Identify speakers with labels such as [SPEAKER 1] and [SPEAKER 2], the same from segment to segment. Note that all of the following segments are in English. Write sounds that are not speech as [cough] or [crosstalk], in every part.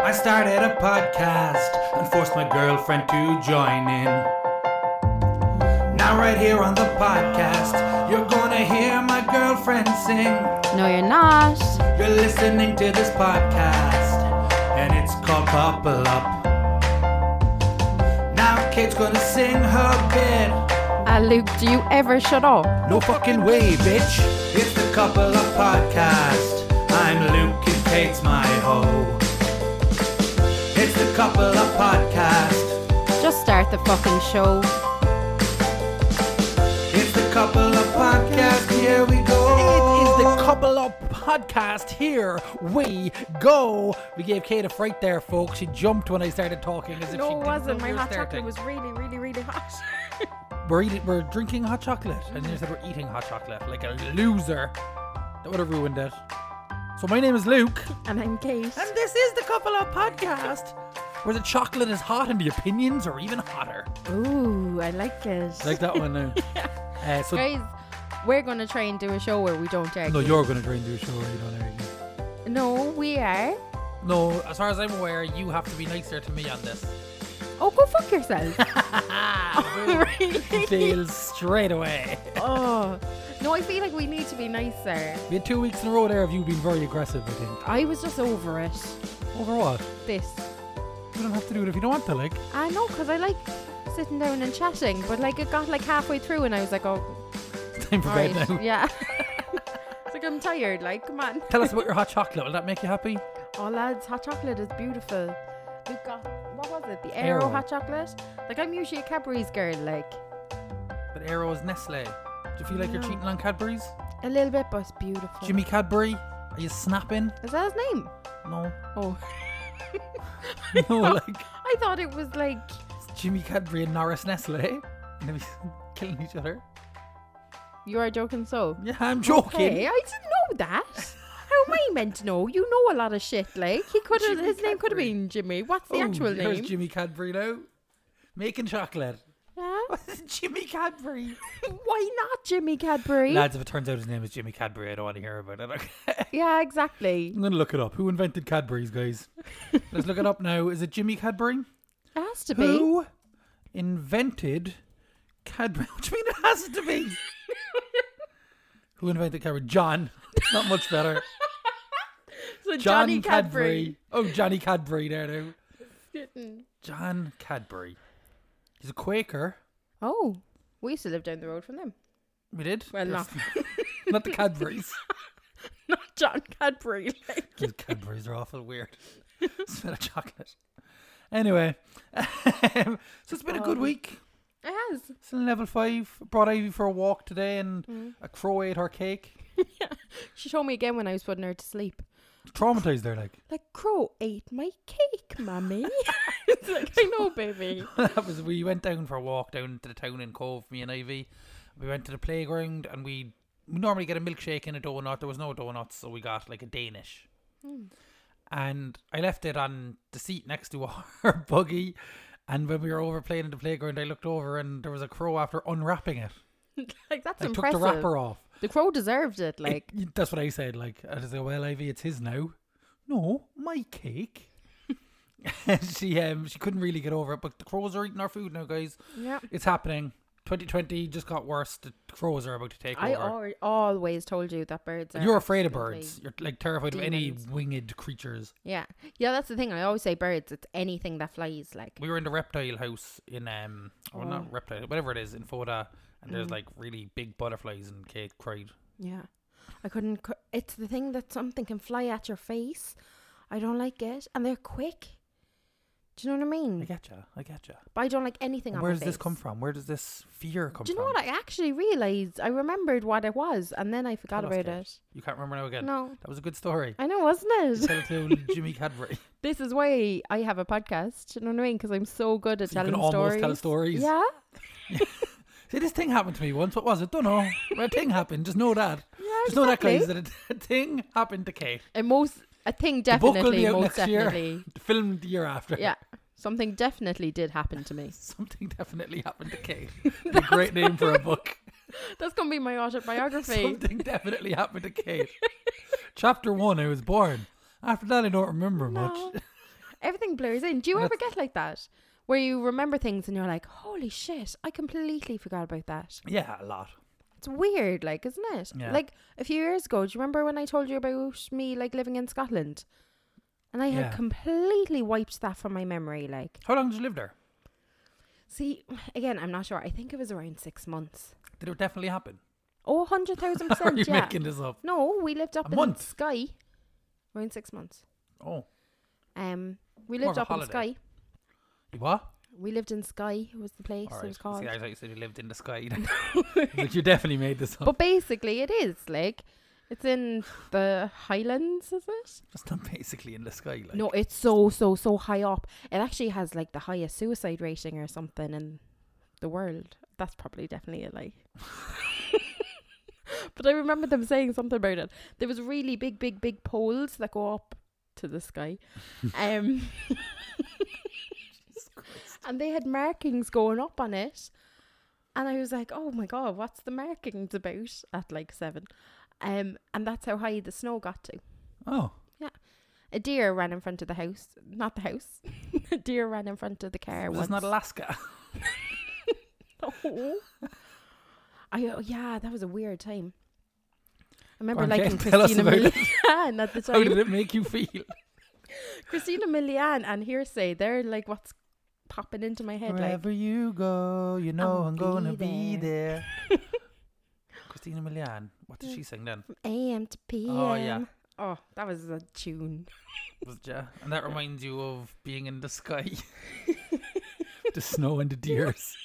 [SPEAKER 1] I started a podcast and forced my girlfriend to join in. Now, right here on the podcast, you're gonna hear my girlfriend sing.
[SPEAKER 2] No, you're not.
[SPEAKER 1] You're listening to this podcast, and it's called Couple Up. Now, Kate's gonna sing her bit.
[SPEAKER 2] Uh, Luke, do you ever shut up?
[SPEAKER 1] No fucking way, bitch. It's the Couple Up Podcast. I'm Luke, and Kate's my hoe. It's the Couple Up Podcast.
[SPEAKER 2] Just start the fucking show.
[SPEAKER 1] It's the Couple Up Podcast. Here we
[SPEAKER 3] It is
[SPEAKER 1] go.
[SPEAKER 3] the Couple Up Podcast. Here we go. We gave Kate a fright there, folks. She jumped when I started talking as if she
[SPEAKER 2] No, it
[SPEAKER 3] didn't
[SPEAKER 2] wasn't.
[SPEAKER 3] know
[SPEAKER 2] My
[SPEAKER 3] we were
[SPEAKER 2] hot chocolate
[SPEAKER 3] starting.
[SPEAKER 2] was really, really, really hot. [laughs]
[SPEAKER 3] We're, eating, we're drinking hot chocolate. And then you said we're eating hot chocolate. Like a loser. That would have ruined it. So my name is Luke.
[SPEAKER 2] and I'm Kate.
[SPEAKER 3] And this is the Couple Up Podcast. Where the chocolate is hot and the opinions are even hotter.
[SPEAKER 2] Ooh, I like it.
[SPEAKER 3] Like that one now. Uh, so,
[SPEAKER 2] Guys, we're going to try and do a show where we don't argue.
[SPEAKER 3] no, you're going to try and do a show where you don't argue.
[SPEAKER 2] No, we are.
[SPEAKER 3] No, as far as I'm aware, you have to be nicer to me on this.
[SPEAKER 2] Oh, go fuck
[SPEAKER 3] [laughs]
[SPEAKER 2] yourself. [laughs] really?
[SPEAKER 3] Fails straight away.
[SPEAKER 2] Oh. No, I feel like we need to be nicer.
[SPEAKER 3] We had two weeks in a row there of you being very aggressive, I think.
[SPEAKER 2] I was just over it.
[SPEAKER 3] Over what?
[SPEAKER 2] This.
[SPEAKER 3] You don't have to do it if you don't want to, like. [laughs]
[SPEAKER 2] I know, because I like sitting down and chatting, but like it got like halfway through and I was like, oh,
[SPEAKER 3] It's time for
[SPEAKER 2] all
[SPEAKER 3] bed
[SPEAKER 2] right.
[SPEAKER 3] now.
[SPEAKER 2] [laughs] Yeah. it's like I'm tired, like, come on.
[SPEAKER 3] Tell us about your hot chocolate. Will that make you happy?
[SPEAKER 2] Oh, lads, hot chocolate is beautiful. We got, what was it? The Aero,
[SPEAKER 3] Aero.
[SPEAKER 2] hot chocolate? Like, I'm usually a Cadbury's girl, like,
[SPEAKER 3] But Aero is Nestle. Do you feel like you're
[SPEAKER 2] No.
[SPEAKER 3] cheating on Cadbury's?
[SPEAKER 2] a little bit, but it's beautiful.
[SPEAKER 3] Jimmy Cadbury? Are you snapping?
[SPEAKER 2] Is that his name?
[SPEAKER 3] No. [laughs]
[SPEAKER 2] Oh. [laughs]
[SPEAKER 3] No, like,
[SPEAKER 2] I thought it was like,
[SPEAKER 3] it's Jimmy Cadbury and Norris Nestle. [laughs] And they're killing each other.
[SPEAKER 2] you are joking, so.
[SPEAKER 3] Yeah, I'm joking.
[SPEAKER 2] Hey, I didn't know that. How am I meant to know? You know a lot of shit, like, he could have,
[SPEAKER 3] Jimmy
[SPEAKER 2] his name could have
[SPEAKER 3] Cadbury.
[SPEAKER 2] been Jimmy. What's the
[SPEAKER 3] Oh,
[SPEAKER 2] actual
[SPEAKER 3] there's
[SPEAKER 2] name?
[SPEAKER 3] Jimmy Cadbury now. Making chocolate. [laughs]
[SPEAKER 2] Huh?
[SPEAKER 3] Jimmy Cadbury.
[SPEAKER 2] [laughs] Why not Jimmy Cadbury?
[SPEAKER 3] Lads, if it turns out his name is Jimmy Cadbury, I don't want to hear about it. Okay.
[SPEAKER 2] Yeah, exactly.
[SPEAKER 3] I'm going to look it up. Who invented Cadbury's, [laughs] guys? Let's look it up now. Is it Jimmy Cadbury?
[SPEAKER 2] It has to be.
[SPEAKER 3] Who invented Cadbury? [laughs] What do you mean it has to be? Who invented Cadbury? John. It's not much [laughs] better.
[SPEAKER 2] So
[SPEAKER 3] John
[SPEAKER 2] Johnny Cadbury.
[SPEAKER 3] Oh, Johnny Cadbury there now.
[SPEAKER 2] Didn't.
[SPEAKER 3] John Cadbury. He's a Quaker.
[SPEAKER 2] Oh, we used to live down the road from them.
[SPEAKER 3] We did.
[SPEAKER 2] Well,
[SPEAKER 3] There's-
[SPEAKER 2] not,
[SPEAKER 3] [laughs] not the Cadbury's.
[SPEAKER 2] [laughs] not John Cadbury. Like.
[SPEAKER 3] Those Cadbury's are awful weird. [laughs] Smell of chocolate. Anyway, so it's been a good
[SPEAKER 2] Um,
[SPEAKER 3] week.
[SPEAKER 2] It has.
[SPEAKER 3] Still in level five. Brought Ivy for a walk today, and a crow ate her cake.
[SPEAKER 2] She told me again when I was putting her to sleep.
[SPEAKER 3] Traumatized there, like
[SPEAKER 2] Like, Crow ate my cake, [laughs] mummy. it's like, I know, baby.
[SPEAKER 3] [laughs] that was. We went down for a walk down to the town in Cove. Me and Ivy. We went to the playground, and we, we normally get a milkshake and a donut. There was no donuts, so we got like a Danish. And I left it on the seat next to [laughs] our buggy. And when we were over playing in the playground, I looked over and there was a crow after unwrapping it.
[SPEAKER 2] like, that's
[SPEAKER 3] I took
[SPEAKER 2] impressive.
[SPEAKER 3] the wrapper off.
[SPEAKER 2] The crow deserved
[SPEAKER 3] [laughs]
[SPEAKER 2] it. Like,
[SPEAKER 3] Y- that's what I said. Like I said, well, Ivy, it's his now. No, my cake. [laughs] And she um she couldn't really get over it, but the crows are eating our food now, guys.
[SPEAKER 2] yeah.
[SPEAKER 3] It's happening. 2020 just got worse. The crows are about to take
[SPEAKER 2] I
[SPEAKER 3] over.
[SPEAKER 2] al- always told you that birds are.
[SPEAKER 3] You're afraid of
[SPEAKER 2] absolutely-
[SPEAKER 3] birds. You're like terrified of any
[SPEAKER 2] demons.
[SPEAKER 3] winged creatures.
[SPEAKER 2] Yeah. Yeah, that's the thing. I always say birds. It's anything that flies. Like,
[SPEAKER 3] We were in the reptile house in um, well,
[SPEAKER 2] Oh.
[SPEAKER 3] not reptile, whatever it is in Foda, and
[SPEAKER 2] Mm.
[SPEAKER 3] there's like really big butterflies, and Kate cried.
[SPEAKER 2] Yeah. I couldn't. c it's the thing that something can fly at your face. I don't like it. And they're quick. Do you know what I mean?
[SPEAKER 3] I getcha, I getcha.
[SPEAKER 2] but I don't like anything
[SPEAKER 3] And
[SPEAKER 2] Mm. on
[SPEAKER 3] where
[SPEAKER 2] my
[SPEAKER 3] does this
[SPEAKER 2] face.
[SPEAKER 3] come from? Where does this fear come
[SPEAKER 2] Do you know
[SPEAKER 3] from?
[SPEAKER 2] what? I actually realised. I remembered what it was and then I forgot
[SPEAKER 3] Tell us,
[SPEAKER 2] about
[SPEAKER 3] Kate.
[SPEAKER 2] it.
[SPEAKER 3] You can't remember now again.
[SPEAKER 2] No.
[SPEAKER 3] That was a good
[SPEAKER 2] [laughs]
[SPEAKER 3] story.
[SPEAKER 2] I know, wasn't it?
[SPEAKER 3] Tell
[SPEAKER 2] [laughs]
[SPEAKER 3] it to Jimmy Cadbury.
[SPEAKER 2] this is why I have a podcast. Do you know what I mean? Because I'm so good at
[SPEAKER 3] So you
[SPEAKER 2] telling
[SPEAKER 3] can almost
[SPEAKER 2] stories.
[SPEAKER 3] tell stories.
[SPEAKER 2] Yeah.
[SPEAKER 3] See, this thing happened to me once. What was it? Don't know. But a thing happened. Just know
[SPEAKER 2] [laughs]
[SPEAKER 3] that.
[SPEAKER 2] Yeah,
[SPEAKER 3] Just know that,
[SPEAKER 2] exactly.
[SPEAKER 3] guys. That [laughs] a, a thing happened to Kate.
[SPEAKER 2] A most a thing
[SPEAKER 3] The book will
[SPEAKER 2] definitely,
[SPEAKER 3] be out
[SPEAKER 2] most
[SPEAKER 3] next year.
[SPEAKER 2] definitely.
[SPEAKER 3] The film the year after.
[SPEAKER 1] [laughs]
[SPEAKER 2] yeah. Something definitely did happen
[SPEAKER 3] [laughs]
[SPEAKER 2] to me.
[SPEAKER 3] Something definitely happened to
[SPEAKER 2] [laughs]
[SPEAKER 3] Kate. Be a great name for a book.
[SPEAKER 2] That's gonna be my autobiography.
[SPEAKER 3] Something definitely happened to Kate. Chapter one. I was born. After that, I don't remember much.
[SPEAKER 2] No. [laughs] Everything blurs in. Do you
[SPEAKER 1] And
[SPEAKER 2] ever get like that? Where you remember things and you're like, holy shit, I completely forgot about that.
[SPEAKER 1] Yeah, a lot.
[SPEAKER 2] It's weird, like, isn't it?
[SPEAKER 1] Yeah.
[SPEAKER 2] Like a few years ago, do you remember when I told you about me like living in Scotland? And I had
[SPEAKER 1] Yeah.
[SPEAKER 2] completely wiped that from my memory, like.
[SPEAKER 1] How long did you live there?
[SPEAKER 2] See, [sighs] again, I'm not sure. I think it was around six months.
[SPEAKER 1] Did it definitely happen?
[SPEAKER 2] Oh, 100,000
[SPEAKER 1] Or [laughs] Are you
[SPEAKER 2] percent, yeah.
[SPEAKER 1] making this up?
[SPEAKER 2] No, we lived up
[SPEAKER 1] A
[SPEAKER 2] in
[SPEAKER 1] month?
[SPEAKER 2] Skye. Around six months.
[SPEAKER 1] Oh,
[SPEAKER 2] Um, we
[SPEAKER 1] More
[SPEAKER 2] lived
[SPEAKER 1] of a
[SPEAKER 2] up in
[SPEAKER 1] holiday.
[SPEAKER 2] Skye.
[SPEAKER 1] you what?
[SPEAKER 2] We lived in Skye was the place
[SPEAKER 1] All
[SPEAKER 2] it
[SPEAKER 1] right.
[SPEAKER 2] was
[SPEAKER 1] See,
[SPEAKER 2] called.
[SPEAKER 1] I thought you said you lived in
[SPEAKER 2] [laughs]
[SPEAKER 1] the sky. [laughs] like you definitely made this up.
[SPEAKER 2] But basically, it is like it's in the Highlands, is it?
[SPEAKER 1] It's not basically in the sky. Like.
[SPEAKER 2] no, it's so so so high up. It actually has like the highest suicide rating or something in the world. That's probably definitely a lie. [laughs] but I remember them saying something about it. There was really big, big, big poles that go up to the sky, um, and they had markings going up on it. And I was like, "Oh my god, what's the markings about?" At like seven, um, and that's how high the snow got to.
[SPEAKER 1] Oh,
[SPEAKER 2] A deer ran in front of the house. Not the house. [laughs] a deer ran in front of the car
[SPEAKER 1] it's
[SPEAKER 2] once.
[SPEAKER 1] not Alaska.
[SPEAKER 2] No. [laughs] I, oh, yeah, that was a weird time. I remember
[SPEAKER 1] on,
[SPEAKER 2] liking
[SPEAKER 1] Kate, tell us
[SPEAKER 2] Christina
[SPEAKER 1] about it.
[SPEAKER 2] Milian [laughs] at the
[SPEAKER 1] [laughs] How did
[SPEAKER 2] time.
[SPEAKER 1] it make you feel?
[SPEAKER 2] Christina Milian and Hearsay, they're like what's popping into my head. Like,
[SPEAKER 1] you go, you
[SPEAKER 2] I'll be there. [laughs]
[SPEAKER 1] Christina Milian. What did she sing then?
[SPEAKER 2] from AM to PM.
[SPEAKER 1] Oh, yeah.
[SPEAKER 2] Oh, that was a tune. [laughs]
[SPEAKER 1] Was it, yeah? And that reminds you of being in the sky, [laughs] the snow and the [laughs] deers.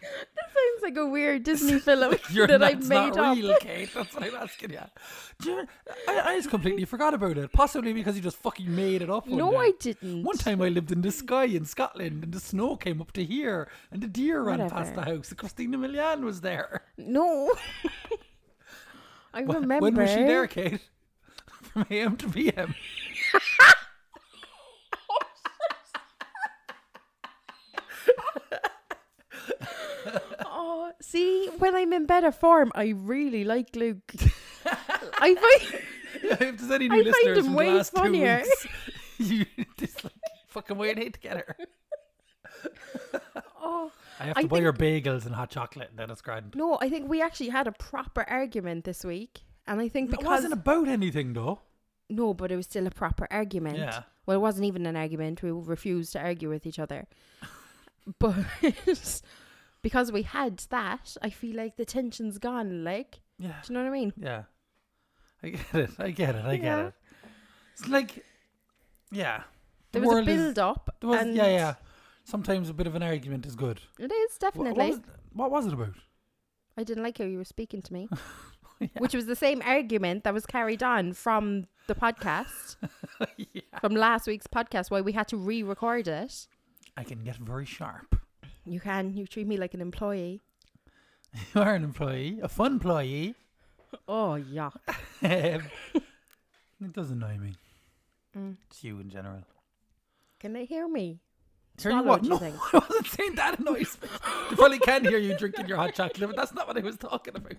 [SPEAKER 2] That sounds like a
[SPEAKER 1] [laughs]
[SPEAKER 2] weird Disney film
[SPEAKER 1] You're
[SPEAKER 2] that I
[SPEAKER 1] that's
[SPEAKER 2] made
[SPEAKER 1] not
[SPEAKER 2] up.
[SPEAKER 1] real, Kate. That's what I'm asking you. Do you I, I just completely forgot about it. Possibly because you just fucking made it up. one
[SPEAKER 2] No,
[SPEAKER 1] day.
[SPEAKER 2] I didn't.
[SPEAKER 1] One time I lived in the sky in Scotland and the snow came up to here and the deer ran past
[SPEAKER 2] Whatever.
[SPEAKER 1] the house. and Christina Milian was there.
[SPEAKER 2] [laughs] No. [laughs] I
[SPEAKER 1] Wh-
[SPEAKER 2] remember.
[SPEAKER 1] When was she there, Kate? [laughs] From AM to PM.
[SPEAKER 2] Oh, see, when I'm in better form, I really like
[SPEAKER 1] [laughs]
[SPEAKER 2] Luke. I find
[SPEAKER 1] if there's any
[SPEAKER 2] I
[SPEAKER 1] new
[SPEAKER 2] find
[SPEAKER 1] listeners
[SPEAKER 2] him
[SPEAKER 1] from
[SPEAKER 2] way
[SPEAKER 1] the last
[SPEAKER 2] funnier.
[SPEAKER 1] two weeks, [laughs] you just like fucking weird hate together.
[SPEAKER 2] oh
[SPEAKER 1] I have to
[SPEAKER 2] I Mm,
[SPEAKER 1] buy your bagels and hot chocolate and then it's grand.
[SPEAKER 2] no, I think we actually had a proper argument this week, and I think
[SPEAKER 1] it
[SPEAKER 2] because
[SPEAKER 1] wasn't about anything though.
[SPEAKER 2] no, but it was still a proper argument.
[SPEAKER 1] Yeah.
[SPEAKER 2] Well, it wasn't even an argument. We refused to argue with each other, [laughs] but [laughs] because we had that, I feel like the tension's gone. Like,
[SPEAKER 1] Yeah.
[SPEAKER 2] do you know what I mean?
[SPEAKER 1] Yeah. I get it. I get it. I get
[SPEAKER 2] Yeah.
[SPEAKER 1] it. It's like, yeah.
[SPEAKER 2] There
[SPEAKER 1] The
[SPEAKER 2] was a
[SPEAKER 1] world is-
[SPEAKER 2] build up.
[SPEAKER 1] There was,
[SPEAKER 2] and
[SPEAKER 1] yeah, yeah. Sometimes a bit of an argument is good.
[SPEAKER 2] It is
[SPEAKER 1] Wha-
[SPEAKER 2] definitely.
[SPEAKER 1] What, was, what was it about?
[SPEAKER 2] I didn't like how you were speaking to me.
[SPEAKER 1] [laughs] Yeah.
[SPEAKER 2] Which was the same argument that was carried on from the
[SPEAKER 1] [laughs]
[SPEAKER 2] podcast, from last week's podcast, why we had to re record it.
[SPEAKER 1] I can get very sharp. [laughs]
[SPEAKER 2] You can, you treat me like an employee.
[SPEAKER 1] You are an employee, a fun employee. [laughs]
[SPEAKER 2] Oh, yeah.
[SPEAKER 1] Um, it does annoy me.
[SPEAKER 2] Mm.
[SPEAKER 1] It's you in general.
[SPEAKER 2] Can they hear me?
[SPEAKER 1] Hear you
[SPEAKER 2] Swallow
[SPEAKER 1] what?
[SPEAKER 2] it, you
[SPEAKER 1] No,
[SPEAKER 2] think?
[SPEAKER 1] [laughs] I wasn't saying
[SPEAKER 2] [laughs]
[SPEAKER 1] that annoys me. They probably can hear you drinking your hot chocolate, but that's not what I was talking about.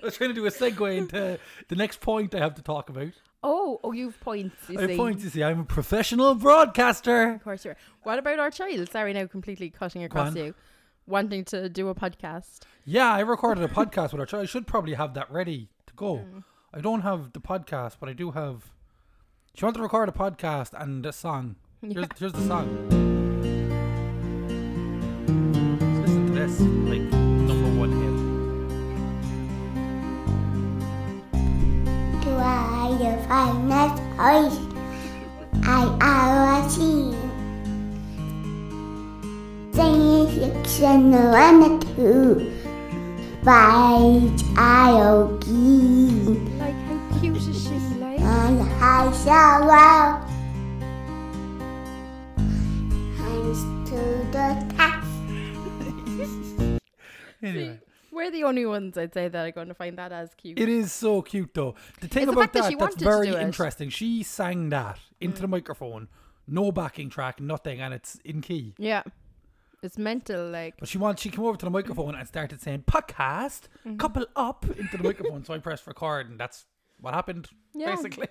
[SPEAKER 1] I was trying to do a segue into the next point I have to talk about.
[SPEAKER 2] Oh, oh, you've points, you
[SPEAKER 1] I
[SPEAKER 2] see.
[SPEAKER 1] point to see I'm a professional broadcaster.
[SPEAKER 2] Of course you are. What about our child? Sorry, now completely cutting across
[SPEAKER 1] on.
[SPEAKER 2] you. Wanting to do a podcast.
[SPEAKER 1] Yeah, I recorded a podcast with our child. I should probably have that ready to go.
[SPEAKER 2] Mm.
[SPEAKER 1] I don't have the podcast, but I do have. She wanted to record a podcast and a song. Here's, here's the song. Just listen to this, like number one
[SPEAKER 4] Why if I'm not ice, I are a team. Saying six and one and two. Right, I'll give.
[SPEAKER 2] Like, how cute is she? Like,
[SPEAKER 4] And I shall well. Hands to the task.
[SPEAKER 1] hit. Anyway,
[SPEAKER 2] we're the only ones I'd say that are going to find that as cute.
[SPEAKER 1] it is so cute though. The thing
[SPEAKER 2] It's the
[SPEAKER 1] about
[SPEAKER 2] fact that
[SPEAKER 1] that,
[SPEAKER 2] she
[SPEAKER 1] that's
[SPEAKER 2] wanted to
[SPEAKER 1] very
[SPEAKER 2] do it. Mm.
[SPEAKER 1] interesting. She sang that into the microphone, no backing track, nothing, and it's in key.
[SPEAKER 2] yeah. It's mental, like.
[SPEAKER 1] [laughs] But she wants. She came over to the
[SPEAKER 2] Mm-hmm.
[SPEAKER 1] microphone and started saying podcast, couple up into the microphone. So I pressed record, and that's what happened,
[SPEAKER 2] Yeah.
[SPEAKER 1] basically.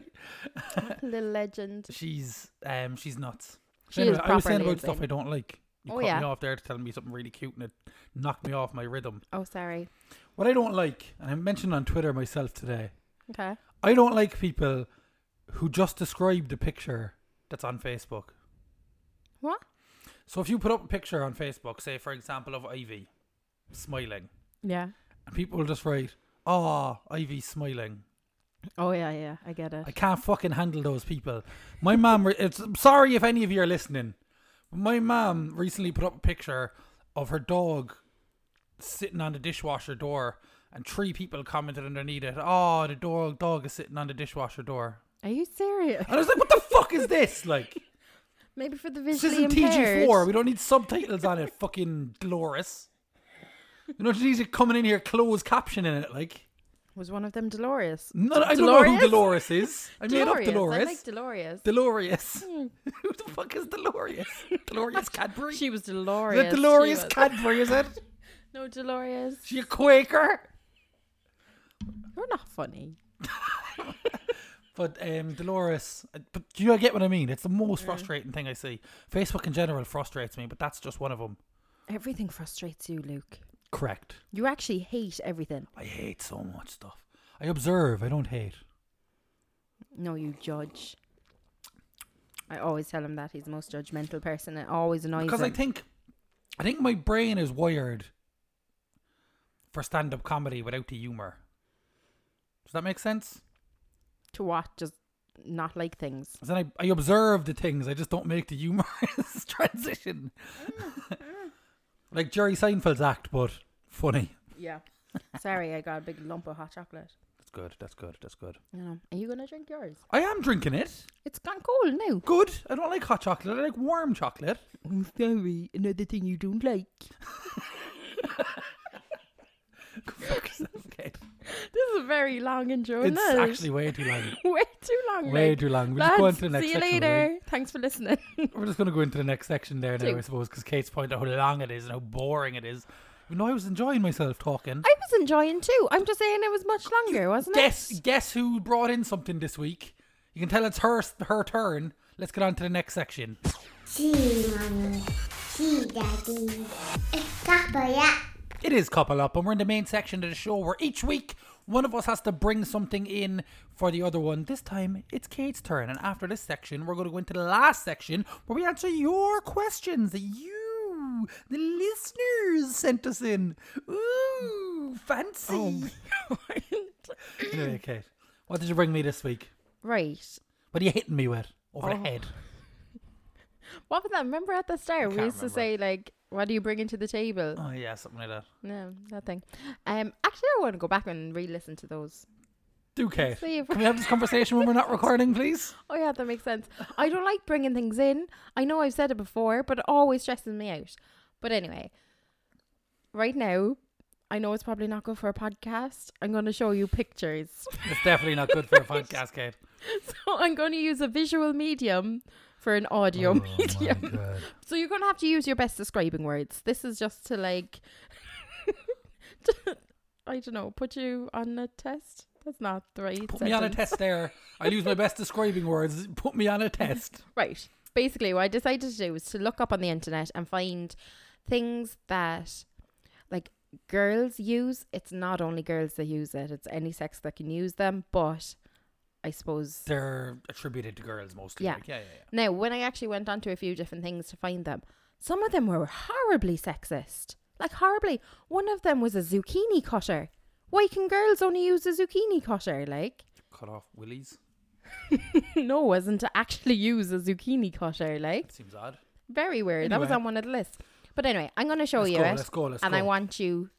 [SPEAKER 2] Little legend.
[SPEAKER 1] She's um she's nuts.
[SPEAKER 2] She
[SPEAKER 1] Anyway,
[SPEAKER 2] is
[SPEAKER 1] I was saying
[SPEAKER 2] properly
[SPEAKER 1] about stuff
[SPEAKER 2] insane.
[SPEAKER 1] I don't like. You
[SPEAKER 2] Oh,
[SPEAKER 1] cut
[SPEAKER 2] yeah.
[SPEAKER 1] me off there to tell me something really cute and it knocked me off my rhythm.
[SPEAKER 2] Oh, sorry.
[SPEAKER 1] What I don't like, and I mentioned on Twitter myself today,
[SPEAKER 2] Okay.
[SPEAKER 1] I don't like people who just describe the picture that's on Facebook.
[SPEAKER 2] What?
[SPEAKER 1] So if you put up a picture on Facebook, say for example of Ivy smiling,
[SPEAKER 2] Yeah.
[SPEAKER 1] and people will just write, "Oh, Ivy smiling."
[SPEAKER 2] Oh, yeah, yeah. I get it.
[SPEAKER 1] I can't fucking handle those people. My mom, re- it's sorry if any of you are listening. but My mom recently put up a picture of her dog sitting on the dishwasher door, and three people commented underneath it, "Oh, the dog dog is sitting on the dishwasher door."
[SPEAKER 2] Are you serious?
[SPEAKER 1] And I was like, "What the fuck is this? Like,
[SPEAKER 2] Maybe for the [laughs]
[SPEAKER 1] this
[SPEAKER 2] visually
[SPEAKER 1] isn't
[SPEAKER 2] impaired.
[SPEAKER 1] TG four. We don't need subtitles on it. Fucking Dolores." You know, she's coming in here, closed caption in it, like.
[SPEAKER 2] Was one of them Dolores?
[SPEAKER 1] No, I don't know who
[SPEAKER 2] Dolores?
[SPEAKER 1] Dolores is. I made up
[SPEAKER 2] I
[SPEAKER 1] Dolores.
[SPEAKER 2] like Dolores. Hmm.
[SPEAKER 1] Delorious. [laughs] Who the fuck is Delorious?
[SPEAKER 2] [laughs]
[SPEAKER 1] Delorious Cadbury?
[SPEAKER 2] she was
[SPEAKER 1] is
[SPEAKER 2] Dolores.
[SPEAKER 1] it Delorious
[SPEAKER 2] She was-
[SPEAKER 1] Cadbury,
[SPEAKER 2] [laughs]
[SPEAKER 1] is it?
[SPEAKER 2] No, Dolores.
[SPEAKER 1] She a Quaker?
[SPEAKER 2] You're not funny.
[SPEAKER 1] But um, Dolores, but do you get what I mean? It's the most frustrating thing I see. Facebook in general frustrates me, but that's just one of them.
[SPEAKER 2] Everything frustrates you, Luke.
[SPEAKER 1] Correct.
[SPEAKER 2] You actually hate everything.
[SPEAKER 1] I hate so much stuff. I observe, I don't hate.
[SPEAKER 2] No, you judge. I always tell him that he's the most judgmental person. It always annoys
[SPEAKER 1] Because
[SPEAKER 2] him.
[SPEAKER 1] I think, I think my brain is wired for stand-up comedy without the humor. Does that make sense?
[SPEAKER 2] to what just not like things.
[SPEAKER 1] 'Cause Then I, I observe the things. I just don't make the humorous [laughs] transition. like Jerry Seinfeld's act, but funny.
[SPEAKER 2] Yeah. Sorry, I got a big lump of hot chocolate.
[SPEAKER 1] That's good. That's good. That's good.
[SPEAKER 2] You know. Are you gonna drink yours?
[SPEAKER 1] I am drinking it.
[SPEAKER 2] It's gone cold now.
[SPEAKER 1] Good. I don't like hot chocolate. I like warm chocolate. [laughs]
[SPEAKER 2] I'm sorry. Another thing you don't like.
[SPEAKER 1] Fuck is that? okay.
[SPEAKER 2] [laughs] This is very long and Joe.
[SPEAKER 1] It's actually way too long.
[SPEAKER 2] [laughs] way too long.
[SPEAKER 1] Way
[SPEAKER 2] like.
[SPEAKER 1] too long. We're
[SPEAKER 2] Lads,
[SPEAKER 1] just going to the next
[SPEAKER 2] see you
[SPEAKER 1] section.
[SPEAKER 2] later.
[SPEAKER 1] right?
[SPEAKER 2] Thanks for listening. [laughs]
[SPEAKER 1] We're just going to go into the next section there now, I
[SPEAKER 2] Two.
[SPEAKER 1] suppose, because Kate's pointed out how long it is and how boring it is. You know, I was enjoying myself talking.
[SPEAKER 2] I was enjoying too. I'm just saying it was much [laughs] longer, wasn't
[SPEAKER 1] guess
[SPEAKER 2] it?
[SPEAKER 1] guess who brought in something this week? You can tell it's her her turn. Let's get on to the next section.
[SPEAKER 4] Gee, mommy. Gee, daddy. It's Papa, yeah.
[SPEAKER 1] It is couple up, and we're in the main section of the show where each week one of us has to bring something in for the other one. This time it's Kate's turn, and after this section, we're going to go into the last section where we answer your questions that you, the listeners, sent us in. Ooh, fancy! Oh, anyway, Kate, what did you bring me this week?
[SPEAKER 2] [laughs] Right.
[SPEAKER 1] What are you hitting me with over the head?
[SPEAKER 2] What was that? Remember at the start, we
[SPEAKER 1] can't
[SPEAKER 2] used to say like, "What do you bring into the table?"
[SPEAKER 1] Oh yeah, something like that.
[SPEAKER 2] No, that thing. Um, actually, I want to go back and re-listen to those.
[SPEAKER 1] Do Kate?
[SPEAKER 2] See if-
[SPEAKER 1] Can we have this conversation when we're not recording, please?
[SPEAKER 2] Oh yeah, that makes sense. I don't like bringing things in. I know I've said it before, but it always stresses me out. But anyway, right now, I know it's probably not good for a podcast. I'm going to show you pictures. [laughs]
[SPEAKER 1] It's definitely not good [laughs] for a podcast, Kate.
[SPEAKER 2] so I'm going to use a visual medium for an audio medium. [laughs] So you're going to have to use your best describing words. This is just to like, [laughs] I don't know, put you on a test. That's not the right.
[SPEAKER 1] Put me on a
[SPEAKER 2] sentence.
[SPEAKER 1] test there. I'll use my best describing words. Put me on a test.
[SPEAKER 2] Right. Basically, what I decided to do was to look up on the internet and find things that like girls use. It's not only girls that use it, it's any sex that can use them, but I suppose
[SPEAKER 1] [laughs] They're attributed to girls mostly.
[SPEAKER 2] Yeah.
[SPEAKER 1] Like, yeah, yeah, yeah.
[SPEAKER 2] now when I actually went onto a few different things to find them, some of them were horribly sexist. Like horribly. One of them was a zucchini cutter. Why can girls only use a zucchini cutter? Like [laughs]
[SPEAKER 1] Cut off willies.
[SPEAKER 2] no wasn't to actually use a zucchini cutter, like
[SPEAKER 1] Seems odd.
[SPEAKER 2] Very weird. That was
[SPEAKER 1] Anyway.
[SPEAKER 2] on one of the lists. But anyway, I'm going to show
[SPEAKER 1] Let's
[SPEAKER 2] you
[SPEAKER 1] go,
[SPEAKER 2] it.
[SPEAKER 1] let's go, let's
[SPEAKER 2] and I
[SPEAKER 1] go.
[SPEAKER 2] want you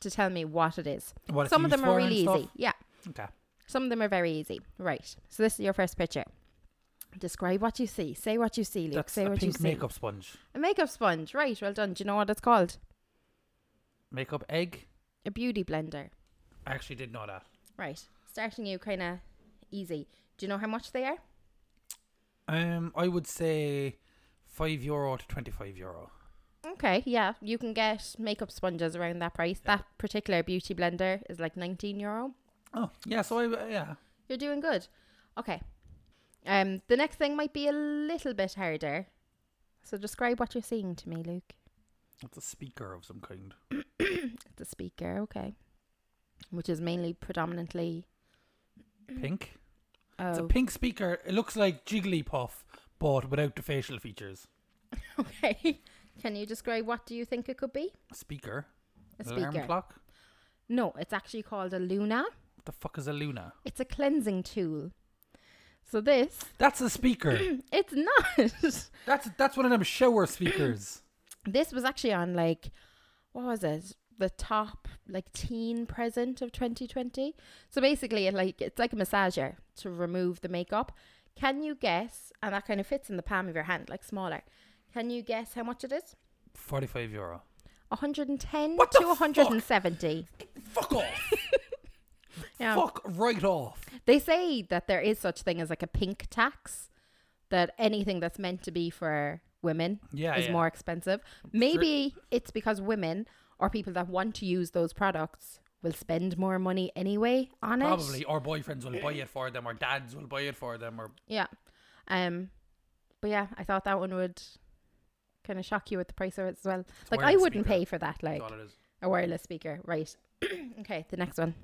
[SPEAKER 2] to tell me what it is.
[SPEAKER 1] What it's
[SPEAKER 2] Some of
[SPEAKER 1] used
[SPEAKER 2] them are
[SPEAKER 1] for and
[SPEAKER 2] really
[SPEAKER 1] stuff?
[SPEAKER 2] easy. Yeah.
[SPEAKER 1] Okay.
[SPEAKER 2] Some of them are very easy. Right. So this is your first picture. Describe what you see. Say what you see, Luke.
[SPEAKER 1] That's
[SPEAKER 2] Say
[SPEAKER 1] a
[SPEAKER 2] what you
[SPEAKER 1] pink
[SPEAKER 2] see.
[SPEAKER 1] makeup sponge.
[SPEAKER 2] A makeup sponge. Right. Well done. Do you know what it's called?
[SPEAKER 1] Makeup egg.
[SPEAKER 2] A beauty blender.
[SPEAKER 1] I actually did know that.
[SPEAKER 2] Right. Starting you kind of easy. Do you know how much they are?
[SPEAKER 1] Um, I would say five euro to twenty-five euro.
[SPEAKER 2] Okay, yeah, you can get makeup sponges around that price. That particular beauty blender is like 19 euro.
[SPEAKER 1] Oh, yeah. So I, yeah.
[SPEAKER 2] You're doing good. Okay. Um, the next thing might be a little bit harder. So describe what you're seeing to me, Luke.
[SPEAKER 1] It's a speaker of some kind.
[SPEAKER 2] It's a speaker, okay. Which is mainly predominantly
[SPEAKER 1] Pink. It's a
[SPEAKER 2] Mm. oh
[SPEAKER 1] pink speaker. It looks like Jigglypuff, but without the facial features.
[SPEAKER 2] [laughs] okay. Can you describe what do you think it could be?
[SPEAKER 1] A speaker.
[SPEAKER 2] A
[SPEAKER 1] An Alarm
[SPEAKER 2] speaker.
[SPEAKER 1] clock.
[SPEAKER 2] No, it's actually called a Luna.
[SPEAKER 1] What the fuck is a Luna?
[SPEAKER 2] It's a cleansing tool. So this
[SPEAKER 1] That's a speaker. [clears throat]
[SPEAKER 2] it's [laughs] not.
[SPEAKER 1] that's that's one of them shower speakers.
[SPEAKER 2] this was actually on like what was it the top like teen present of 2020 so basically it like it's like a massager to remove the makeup can you guess and that kind of fits in the palm of your hand like smaller can you guess how much it is
[SPEAKER 1] [clears throat] Forty-five euro.
[SPEAKER 2] 110
[SPEAKER 1] What the
[SPEAKER 2] to 170
[SPEAKER 1] Fuck off.
[SPEAKER 2] yeah
[SPEAKER 1] Fuck right off.
[SPEAKER 2] they say that there is such thing as like a pink tax that anything that's meant to be for women
[SPEAKER 1] Yeah,
[SPEAKER 2] is
[SPEAKER 1] yeah.
[SPEAKER 2] more expensive maybe it's because women or people that want to use those products will spend more money anyway on it
[SPEAKER 1] Probably our boyfriends will buy it for them, or dads will buy it for them, or
[SPEAKER 2] yeah um but yeah i thought that one would kind of shock you with the price of it as well like i
[SPEAKER 1] wireless
[SPEAKER 2] wouldn't
[SPEAKER 1] speaker.
[SPEAKER 2] pay for that like
[SPEAKER 1] that's all it is.
[SPEAKER 2] a wireless speaker right [clears throat] okay the next one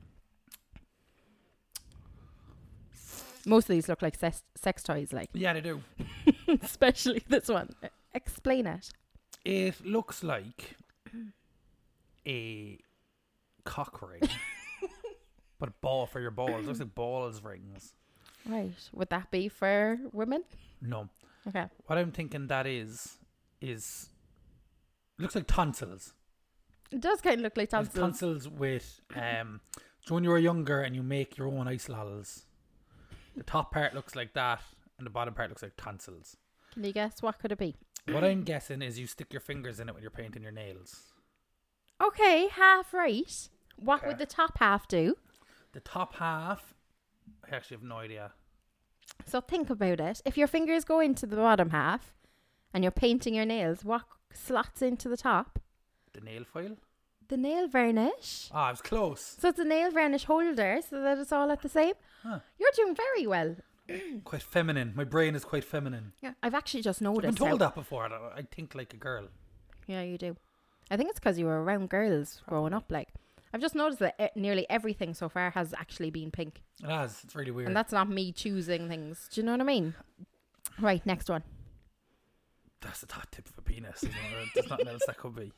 [SPEAKER 2] most of these look like sex, sex toys like
[SPEAKER 1] Yeah, they do.
[SPEAKER 2] [laughs] especially this one. Explain it.
[SPEAKER 1] It looks like a cock ring, but a ball for your balls. It looks like balls rings.
[SPEAKER 2] Right. Would that be for women?
[SPEAKER 1] No,
[SPEAKER 2] Okay.
[SPEAKER 1] what I'm thinking that is is it looks like tonsils.
[SPEAKER 2] It does kind of look like
[SPEAKER 1] It's
[SPEAKER 2] tonsils.
[SPEAKER 1] tonsils with um. So when you were younger and you make your own ice lolls, the top part looks like that, and the bottom part looks like tonsils.
[SPEAKER 2] Can you guess what could it be? [clears throat]
[SPEAKER 1] What I'm guessing is you stick your fingers in it when you're painting your nails.
[SPEAKER 2] Okay, half right. What would
[SPEAKER 1] Okay.
[SPEAKER 2] the top half do?
[SPEAKER 1] The top half, I actually have no idea.
[SPEAKER 2] So think about it. If your fingers go into the bottom half and you're painting your nails, what slots into the top?
[SPEAKER 1] The nail file?
[SPEAKER 2] The nail varnish.
[SPEAKER 1] Ah, I was close.
[SPEAKER 2] So it's a nail varnish holder so that it's all at the same.
[SPEAKER 1] Huh.
[SPEAKER 2] You're doing very well. Hmm.
[SPEAKER 1] Quite feminine. My brain is quite feminine.
[SPEAKER 2] Yeah. I've actually just
[SPEAKER 1] I've
[SPEAKER 2] noticed.
[SPEAKER 1] been told
[SPEAKER 2] how-
[SPEAKER 1] that before. that I think like a girl.
[SPEAKER 2] Yeah, you do. I think it's because you were around girls growing up. Like, I've just noticed that e- nearly everything so far has actually been pink,
[SPEAKER 1] It has. It's really weird.
[SPEAKER 2] and that's not me choosing things. Do you know what I
[SPEAKER 1] [sighs]
[SPEAKER 2] mean? Right, next one.
[SPEAKER 1] That's the top tip of a penis. Isn't it? There's nothing else that could be.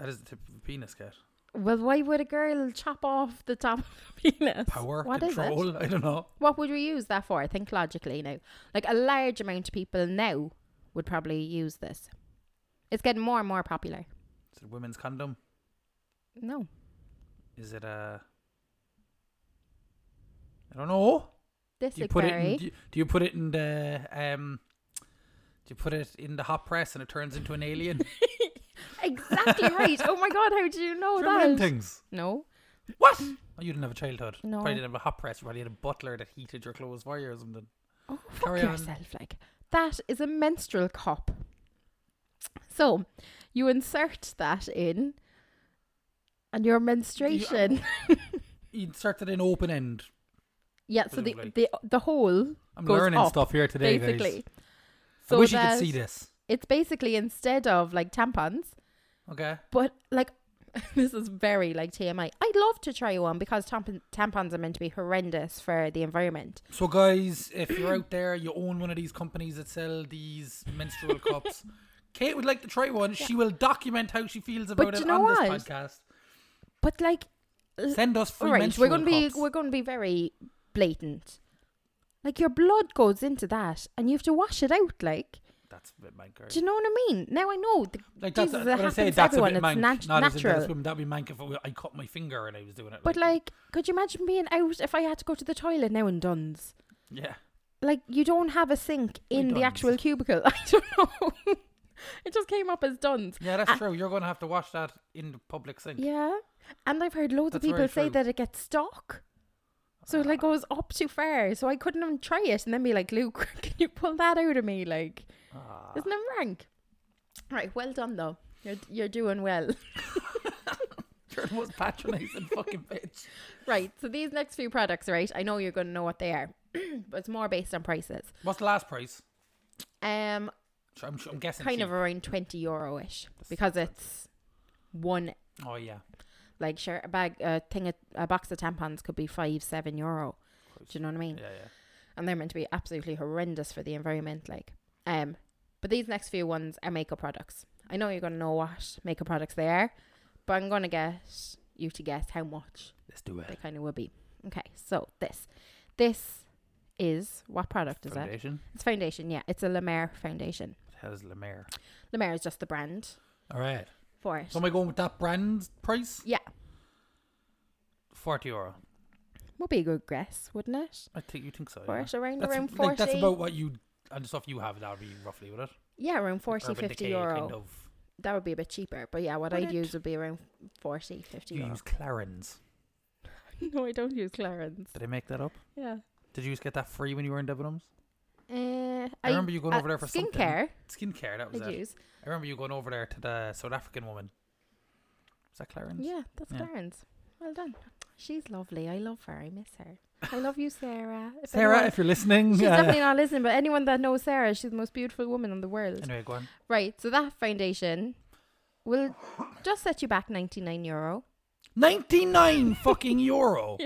[SPEAKER 1] That is the tip of a penis, cat.
[SPEAKER 2] Well, why would a girl chop off the top of a [laughs] penis?
[SPEAKER 1] Power,
[SPEAKER 2] [laughs] What is it?
[SPEAKER 1] control. I don't know.
[SPEAKER 2] What would we use that for? Think logically now. Like a large amount of people now would probably use this. It's getting more and more popular.
[SPEAKER 1] Is it a women's condom?
[SPEAKER 2] No,
[SPEAKER 1] Is it a? I don't know.
[SPEAKER 2] this
[SPEAKER 1] Do you
[SPEAKER 2] is
[SPEAKER 1] put it? In,
[SPEAKER 2] very-
[SPEAKER 1] do, you, do you put it in the um? Do you put it in the hot press and it turns into
[SPEAKER 2] [laughs]
[SPEAKER 1] an alien?
[SPEAKER 2] exactly
[SPEAKER 1] [laughs]
[SPEAKER 2] right. Oh my god, how do you know
[SPEAKER 1] Remember them
[SPEAKER 2] that?
[SPEAKER 1] things?
[SPEAKER 2] No,
[SPEAKER 1] What? Oh, you didn't have a childhood.
[SPEAKER 2] No.
[SPEAKER 1] Probably didn't have a hot press. You probably had a butler that heated your clothes for you or something.
[SPEAKER 2] Oh, fuck
[SPEAKER 1] Carry on.
[SPEAKER 2] yourself. Like, that is a menstrual cup. So, you insert that in, and your menstruation.
[SPEAKER 1] You inserted an open end.
[SPEAKER 2] [laughs] yeah, so the,
[SPEAKER 1] Presumably.
[SPEAKER 2] the the hole,
[SPEAKER 1] I'm
[SPEAKER 2] Goes
[SPEAKER 1] learning
[SPEAKER 2] up,
[SPEAKER 1] stuff here today,
[SPEAKER 2] basically.
[SPEAKER 1] guys. I wish you
[SPEAKER 2] that
[SPEAKER 1] could see this.
[SPEAKER 2] It's basically instead of like tampons,
[SPEAKER 1] Okay.
[SPEAKER 2] but like, [laughs] this is very like TMI. I'd love to try one because tampon- tampons are meant to be horrendous for the environment.
[SPEAKER 1] So, guys, if you're out there, you own one of these companies that sell these
[SPEAKER 2] [laughs]
[SPEAKER 1] menstrual cups. Kate would like to try one. She will document how she feels about
[SPEAKER 2] do
[SPEAKER 1] it
[SPEAKER 2] you know
[SPEAKER 1] on
[SPEAKER 2] what?
[SPEAKER 1] this podcast.
[SPEAKER 2] But like,
[SPEAKER 1] Send us free
[SPEAKER 2] All right, we're
[SPEAKER 1] menstrual
[SPEAKER 2] going to be
[SPEAKER 1] cups.
[SPEAKER 2] we're going to be very blatant. Like your blood goes into that, and you have to wash it out. Like,
[SPEAKER 1] That's a bit mank. right?
[SPEAKER 2] do you know what I mean? Now I know. The,
[SPEAKER 1] Like that's
[SPEAKER 2] Jesus,
[SPEAKER 1] when
[SPEAKER 2] it
[SPEAKER 1] I
[SPEAKER 2] happens
[SPEAKER 1] say
[SPEAKER 2] to
[SPEAKER 1] that's a
[SPEAKER 2] everyone.
[SPEAKER 1] bit
[SPEAKER 2] It's
[SPEAKER 1] mank.
[SPEAKER 2] nat-
[SPEAKER 1] not as in
[SPEAKER 2] natural.
[SPEAKER 1] that's what- That'd be mank if I- I cut my finger and I was doing it.
[SPEAKER 2] but like, could you imagine being out if I had to go to the toilet now in Duns?
[SPEAKER 1] yeah,
[SPEAKER 2] Like, you don't have a sink
[SPEAKER 1] Why
[SPEAKER 2] in the
[SPEAKER 1] Duns?
[SPEAKER 2] actual cubicle. [laughs] I don't know. it just came up as Duns.
[SPEAKER 1] yeah, that's
[SPEAKER 2] Ah.
[SPEAKER 1] true. You're going to have to wash that in the public sink.
[SPEAKER 2] Yeah, and I've heard loads
[SPEAKER 1] That's
[SPEAKER 2] of people
[SPEAKER 1] very
[SPEAKER 2] say
[SPEAKER 1] true.
[SPEAKER 2] that it gets stuck. So it like goes up too far, so I couldn't even try it, and then be like, "Luke, [laughs] can you pull that out of me?" Like,
[SPEAKER 1] Ah.
[SPEAKER 2] Isn't it rank? Right, well done though. You're you're doing well.
[SPEAKER 1] You're the most patronizing
[SPEAKER 2] [laughs]
[SPEAKER 1] fucking bitch.
[SPEAKER 2] [laughs] Right. So these next few products, right? I know you're going to know what they are, [clears throat] but it's more based on prices.
[SPEAKER 1] What's the last price?
[SPEAKER 2] Um,
[SPEAKER 1] Sure, I'm, sure- I'm guessing.
[SPEAKER 2] kind of
[SPEAKER 1] cheap.
[SPEAKER 2] around twenty euro ish because it's one
[SPEAKER 1] Oh yeah.
[SPEAKER 2] like sure a bag a thing a, a box of tampons could be five seven euro. Do you know what I mean?
[SPEAKER 1] Yeah, yeah.
[SPEAKER 2] and they're meant to be absolutely horrendous for the environment like um but these next few ones are makeup products i know you're gonna know what makeup products they are but i'm gonna get you to guess how much
[SPEAKER 1] Let's do
[SPEAKER 2] they
[SPEAKER 1] it.
[SPEAKER 2] kind of would be okay so this this is what product is it
[SPEAKER 1] Foundation.
[SPEAKER 2] it's foundation yeah it's a La Mer foundation
[SPEAKER 1] What the hell is La Mer?
[SPEAKER 2] La Mer is just the brand
[SPEAKER 1] All right.
[SPEAKER 2] for it
[SPEAKER 1] So am I going with that brand price?
[SPEAKER 2] yeah
[SPEAKER 1] Forty euro.
[SPEAKER 2] would be a good guess wouldn't it
[SPEAKER 1] I think you think so.
[SPEAKER 2] for
[SPEAKER 1] yeah.
[SPEAKER 2] it around
[SPEAKER 1] That's,
[SPEAKER 2] around 40
[SPEAKER 1] like, that's about what you and the stuff you have. That'll be roughly with it.
[SPEAKER 2] yeah around 40
[SPEAKER 1] Urban
[SPEAKER 2] 50
[SPEAKER 1] Decay
[SPEAKER 2] euro
[SPEAKER 1] Kind of.
[SPEAKER 2] that would be a bit cheaper but yeah what
[SPEAKER 1] Would
[SPEAKER 2] i'd
[SPEAKER 1] it?
[SPEAKER 2] use would be around 40 50
[SPEAKER 1] Do you
[SPEAKER 2] euro
[SPEAKER 1] use Clarins?
[SPEAKER 2] [laughs] no, I don't use Clarins.
[SPEAKER 1] Did I make that up?
[SPEAKER 2] Yeah.
[SPEAKER 1] Did you just get that free when you were in Debenhams?
[SPEAKER 2] Uh,
[SPEAKER 1] I remember you going
[SPEAKER 2] uh,
[SPEAKER 1] over there for something.
[SPEAKER 2] skincare.
[SPEAKER 1] Skincare. That was
[SPEAKER 2] I'd
[SPEAKER 1] it.
[SPEAKER 2] use.
[SPEAKER 1] I remember you going over there to the South African woman. Is that Clarins?
[SPEAKER 2] Yeah, that's
[SPEAKER 1] Yeah.
[SPEAKER 2] Clarins. Well done. She's lovely. I love her. I miss her. I love you, Sarah.
[SPEAKER 1] [laughs]
[SPEAKER 2] If
[SPEAKER 1] Sarah,
[SPEAKER 2] anyone-
[SPEAKER 1] if you're listening.
[SPEAKER 2] she's
[SPEAKER 1] uh,
[SPEAKER 2] definitely not listening, but anyone that knows Sarah, she's the most beautiful woman in the world.
[SPEAKER 1] [laughs] Anyway, go on.
[SPEAKER 2] Right. So that foundation will just set you back ninety nine euro.
[SPEAKER 1] 99
[SPEAKER 2] [laughs]
[SPEAKER 1] fucking euro.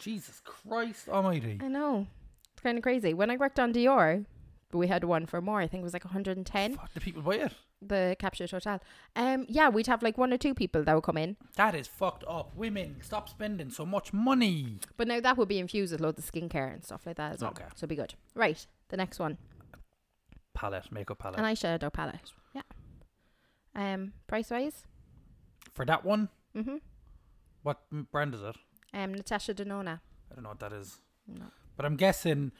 [SPEAKER 1] Jesus Christ almighty.
[SPEAKER 2] I know. It's kind of crazy. When I worked on Dior, we had one for more. I think it was like one hundred and ten.
[SPEAKER 1] Fuck, do people buy it?
[SPEAKER 2] The Captured Hotel. Um. Yeah, we'd have like one or two people that would come in.
[SPEAKER 1] That is fucked up. Women, stop spending so much money.
[SPEAKER 2] But now that would be infused with loads of skincare and stuff like that as well.
[SPEAKER 1] Okay.
[SPEAKER 2] So it'd be good. Right, the next one.
[SPEAKER 1] Palette, makeup palette.
[SPEAKER 2] An eyeshadow palette. Yeah. Um, price wise.
[SPEAKER 1] For that one,
[SPEAKER 2] Mm-hmm.
[SPEAKER 1] what m- brand is it?
[SPEAKER 2] Um, Natasha Denona.
[SPEAKER 1] I don't know what that is.
[SPEAKER 2] No.
[SPEAKER 1] But I'm guessing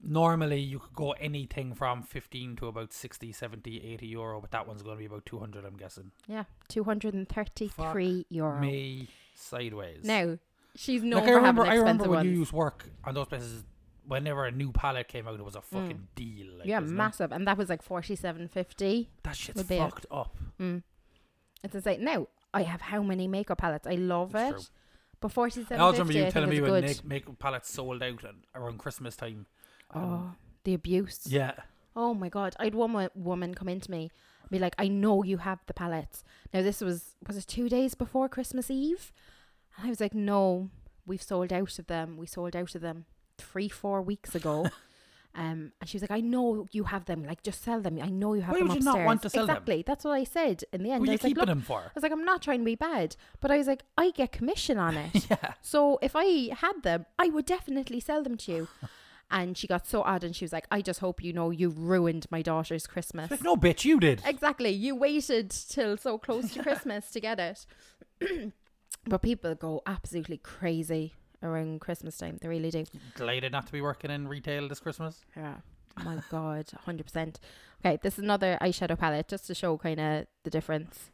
[SPEAKER 1] normally you could go anything from 15 to about 60, 70, 80 euro, but that one's going to be about 200, I'm guessing.
[SPEAKER 2] Yeah. Two hundred and thirty three euro.
[SPEAKER 1] Me sideways.
[SPEAKER 2] Now she's known
[SPEAKER 1] like I
[SPEAKER 2] for
[SPEAKER 1] remember, I
[SPEAKER 2] having
[SPEAKER 1] remember
[SPEAKER 2] expensive
[SPEAKER 1] when
[SPEAKER 2] ones.
[SPEAKER 1] you used work on those places. Whenever a new palette came out, it was a fucking deal.
[SPEAKER 2] Mm.
[SPEAKER 1] Like,
[SPEAKER 2] yeah,
[SPEAKER 1] wasn't it?
[SPEAKER 2] massive. And that was like forty seven fifty.
[SPEAKER 1] That shit's
[SPEAKER 2] would be it.
[SPEAKER 1] fucked up.
[SPEAKER 2] It's insane. Now I have how many makeup palettes? I love
[SPEAKER 1] It's
[SPEAKER 2] it.
[SPEAKER 1] true.
[SPEAKER 2] But forty seven fifty.
[SPEAKER 1] I also remember you telling me when
[SPEAKER 2] good.
[SPEAKER 1] make, makeup palettes sold out and- around Christmas time.
[SPEAKER 2] Oh, the abuse.
[SPEAKER 1] Yeah,
[SPEAKER 2] Oh my god, I had one wo- woman come into me, and be like, "I know you have the palettes." Now this was was it two days before Christmas Eve, and I was like, "No, we've sold out of them. We sold out of them three, four weeks
[SPEAKER 1] [laughs]
[SPEAKER 2] ago." um, and she was like, "I know you have them. Like, just sell them. I know you have
[SPEAKER 1] Why
[SPEAKER 2] them
[SPEAKER 1] would you
[SPEAKER 2] upstairs."
[SPEAKER 1] not want to sell them?
[SPEAKER 2] exactly. That's what I said in the end.
[SPEAKER 1] what are
[SPEAKER 2] I
[SPEAKER 1] you
[SPEAKER 2] was like,
[SPEAKER 1] keeping
[SPEAKER 2] "Look,
[SPEAKER 1] them for?
[SPEAKER 2] I was like, I'm not trying to be bad, but I was like, I get commission
[SPEAKER 1] [laughs]
[SPEAKER 2] on it. So if I had them, I would definitely sell them to
[SPEAKER 1] [laughs]
[SPEAKER 2] you. and she got so odd and she was like, I just hope you know you ruined my daughter's Christmas.
[SPEAKER 1] Like, no, bitch, you did.
[SPEAKER 2] exactly. You waited till so close to Christmas to get it. [clears throat] but people go absolutely crazy around Christmas time. They really do.
[SPEAKER 1] Delighted not to be working in retail this Christmas.
[SPEAKER 2] Yeah. My God, 100%. Okay, this is another eyeshadow palette just to show kind of the difference.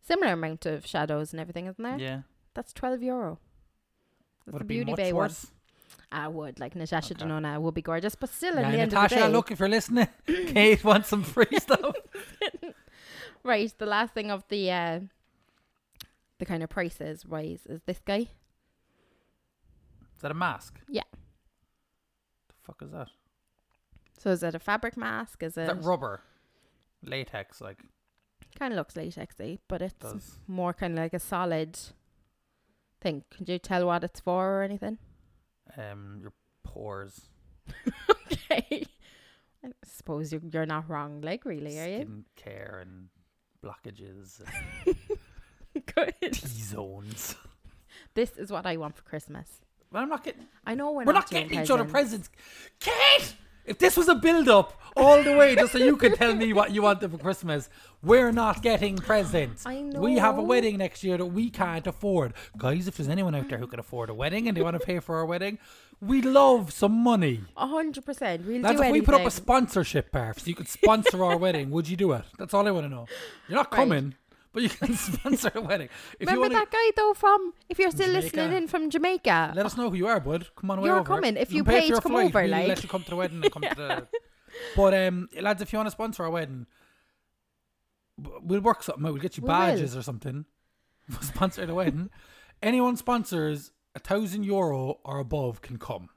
[SPEAKER 2] Similar amount of shadows and everything, isn't there?
[SPEAKER 1] Yeah,
[SPEAKER 2] That's 12 euro. That's
[SPEAKER 1] would
[SPEAKER 2] the
[SPEAKER 1] it be
[SPEAKER 2] Beauty
[SPEAKER 1] much
[SPEAKER 2] Bay one.
[SPEAKER 1] worse?
[SPEAKER 2] I would, like Natasha
[SPEAKER 1] Okay.
[SPEAKER 2] Denona would be gorgeous, but still at
[SPEAKER 1] Yeah,
[SPEAKER 2] the end
[SPEAKER 1] Natasha,
[SPEAKER 2] of the day.
[SPEAKER 1] look if
[SPEAKER 2] [laughs]
[SPEAKER 1] you're listening, Kate wants some free stuff.
[SPEAKER 2] Right, the last thing of the uh, the kind of prices wise is this guy.
[SPEAKER 1] Is that a mask?
[SPEAKER 2] Yeah.
[SPEAKER 1] The fuck is that?
[SPEAKER 2] So is it a fabric mask? Is
[SPEAKER 1] Is
[SPEAKER 2] it
[SPEAKER 1] that rubber? Latex, like
[SPEAKER 2] kind of looks latexy, but it's
[SPEAKER 1] does.
[SPEAKER 2] more kind of like a solid thing. Can you tell what it's for or anything? [laughs]
[SPEAKER 1] Um, your pores.
[SPEAKER 2] okay. I suppose you're, you're not wrong, like really, are you?
[SPEAKER 1] Skin care and blockages and
[SPEAKER 2] [laughs] Good.
[SPEAKER 1] [laughs] T zones.
[SPEAKER 2] This is what I want for Christmas.
[SPEAKER 1] But I'm not getting.
[SPEAKER 2] I know we're,
[SPEAKER 1] We're not
[SPEAKER 2] doing
[SPEAKER 1] getting each other
[SPEAKER 2] presents.
[SPEAKER 1] presents. Kate, if this was a build-up all the way, just so you could tell me what you wanted for Christmas, we're not getting presents.
[SPEAKER 2] I
[SPEAKER 1] We have a
[SPEAKER 2] know.
[SPEAKER 1] wedding next year that we can't afford, guys. If there's anyone out there who can afford a wedding and they want to pay for our wedding, we love some money.
[SPEAKER 2] A hundred percent. We'll
[SPEAKER 1] Lads,
[SPEAKER 2] do
[SPEAKER 1] if we put up a
[SPEAKER 2] anything.
[SPEAKER 1] sponsorship bar, so you could sponsor
[SPEAKER 2] [laughs]
[SPEAKER 1] our wedding, would you do it? That's all I want to know. You're not
[SPEAKER 2] Right.
[SPEAKER 1] coming, but you can [laughs] sponsor a wedding. If you
[SPEAKER 2] Remember
[SPEAKER 1] want to,
[SPEAKER 2] that guy though from if you're still listening
[SPEAKER 1] Jamaica.
[SPEAKER 2] in from Jamaica.
[SPEAKER 1] let us know who you are, bud. Come on, way
[SPEAKER 2] You're
[SPEAKER 1] over.
[SPEAKER 2] coming. If you
[SPEAKER 1] can pay
[SPEAKER 2] pay
[SPEAKER 1] for
[SPEAKER 2] to
[SPEAKER 1] your
[SPEAKER 2] come
[SPEAKER 1] flight.
[SPEAKER 2] over,
[SPEAKER 1] We'll
[SPEAKER 2] like-
[SPEAKER 1] let you come to the wedding and
[SPEAKER 2] [laughs]
[SPEAKER 1] come to the. But um, lads, if you want to sponsor our wedding, w- we'll work something out. We'll get you
[SPEAKER 2] We will.
[SPEAKER 1] badges or something. [laughs] sponsored a wedding. Anyone sponsors a thousand euro or above
[SPEAKER 2] [laughs]
[SPEAKER 1] can come.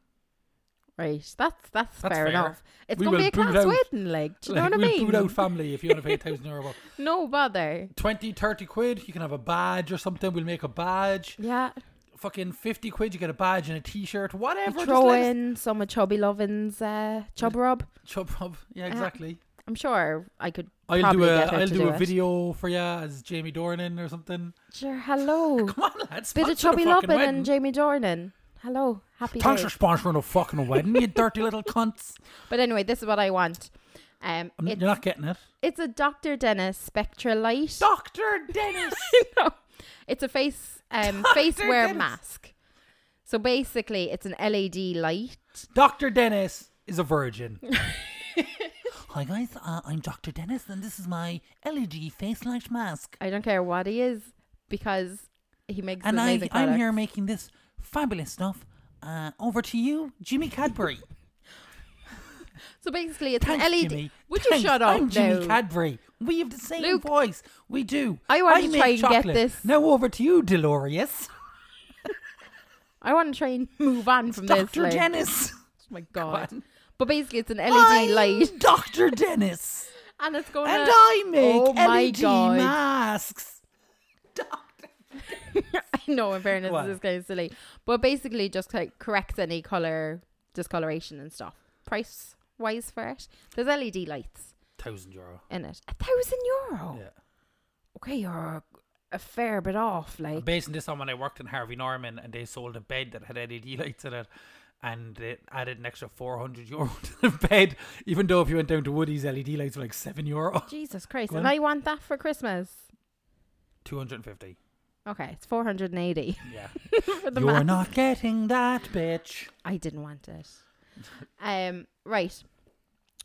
[SPEAKER 2] Right, that's that's,
[SPEAKER 1] That's
[SPEAKER 2] fair,
[SPEAKER 1] fair.
[SPEAKER 2] enough. It's
[SPEAKER 1] We
[SPEAKER 2] gonna be
[SPEAKER 1] will
[SPEAKER 2] a
[SPEAKER 1] boot
[SPEAKER 2] class
[SPEAKER 1] out-
[SPEAKER 2] wedding, like,
[SPEAKER 1] [laughs]
[SPEAKER 2] do you know what I
[SPEAKER 1] we'll
[SPEAKER 2] mean?
[SPEAKER 1] boot out family if you want to pay a thousand euro.
[SPEAKER 2] [laughs]
[SPEAKER 1] Above.
[SPEAKER 2] No bother.
[SPEAKER 1] 20, 30 quid, you can have a badge or something. We'll make a badge.
[SPEAKER 2] Yeah,
[SPEAKER 1] Fucking 50 quid, you get a badge and a t shirt, whatever.
[SPEAKER 2] you
[SPEAKER 1] just
[SPEAKER 2] throw
[SPEAKER 1] let us-
[SPEAKER 2] in some of Chubby Lovin's uh, chub rub.
[SPEAKER 1] Chub Hub. Yeah,
[SPEAKER 2] Yeah.
[SPEAKER 1] exactly.
[SPEAKER 2] I'm sure I could.
[SPEAKER 1] I'll
[SPEAKER 2] probably
[SPEAKER 1] do a
[SPEAKER 2] get her
[SPEAKER 1] I'll
[SPEAKER 2] to
[SPEAKER 1] do a
[SPEAKER 2] it.
[SPEAKER 1] video for you as Jamie Dornan or something. [laughs]
[SPEAKER 2] Sure, hello.
[SPEAKER 1] Come on, lads.
[SPEAKER 2] Bit
[SPEAKER 1] sponsor
[SPEAKER 2] of
[SPEAKER 1] the
[SPEAKER 2] Chubby Lovin
[SPEAKER 1] fucking wedding.
[SPEAKER 2] and Jamie Dornan. Hello, happy
[SPEAKER 1] Thanks
[SPEAKER 2] day.
[SPEAKER 1] for sponsoring a fucking wedding, you dirty little cunts.
[SPEAKER 2] But anyway, this is what I want. Um,
[SPEAKER 1] I'm-
[SPEAKER 2] it's,
[SPEAKER 1] you're not getting it.
[SPEAKER 2] it's a Dr. Dennis Spectra Light.
[SPEAKER 1] Dr. [laughs] Dennis.
[SPEAKER 2] [laughs] no. It's a face
[SPEAKER 1] [laughs]
[SPEAKER 2] um face
[SPEAKER 1] Dr.
[SPEAKER 2] wear
[SPEAKER 1] Dennis.
[SPEAKER 2] mask. So basically it's an LED light.
[SPEAKER 1] Dr. Dennis is
[SPEAKER 2] [laughs]
[SPEAKER 1] a virgin. Hi guys, uh, I'm Dr. Dennis and this is my LED face light mask.
[SPEAKER 2] I don't care what he is because he makes
[SPEAKER 1] and I,
[SPEAKER 2] amazing
[SPEAKER 1] I'm here
[SPEAKER 2] products.
[SPEAKER 1] making this fabulous stuff. Uh, over to you,
[SPEAKER 2] [laughs]
[SPEAKER 1] Jimmy Cadbury.
[SPEAKER 2] So basically it's
[SPEAKER 1] Thanks,
[SPEAKER 2] an LED
[SPEAKER 1] Jimmy.
[SPEAKER 2] E Would
[SPEAKER 1] Thanks.
[SPEAKER 2] you shut up
[SPEAKER 1] I'm
[SPEAKER 2] now?
[SPEAKER 1] Jimmy Cadbury. We have the same
[SPEAKER 2] Luke,
[SPEAKER 1] voice. We do.
[SPEAKER 2] I want to
[SPEAKER 1] make
[SPEAKER 2] try and get
[SPEAKER 1] chocolate.
[SPEAKER 2] this-
[SPEAKER 1] Now over to you, Delorious.
[SPEAKER 2] I want to try and [laughs] move on from this.
[SPEAKER 1] Dr.
[SPEAKER 2] like-
[SPEAKER 1] Dennis.
[SPEAKER 2] Oh my
[SPEAKER 1] [laughs]
[SPEAKER 2] god.
[SPEAKER 1] on.
[SPEAKER 2] But basically it's an LED
[SPEAKER 1] I'm
[SPEAKER 2] E light
[SPEAKER 1] [laughs] Dr. Dennis.
[SPEAKER 2] [laughs] and it's going
[SPEAKER 1] and uh,
[SPEAKER 2] to
[SPEAKER 1] I make
[SPEAKER 2] Oh my
[SPEAKER 1] LED
[SPEAKER 2] God.
[SPEAKER 1] masks.
[SPEAKER 2] [laughs] I know, in fairness,
[SPEAKER 1] What?
[SPEAKER 2] this is kind of silly. But basically, just like corrects any color discoloration and stuff. Price wise for it, there's LED lights
[SPEAKER 1] Thousand euro.
[SPEAKER 2] in it. A thousand euro.
[SPEAKER 1] Yeah.
[SPEAKER 2] Okay, you're a fair bit off. Like,
[SPEAKER 1] Based on this on when I worked in Harvey Norman and they sold a bed that had LED lights in it and they added an extra 400 euro [laughs] to the bed even though if you went down to Woody's LED lights were like 7 euro. [laughs]
[SPEAKER 2] Jesus Christ!
[SPEAKER 1] Go
[SPEAKER 2] And
[SPEAKER 1] on.
[SPEAKER 2] I want that for Christmas.
[SPEAKER 1] 250.
[SPEAKER 2] Okay, it's four hundred and eighty [laughs]
[SPEAKER 1] [laughs] Yeah.
[SPEAKER 2] for the
[SPEAKER 1] You're
[SPEAKER 2] mask.
[SPEAKER 1] not getting that, bitch.
[SPEAKER 2] I didn't want it.
[SPEAKER 1] [laughs]
[SPEAKER 2] Um, right.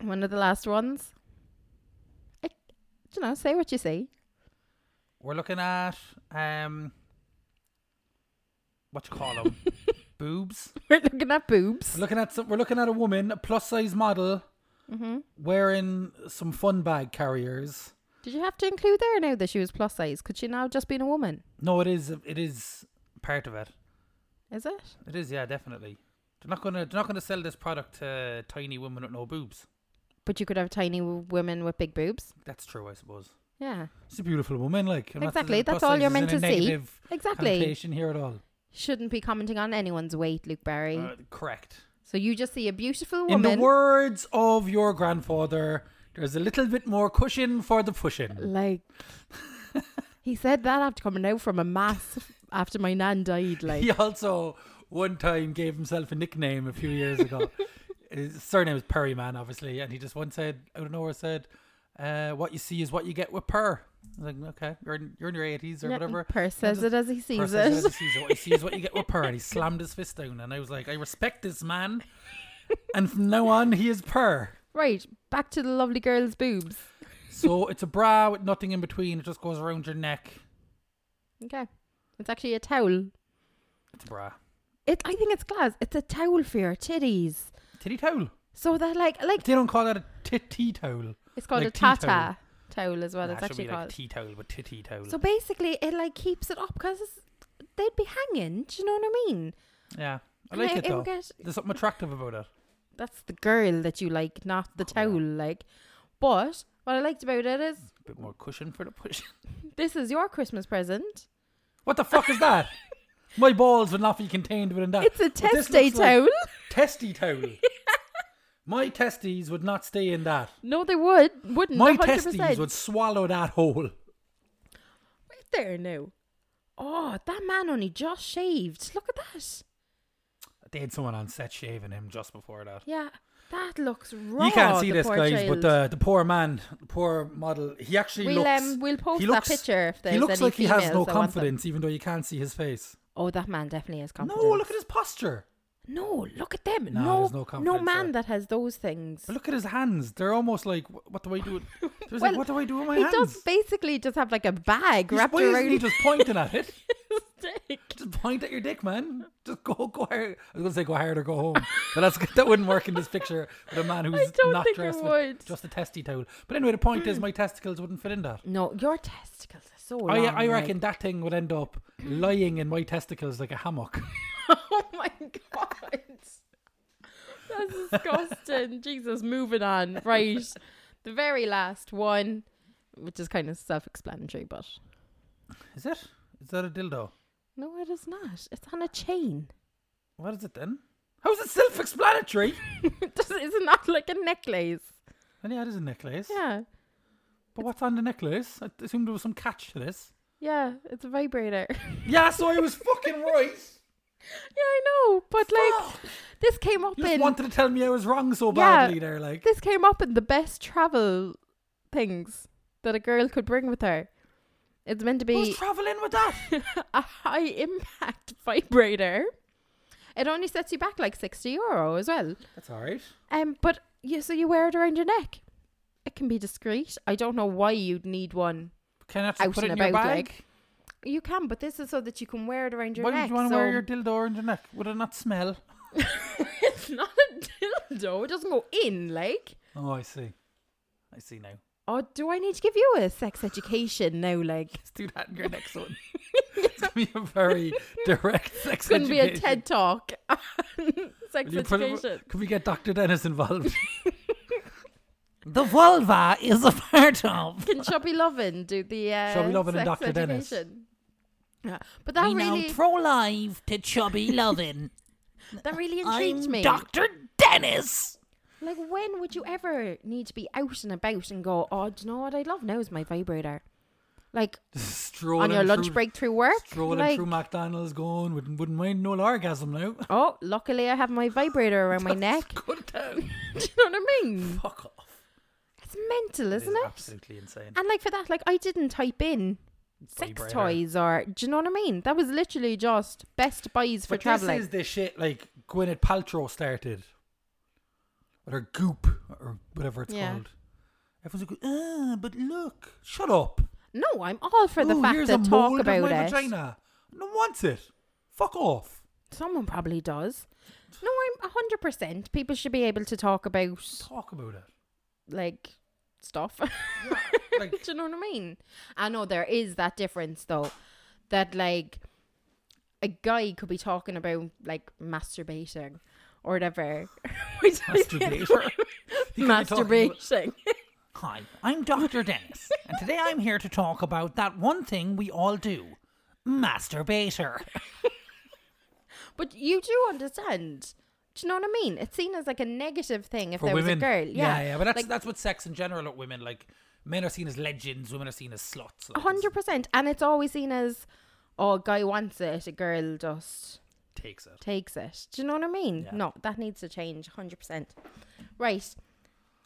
[SPEAKER 2] One of the last ones. I, you know, say what you say.
[SPEAKER 1] We're looking at um, what you call [laughs] them? Boobs.
[SPEAKER 2] [laughs] We're looking at boobs.
[SPEAKER 1] We're looking at some, we're looking at a woman, a plus size model,
[SPEAKER 2] Mm-hmm.
[SPEAKER 1] wearing some fun bag carriers.
[SPEAKER 2] Did you have to include there now that she was plus size? Could she now just been a woman?
[SPEAKER 1] No, it is it is part of it.
[SPEAKER 2] Is it?
[SPEAKER 1] It is, yeah, definitely. They're not gonna they're not gonna sell this product to tiny women with no boobs.
[SPEAKER 2] But you could have tiny w- women with big boobs.
[SPEAKER 1] That's true, I suppose.
[SPEAKER 2] Yeah,
[SPEAKER 1] It's a beautiful woman, like I'm not saying
[SPEAKER 2] Exactly,
[SPEAKER 1] that
[SPEAKER 2] that's
[SPEAKER 1] plus
[SPEAKER 2] all you're
[SPEAKER 1] size is
[SPEAKER 2] meant
[SPEAKER 1] in a
[SPEAKER 2] to see.
[SPEAKER 1] negative
[SPEAKER 2] exactly.
[SPEAKER 1] connotation here at all.
[SPEAKER 2] Shouldn't be commenting on anyone's weight, Luke Barry.
[SPEAKER 1] Uh, correct.
[SPEAKER 2] so you just see a beautiful
[SPEAKER 1] In
[SPEAKER 2] woman.
[SPEAKER 1] the words of your grandfather, there's a little bit more cushion for the pushing. [laughs]
[SPEAKER 2] like he said that after coming out from a mass after my nan died. Like
[SPEAKER 1] He also one time gave himself a nickname a few
[SPEAKER 2] [laughs]
[SPEAKER 1] years ago. His surname is Perryman, obviously, and he just once said, out of nowhere, said, uh, "What you see is what you get with Purr." I was like, "Okay, you're in, you're in your eighties or
[SPEAKER 2] yeah,
[SPEAKER 1] whatever."
[SPEAKER 2] Per says
[SPEAKER 1] just-
[SPEAKER 2] it as he
[SPEAKER 1] Purr
[SPEAKER 2] sees
[SPEAKER 1] says
[SPEAKER 2] it.
[SPEAKER 1] what he sees, what he sees is what you get with Purr, and he slammed his fist down, and I was like, "I respect this man." And from now on, he is Purr.
[SPEAKER 2] [laughs] right, back to the lovely girl's boobs.
[SPEAKER 1] So it's a bra with nothing in between. It just goes around your neck.
[SPEAKER 2] Okay, it's actually a towel.
[SPEAKER 1] It's a bra.
[SPEAKER 2] It, I think it's glass. It's a towel for your titties.
[SPEAKER 1] Titty towel.
[SPEAKER 2] So that like like
[SPEAKER 1] They don't call that a titty towel.
[SPEAKER 2] It's called
[SPEAKER 1] Like
[SPEAKER 2] a
[SPEAKER 1] tea towel.
[SPEAKER 2] tata towel as well.
[SPEAKER 1] Nah,
[SPEAKER 2] it's
[SPEAKER 1] it should
[SPEAKER 2] actually
[SPEAKER 1] be like
[SPEAKER 2] called.
[SPEAKER 1] a tea towel, but titty towel.
[SPEAKER 2] so basically, it like keeps it up because they'd be hanging. Do you know what I mean?
[SPEAKER 1] yeah, I
[SPEAKER 2] And
[SPEAKER 1] like it
[SPEAKER 2] it
[SPEAKER 1] though.
[SPEAKER 2] would get-
[SPEAKER 1] There's something attractive about it.
[SPEAKER 2] that's the girl that you like, not
[SPEAKER 1] Oh,
[SPEAKER 2] the towel. Like, but what I liked about it is
[SPEAKER 1] A bit more cushion for the push. [laughs]
[SPEAKER 2] this is your Christmas present.
[SPEAKER 1] what the fuck
[SPEAKER 2] [laughs]
[SPEAKER 1] is that? My balls would not be contained within that.
[SPEAKER 2] It's a
[SPEAKER 1] Uh, But this
[SPEAKER 2] test day
[SPEAKER 1] looks like
[SPEAKER 2] towel. [laughs]
[SPEAKER 1] testy towel. My testes would not stay in that.
[SPEAKER 2] No, they would wouldn't.
[SPEAKER 1] My
[SPEAKER 2] 100%.
[SPEAKER 1] testes would swallow that whole.
[SPEAKER 2] Wait there now. Oh, that man only just shaved. Look at that.
[SPEAKER 1] They had someone on set shaving him just before that.
[SPEAKER 2] Yeah, that looks raw.
[SPEAKER 1] you can't see
[SPEAKER 2] the
[SPEAKER 1] this,
[SPEAKER 2] poor
[SPEAKER 1] guys,
[SPEAKER 2] child.
[SPEAKER 1] but the, the poor man, the poor model, he actually
[SPEAKER 2] We'll,
[SPEAKER 1] looks.
[SPEAKER 2] um, we'll post
[SPEAKER 1] he
[SPEAKER 2] that
[SPEAKER 1] looks,
[SPEAKER 2] picture if
[SPEAKER 1] He
[SPEAKER 2] there's
[SPEAKER 1] looks
[SPEAKER 2] any
[SPEAKER 1] like he has
[SPEAKER 2] females
[SPEAKER 1] no
[SPEAKER 2] that want them.
[SPEAKER 1] confidence, even though you can't see his face.
[SPEAKER 2] Oh, that man definitely has confidence.
[SPEAKER 1] No, look at his posture.
[SPEAKER 2] No, look at them.
[SPEAKER 1] No,
[SPEAKER 2] No,
[SPEAKER 1] there's no
[SPEAKER 2] no,
[SPEAKER 1] confidence
[SPEAKER 2] man
[SPEAKER 1] there.
[SPEAKER 2] that has those things.
[SPEAKER 1] But look at his hands. They're almost like, "Wh- what do I
[SPEAKER 2] [laughs]
[SPEAKER 1] do? with-" There's like,
[SPEAKER 2] Well,
[SPEAKER 1] what do I do with my
[SPEAKER 2] he
[SPEAKER 1] hands?
[SPEAKER 2] does basically just have like a bag
[SPEAKER 1] He's-
[SPEAKER 2] wrapped
[SPEAKER 1] why isn't
[SPEAKER 2] around
[SPEAKER 1] he
[SPEAKER 2] his
[SPEAKER 1] just pointing
[SPEAKER 2] [laughs]
[SPEAKER 1] at it?
[SPEAKER 2] dick.
[SPEAKER 1] Just point at your dick, man. Just go, go hard. I was gonna say go hard or go home, but that's [laughs] that wouldn't work in this picture with
[SPEAKER 2] [laughs]
[SPEAKER 1] a man who's
[SPEAKER 2] don't
[SPEAKER 1] not
[SPEAKER 2] think it
[SPEAKER 1] dressed
[SPEAKER 2] would.
[SPEAKER 1] with just a testy towel. But anyway, the point is my testicles wouldn't fit in that.
[SPEAKER 2] No, your testicles are so long.
[SPEAKER 1] I, I
[SPEAKER 2] like-
[SPEAKER 1] reckon that thing would end up lying in my testicles like a hammock.
[SPEAKER 2] [laughs]
[SPEAKER 1] [laughs]
[SPEAKER 2] oh my god. That's
[SPEAKER 1] [laughs]
[SPEAKER 2] disgusting. Jesus, moving on. Right. The very last one, which is kind of self explanatory, but
[SPEAKER 1] Is it? Is that a dildo?
[SPEAKER 2] no, it is not. It's on a chain. [laughs]
[SPEAKER 1] What is it then? How is it self-explanatory?
[SPEAKER 2] This is not like a necklace.
[SPEAKER 1] And yeah, it is a necklace.
[SPEAKER 2] Yeah.
[SPEAKER 1] But what's on the necklace? I assumed there was some catch to this.
[SPEAKER 2] Yeah. It's a vibrator. [laughs]
[SPEAKER 1] Yeah, so I was fucking right.
[SPEAKER 2] yeah, I know. But like,
[SPEAKER 1] Fuck.
[SPEAKER 2] this came up
[SPEAKER 1] Oh, You just
[SPEAKER 2] in.
[SPEAKER 1] wanted to tell me I was wrong so
[SPEAKER 2] Yeah.
[SPEAKER 1] badly there, like.
[SPEAKER 2] this came up in the best travel things that a girl could bring with her. It's meant to be
[SPEAKER 1] Who's travelling with that?
[SPEAKER 2] [laughs] a high impact [laughs] vibrator. It only sets you back like 60 euro as well.
[SPEAKER 1] That's alright.
[SPEAKER 2] Um, but yeah, so you wear it around your neck. It can be discreet. I don't know why you'd need one.
[SPEAKER 1] Can I just
[SPEAKER 2] Out
[SPEAKER 1] put it in
[SPEAKER 2] and
[SPEAKER 1] your
[SPEAKER 2] about,
[SPEAKER 1] bag?
[SPEAKER 2] like, You can, but this is so that you can wear it around your
[SPEAKER 1] Why
[SPEAKER 2] neck.
[SPEAKER 1] would you want to
[SPEAKER 2] so
[SPEAKER 1] wear your dildo around your neck? Would it not smell?
[SPEAKER 2] [laughs] it's not a dildo. It doesn't go in, like.
[SPEAKER 1] Oh, I see. I see now.
[SPEAKER 2] Oh, do I need to give you a sex education now? Like,
[SPEAKER 1] [laughs] Let's do that in your next one. [laughs] it's gonna be
[SPEAKER 2] [laughs]
[SPEAKER 1] a very direct sex
[SPEAKER 2] it's going to be a
[SPEAKER 1] education.
[SPEAKER 2] TED talk. [laughs] on sex
[SPEAKER 1] Will you put it-
[SPEAKER 2] education.
[SPEAKER 1] could we get Dr.
[SPEAKER 2] [laughs]
[SPEAKER 1] Dennis involved? the vulva is a part of.
[SPEAKER 2] Can Chubby Lovin do the uh,
[SPEAKER 1] Chubby Lovin' and
[SPEAKER 2] sex
[SPEAKER 1] Dr. Dennis.
[SPEAKER 2] education? Yeah, but that really
[SPEAKER 1] live
[SPEAKER 2] [laughs]
[SPEAKER 1] to Chubby Lovin.
[SPEAKER 2] that really intrigued me.
[SPEAKER 1] Dennis.
[SPEAKER 2] like, when would you ever need to be out and about and go? Oh, do you know what I love now is my vibrator. Like
[SPEAKER 1] Strolling
[SPEAKER 2] on your lunch
[SPEAKER 1] through,
[SPEAKER 2] break through work.
[SPEAKER 1] Strolling
[SPEAKER 2] like,
[SPEAKER 1] through McDonald's going, wouldn't, wouldn't mind no orgasm now. [laughs]
[SPEAKER 2] oh, luckily I have my vibrator around my neck. [laughs]
[SPEAKER 1] Good town.
[SPEAKER 2] do you know what I mean?
[SPEAKER 1] Fuck off.
[SPEAKER 2] It's mental,
[SPEAKER 1] It is
[SPEAKER 2] isn't it?
[SPEAKER 1] Absolutely insane.
[SPEAKER 2] And like for that, like I didn't type in sex
[SPEAKER 1] Vibrator.
[SPEAKER 2] toys or do you know what I mean? That was literally just best buys for
[SPEAKER 1] but
[SPEAKER 2] traveling.
[SPEAKER 1] This is the shit like Gwyneth Paltrow started with her goop or whatever it's
[SPEAKER 2] Yeah.
[SPEAKER 1] called. Everyone's like, ah, but look, shut up.
[SPEAKER 2] no, I'm all for the
[SPEAKER 1] Ooh,
[SPEAKER 2] fact
[SPEAKER 1] here's
[SPEAKER 2] that
[SPEAKER 1] a
[SPEAKER 2] talk
[SPEAKER 1] mold of
[SPEAKER 2] about it.
[SPEAKER 1] my Vagina. No one wants it. Fuck off.
[SPEAKER 2] Someone probably does. No, I'm hundred percent. People should be able to talk about
[SPEAKER 1] Talk about it.
[SPEAKER 2] like stuff. [laughs]
[SPEAKER 1] like-
[SPEAKER 2] Do you know what I mean? I know there is that difference though, that like a guy could be talking about like masturbating or whatever. [laughs] Which I [laughs] think-
[SPEAKER 1] Masturbator. He could be talking about-
[SPEAKER 2] Masturbating.
[SPEAKER 1] Hi, I'm Dr. Dennis, and today I'm here to talk about that one thing we all do masturbator.
[SPEAKER 2] but you do understand. Do you know what I mean? It's seen as like a negative thing if there was a girl. Yeah,
[SPEAKER 1] yeah, But that's
[SPEAKER 2] Like,
[SPEAKER 1] that's what sex in general at women like. Men are seen as legends, women are seen as sluts.
[SPEAKER 2] A
[SPEAKER 1] Like,
[SPEAKER 2] hundred percent, and it's always seen as, oh, a guy wants it, a girl just
[SPEAKER 1] it takes it.
[SPEAKER 2] takes it. Do you know what I mean?
[SPEAKER 1] Yeah.
[SPEAKER 2] No, that needs to change. Hundred percent. Right,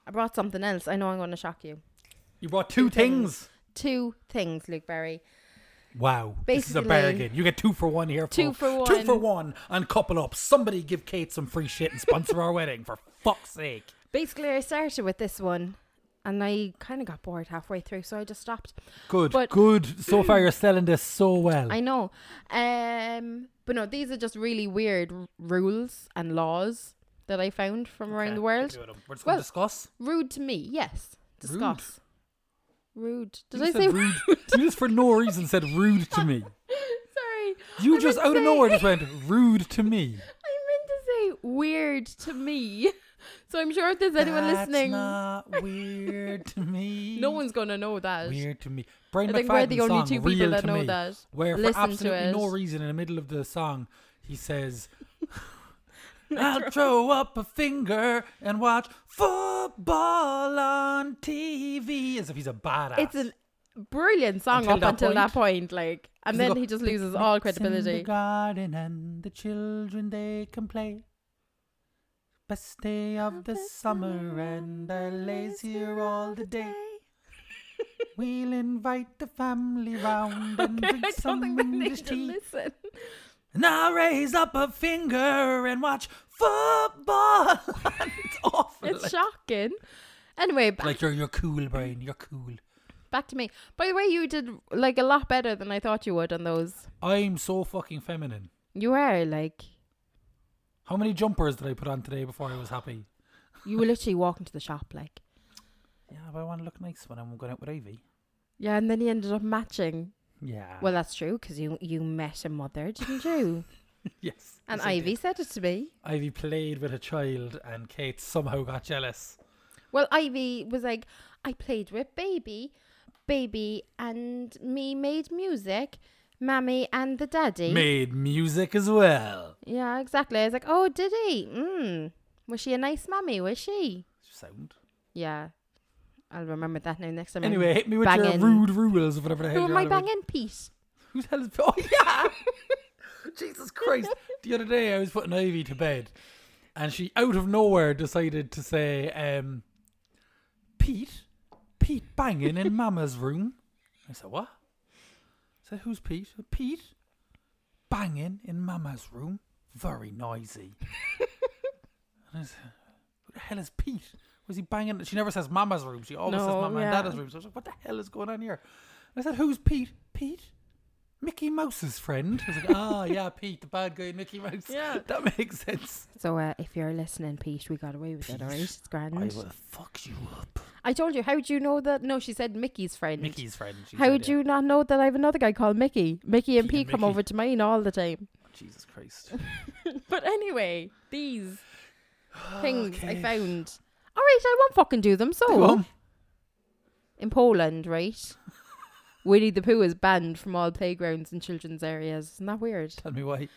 [SPEAKER 2] I brought something else. I know I'm going to shock you.
[SPEAKER 1] You brought two things.
[SPEAKER 2] Two things, Luke Berry.
[SPEAKER 1] Wow, this is a
[SPEAKER 2] Basically-
[SPEAKER 1] bargain. You get two for one here.
[SPEAKER 2] Two
[SPEAKER 1] folks.
[SPEAKER 2] for
[SPEAKER 1] Two for
[SPEAKER 2] one.
[SPEAKER 1] one on couple up. Somebody give Kate some free shit and sponsor our [laughs] wedding for fuck's sake.
[SPEAKER 2] Basically, I started with this one, and I kind of got bored halfway through, so I just stopped.
[SPEAKER 1] Good,
[SPEAKER 2] But-
[SPEAKER 1] good. So far, you're selling this so well.
[SPEAKER 2] I know. Um, but no, these are just really weird r- rules and laws that I found from around the world.
[SPEAKER 1] We're just
[SPEAKER 2] gonna Well,
[SPEAKER 1] discuss.
[SPEAKER 2] Rude to me, yes. Discuss. Rude. Did I
[SPEAKER 1] you
[SPEAKER 2] say
[SPEAKER 1] said rude. [laughs] you just for no reason said rude to me.
[SPEAKER 2] [laughs] Sorry.
[SPEAKER 1] You
[SPEAKER 2] I meant
[SPEAKER 1] just
[SPEAKER 2] to
[SPEAKER 1] out of
[SPEAKER 2] say- [laughs]
[SPEAKER 1] nowhere just went rude to me.
[SPEAKER 2] I meant to say weird to me. [laughs] So I'm sure if there's [laughs] anyone listening,
[SPEAKER 1] not weird to me.
[SPEAKER 2] [laughs] no one's going to know that.
[SPEAKER 1] Weird to me. Brian
[SPEAKER 2] I think we're the
[SPEAKER 1] McFadden's
[SPEAKER 2] only
[SPEAKER 1] song,
[SPEAKER 2] two people
[SPEAKER 1] Real
[SPEAKER 2] that
[SPEAKER 1] to
[SPEAKER 2] know
[SPEAKER 1] Me,
[SPEAKER 2] that.
[SPEAKER 1] Where for
[SPEAKER 2] Listen to
[SPEAKER 1] absolutely
[SPEAKER 2] it.
[SPEAKER 1] no reason in the middle of the song, he says,
[SPEAKER 2] [laughs]
[SPEAKER 1] I'll throw up a finger and watch football on TV. As if he's a badass.
[SPEAKER 2] It's a brilliant song
[SPEAKER 1] Until
[SPEAKER 2] up
[SPEAKER 1] that
[SPEAKER 2] until
[SPEAKER 1] point.
[SPEAKER 2] that point, like, and
[SPEAKER 1] Does it
[SPEAKER 2] then
[SPEAKER 1] go,
[SPEAKER 2] he just loses
[SPEAKER 1] "Picnics
[SPEAKER 2] all
[SPEAKER 1] In the
[SPEAKER 2] credibility.
[SPEAKER 1] garden and the children they can play. Best day of the summer and I lays here all the day. We'll invite the family round
[SPEAKER 2] [laughs]
[SPEAKER 1] and
[SPEAKER 2] Okay,
[SPEAKER 1] drink
[SPEAKER 2] I don't
[SPEAKER 1] some
[SPEAKER 2] think they
[SPEAKER 1] English
[SPEAKER 2] need to
[SPEAKER 1] tea.
[SPEAKER 2] listen.
[SPEAKER 1] Now raise up a finger and watch football. [laughs] it's awful.
[SPEAKER 2] It's
[SPEAKER 1] like,
[SPEAKER 2] shocking. Anyway, back
[SPEAKER 1] like you're you're cool, Brian. You're cool.
[SPEAKER 2] Back to me. By the way, you did like a lot better than I thought you would on those.
[SPEAKER 1] I'm so fucking feminine.
[SPEAKER 2] You were like,
[SPEAKER 1] How many jumpers did I put on today before I was happy?
[SPEAKER 2] you were literally walking to the shop, like,
[SPEAKER 1] Yeah, but I want to look nice when I'm going out with Ivy.
[SPEAKER 2] Yeah, and then he ended up matching.
[SPEAKER 1] Yeah.
[SPEAKER 2] Well, that's true because you you met a mother, didn't you?
[SPEAKER 1] yes.
[SPEAKER 2] and
[SPEAKER 1] yes, I
[SPEAKER 2] Ivy
[SPEAKER 1] did.
[SPEAKER 2] said it to me.
[SPEAKER 1] Ivy played with a child, and Kate somehow got jealous.
[SPEAKER 2] Well, Ivy was like, I played with baby, baby, and me made music, mammy and the daddy.
[SPEAKER 1] Made music as well.
[SPEAKER 2] Yeah, exactly. I was like, oh, did he? Mm. Was she a nice mammy? Was she?
[SPEAKER 1] Sound.
[SPEAKER 2] Yeah. I'll remember that now next time. I'm
[SPEAKER 1] Anyway, [laughs] hit me with
[SPEAKER 2] banging-
[SPEAKER 1] your rude rules, whatever the hell.
[SPEAKER 2] Who am
[SPEAKER 1] you're
[SPEAKER 2] I
[SPEAKER 1] on about.
[SPEAKER 2] banging? Pete.
[SPEAKER 1] Who the hell is [laughs] Oh yeah! Jesus Christ! The other day I was putting Ivy to bed, and she out of nowhere decided to say, um, "Pete, Pete banging in Mama's room." I said, "What?" I said, "Who's Pete? Pete banging in Mama's room, very [laughs] noisy." and I said, "Who the hell is Pete?" Was he banging? She never says Mama's room. She always says
[SPEAKER 2] No,
[SPEAKER 1] Mama and
[SPEAKER 2] yeah.
[SPEAKER 1] Dada's room. So I was like, "What the hell is going on here?" I said, "Who's Pete? Pete? Mickey Mouse's friend?" I was like,
[SPEAKER 2] [laughs]
[SPEAKER 1] "Ah, yeah, Pete, the bad guy, in Mickey Mouse.
[SPEAKER 2] Yeah.
[SPEAKER 1] [laughs] that makes sense."
[SPEAKER 2] So uh, if you're listening, Pete, we got away with it, alright? It's grand.
[SPEAKER 1] I
[SPEAKER 2] I,
[SPEAKER 1] will fuck you up.
[SPEAKER 2] told you, how do you know that? No, she said Mickey's friend.
[SPEAKER 1] Mickey's friend. she
[SPEAKER 2] How
[SPEAKER 1] said,
[SPEAKER 2] would
[SPEAKER 1] yeah.
[SPEAKER 2] you not know that I have another guy called Mickey? Mickey and
[SPEAKER 1] Pete
[SPEAKER 2] P
[SPEAKER 1] and
[SPEAKER 2] come
[SPEAKER 1] Mickey.
[SPEAKER 2] over to mine all the time. [laughs]
[SPEAKER 1] Jesus Christ.
[SPEAKER 2] but anyway, these [sighs] things I
[SPEAKER 1] Okay.
[SPEAKER 2] found. Oh. All right, I won't fucking do them. So
[SPEAKER 1] Go on.
[SPEAKER 2] in Poland, right? [laughs] Winnie the Pooh is banned from all playgrounds and children's areas. Isn't that weird?
[SPEAKER 1] Tell me why.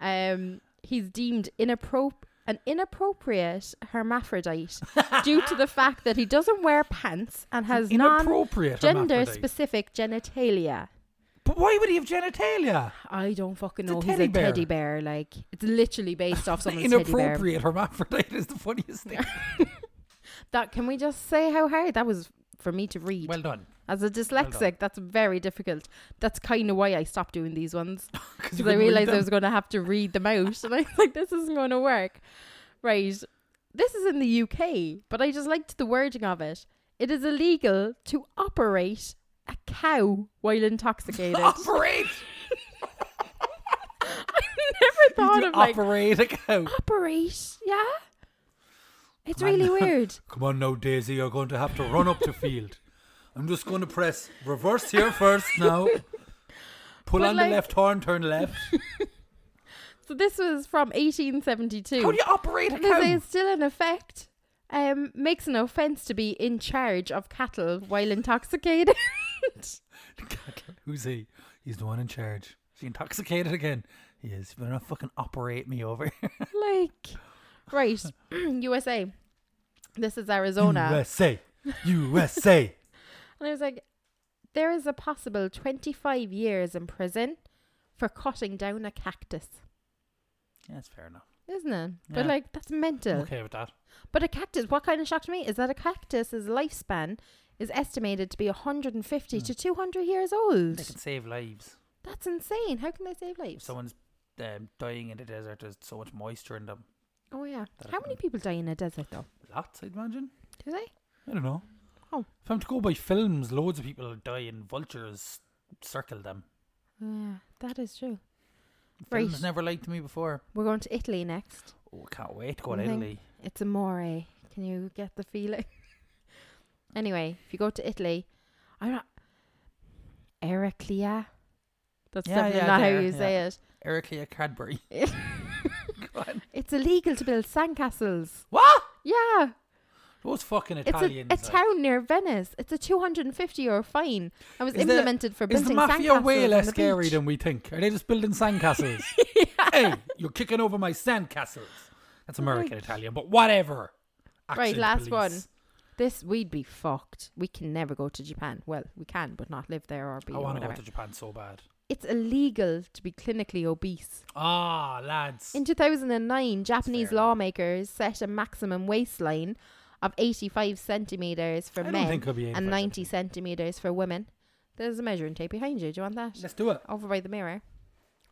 [SPEAKER 2] Um, he's deemed inappropri an inappropriate
[SPEAKER 1] [laughs]
[SPEAKER 2] hermaphrodite due to the fact that he doesn't wear pants and has non
[SPEAKER 1] Inappropriate.
[SPEAKER 2] gender
[SPEAKER 1] hermaphrodite.
[SPEAKER 2] specific genitalia.
[SPEAKER 1] But why would he have genitalia?
[SPEAKER 2] I don't fucking
[SPEAKER 1] It's a
[SPEAKER 2] know. He's
[SPEAKER 1] teddy
[SPEAKER 2] a
[SPEAKER 1] bear.
[SPEAKER 2] teddy bear. Like it's literally
[SPEAKER 1] [laughs]
[SPEAKER 2] based off someone's teddy bear.
[SPEAKER 1] Inappropriate hermaphrodite is the
[SPEAKER 2] [laughs]
[SPEAKER 1] funniest thing.
[SPEAKER 2] That can we just say how hard that was for me to read
[SPEAKER 1] well done.
[SPEAKER 2] as a dyslexic? that's very difficult. That's kind of why I stopped doing these
[SPEAKER 1] [laughs]
[SPEAKER 2] ones
[SPEAKER 1] Because
[SPEAKER 2] because I realized I was going to have to read them out, and I was like, this isn't going to work. Right, this is in the UK, but I just liked the wording of it. It is illegal to operate a cow while
[SPEAKER 1] [laughs]
[SPEAKER 2] intoxicated. I
[SPEAKER 1] operate.
[SPEAKER 2] never
[SPEAKER 1] You
[SPEAKER 2] thought
[SPEAKER 1] do
[SPEAKER 2] of like
[SPEAKER 1] operate [laughs] a cow.
[SPEAKER 2] operate. Yeah. It's
[SPEAKER 1] Come on.
[SPEAKER 2] really
[SPEAKER 1] [laughs]
[SPEAKER 2] weird.
[SPEAKER 1] Come on now, Daisy. You're going to have to run up the field. I'm just going to press reverse here first now. Pull
[SPEAKER 2] But
[SPEAKER 1] on
[SPEAKER 2] like-
[SPEAKER 1] the left horn, turn left.
[SPEAKER 2] So this was from 1872.
[SPEAKER 1] [laughs] How do you operate a
[SPEAKER 2] This
[SPEAKER 1] cow?
[SPEAKER 2] is still in effect. Um, makes an offence to be in charge of cattle while intoxicated.
[SPEAKER 1] [laughs]
[SPEAKER 2] [laughs]
[SPEAKER 1] Who's he? He's the one in charge. Is he intoxicated again? He is. You better not fucking operate me
[SPEAKER 2] [laughs]
[SPEAKER 1] over here.
[SPEAKER 2] like, right, [clears throat] USA. This is Arizona.
[SPEAKER 1] USA.
[SPEAKER 2] [laughs]
[SPEAKER 1] USA.
[SPEAKER 2] And I was like, there is a possible 25 years in prison for cutting down a cactus,
[SPEAKER 1] yeah, that's fair enough.
[SPEAKER 2] isn't it? But
[SPEAKER 1] Yeah.
[SPEAKER 2] like, that's mental.
[SPEAKER 1] I'm okay with that.
[SPEAKER 2] But a cactus, what kind of shocked me is that a cactus's lifespan is estimated to be 150
[SPEAKER 1] Hmm.
[SPEAKER 2] to 200 years
[SPEAKER 1] They
[SPEAKER 2] old.
[SPEAKER 1] can save lives.
[SPEAKER 2] That's insane. How can they save
[SPEAKER 1] If
[SPEAKER 2] lives?
[SPEAKER 1] someone's um, dying in the desert, there's so much moisture in them.
[SPEAKER 2] Oh yeah.
[SPEAKER 1] That
[SPEAKER 2] How
[SPEAKER 1] I
[SPEAKER 2] many
[SPEAKER 1] can-
[SPEAKER 2] people die in a desert though?
[SPEAKER 1] Lots, I'd imagine.
[SPEAKER 2] Do they?
[SPEAKER 1] I don't know.
[SPEAKER 2] Oh.
[SPEAKER 1] If I'm to go by films, loads of people die and vultures circle them. Oh,
[SPEAKER 2] Yeah, that is true. Right.
[SPEAKER 1] Films never liked me before.
[SPEAKER 2] We're going to Italy next.
[SPEAKER 1] Oh, I can't wait to go to
[SPEAKER 2] Nothing.
[SPEAKER 1] Italy.
[SPEAKER 2] It's amore. Can you get the feeling? [laughs] anyway, if you go to Italy, I'm not Eraclea. That's
[SPEAKER 1] Yeah,
[SPEAKER 2] definitely
[SPEAKER 1] yeah,
[SPEAKER 2] not how
[SPEAKER 1] there,
[SPEAKER 2] you say it.
[SPEAKER 1] Ericlia
[SPEAKER 2] [laughs]
[SPEAKER 1] Cadbury. Go on.
[SPEAKER 2] It's illegal to build sandcastles.
[SPEAKER 1] What?
[SPEAKER 2] Yeah.
[SPEAKER 1] Those fucking
[SPEAKER 2] It's a,
[SPEAKER 1] Italians.
[SPEAKER 2] a
[SPEAKER 1] like.
[SPEAKER 2] town near Venice. It's a 250 euro fine and was
[SPEAKER 1] Is the-
[SPEAKER 2] implemented for
[SPEAKER 1] Is
[SPEAKER 2] building
[SPEAKER 1] the mafia
[SPEAKER 2] sandcastles
[SPEAKER 1] way
[SPEAKER 2] on
[SPEAKER 1] less
[SPEAKER 2] the
[SPEAKER 1] scary
[SPEAKER 2] beach.
[SPEAKER 1] than we think? Are they just
[SPEAKER 2] [laughs]
[SPEAKER 1] building sandcastles? Hey, you're kicking over my sandcastles. That's American Italian, but whatever. Accent
[SPEAKER 2] last one.
[SPEAKER 1] police.
[SPEAKER 2] This we'd be fucked. We can never go to Japan. Well, we can, but not live there or be
[SPEAKER 1] I
[SPEAKER 2] or
[SPEAKER 1] want to go
[SPEAKER 2] whatever.
[SPEAKER 1] to Japan so bad.
[SPEAKER 2] It's illegal to be clinically obese.
[SPEAKER 1] Ah, lads.
[SPEAKER 2] In 2009, Japanese
[SPEAKER 1] fair enough.
[SPEAKER 2] lawmakers set a maximum waistline of 85 centimeters for
[SPEAKER 1] I don't
[SPEAKER 2] men
[SPEAKER 1] think it'll be 85
[SPEAKER 2] and 90 centimeters for women. There's a measuring tape behind you. Do you want that?
[SPEAKER 1] Let's do it.
[SPEAKER 2] Over by the mirror,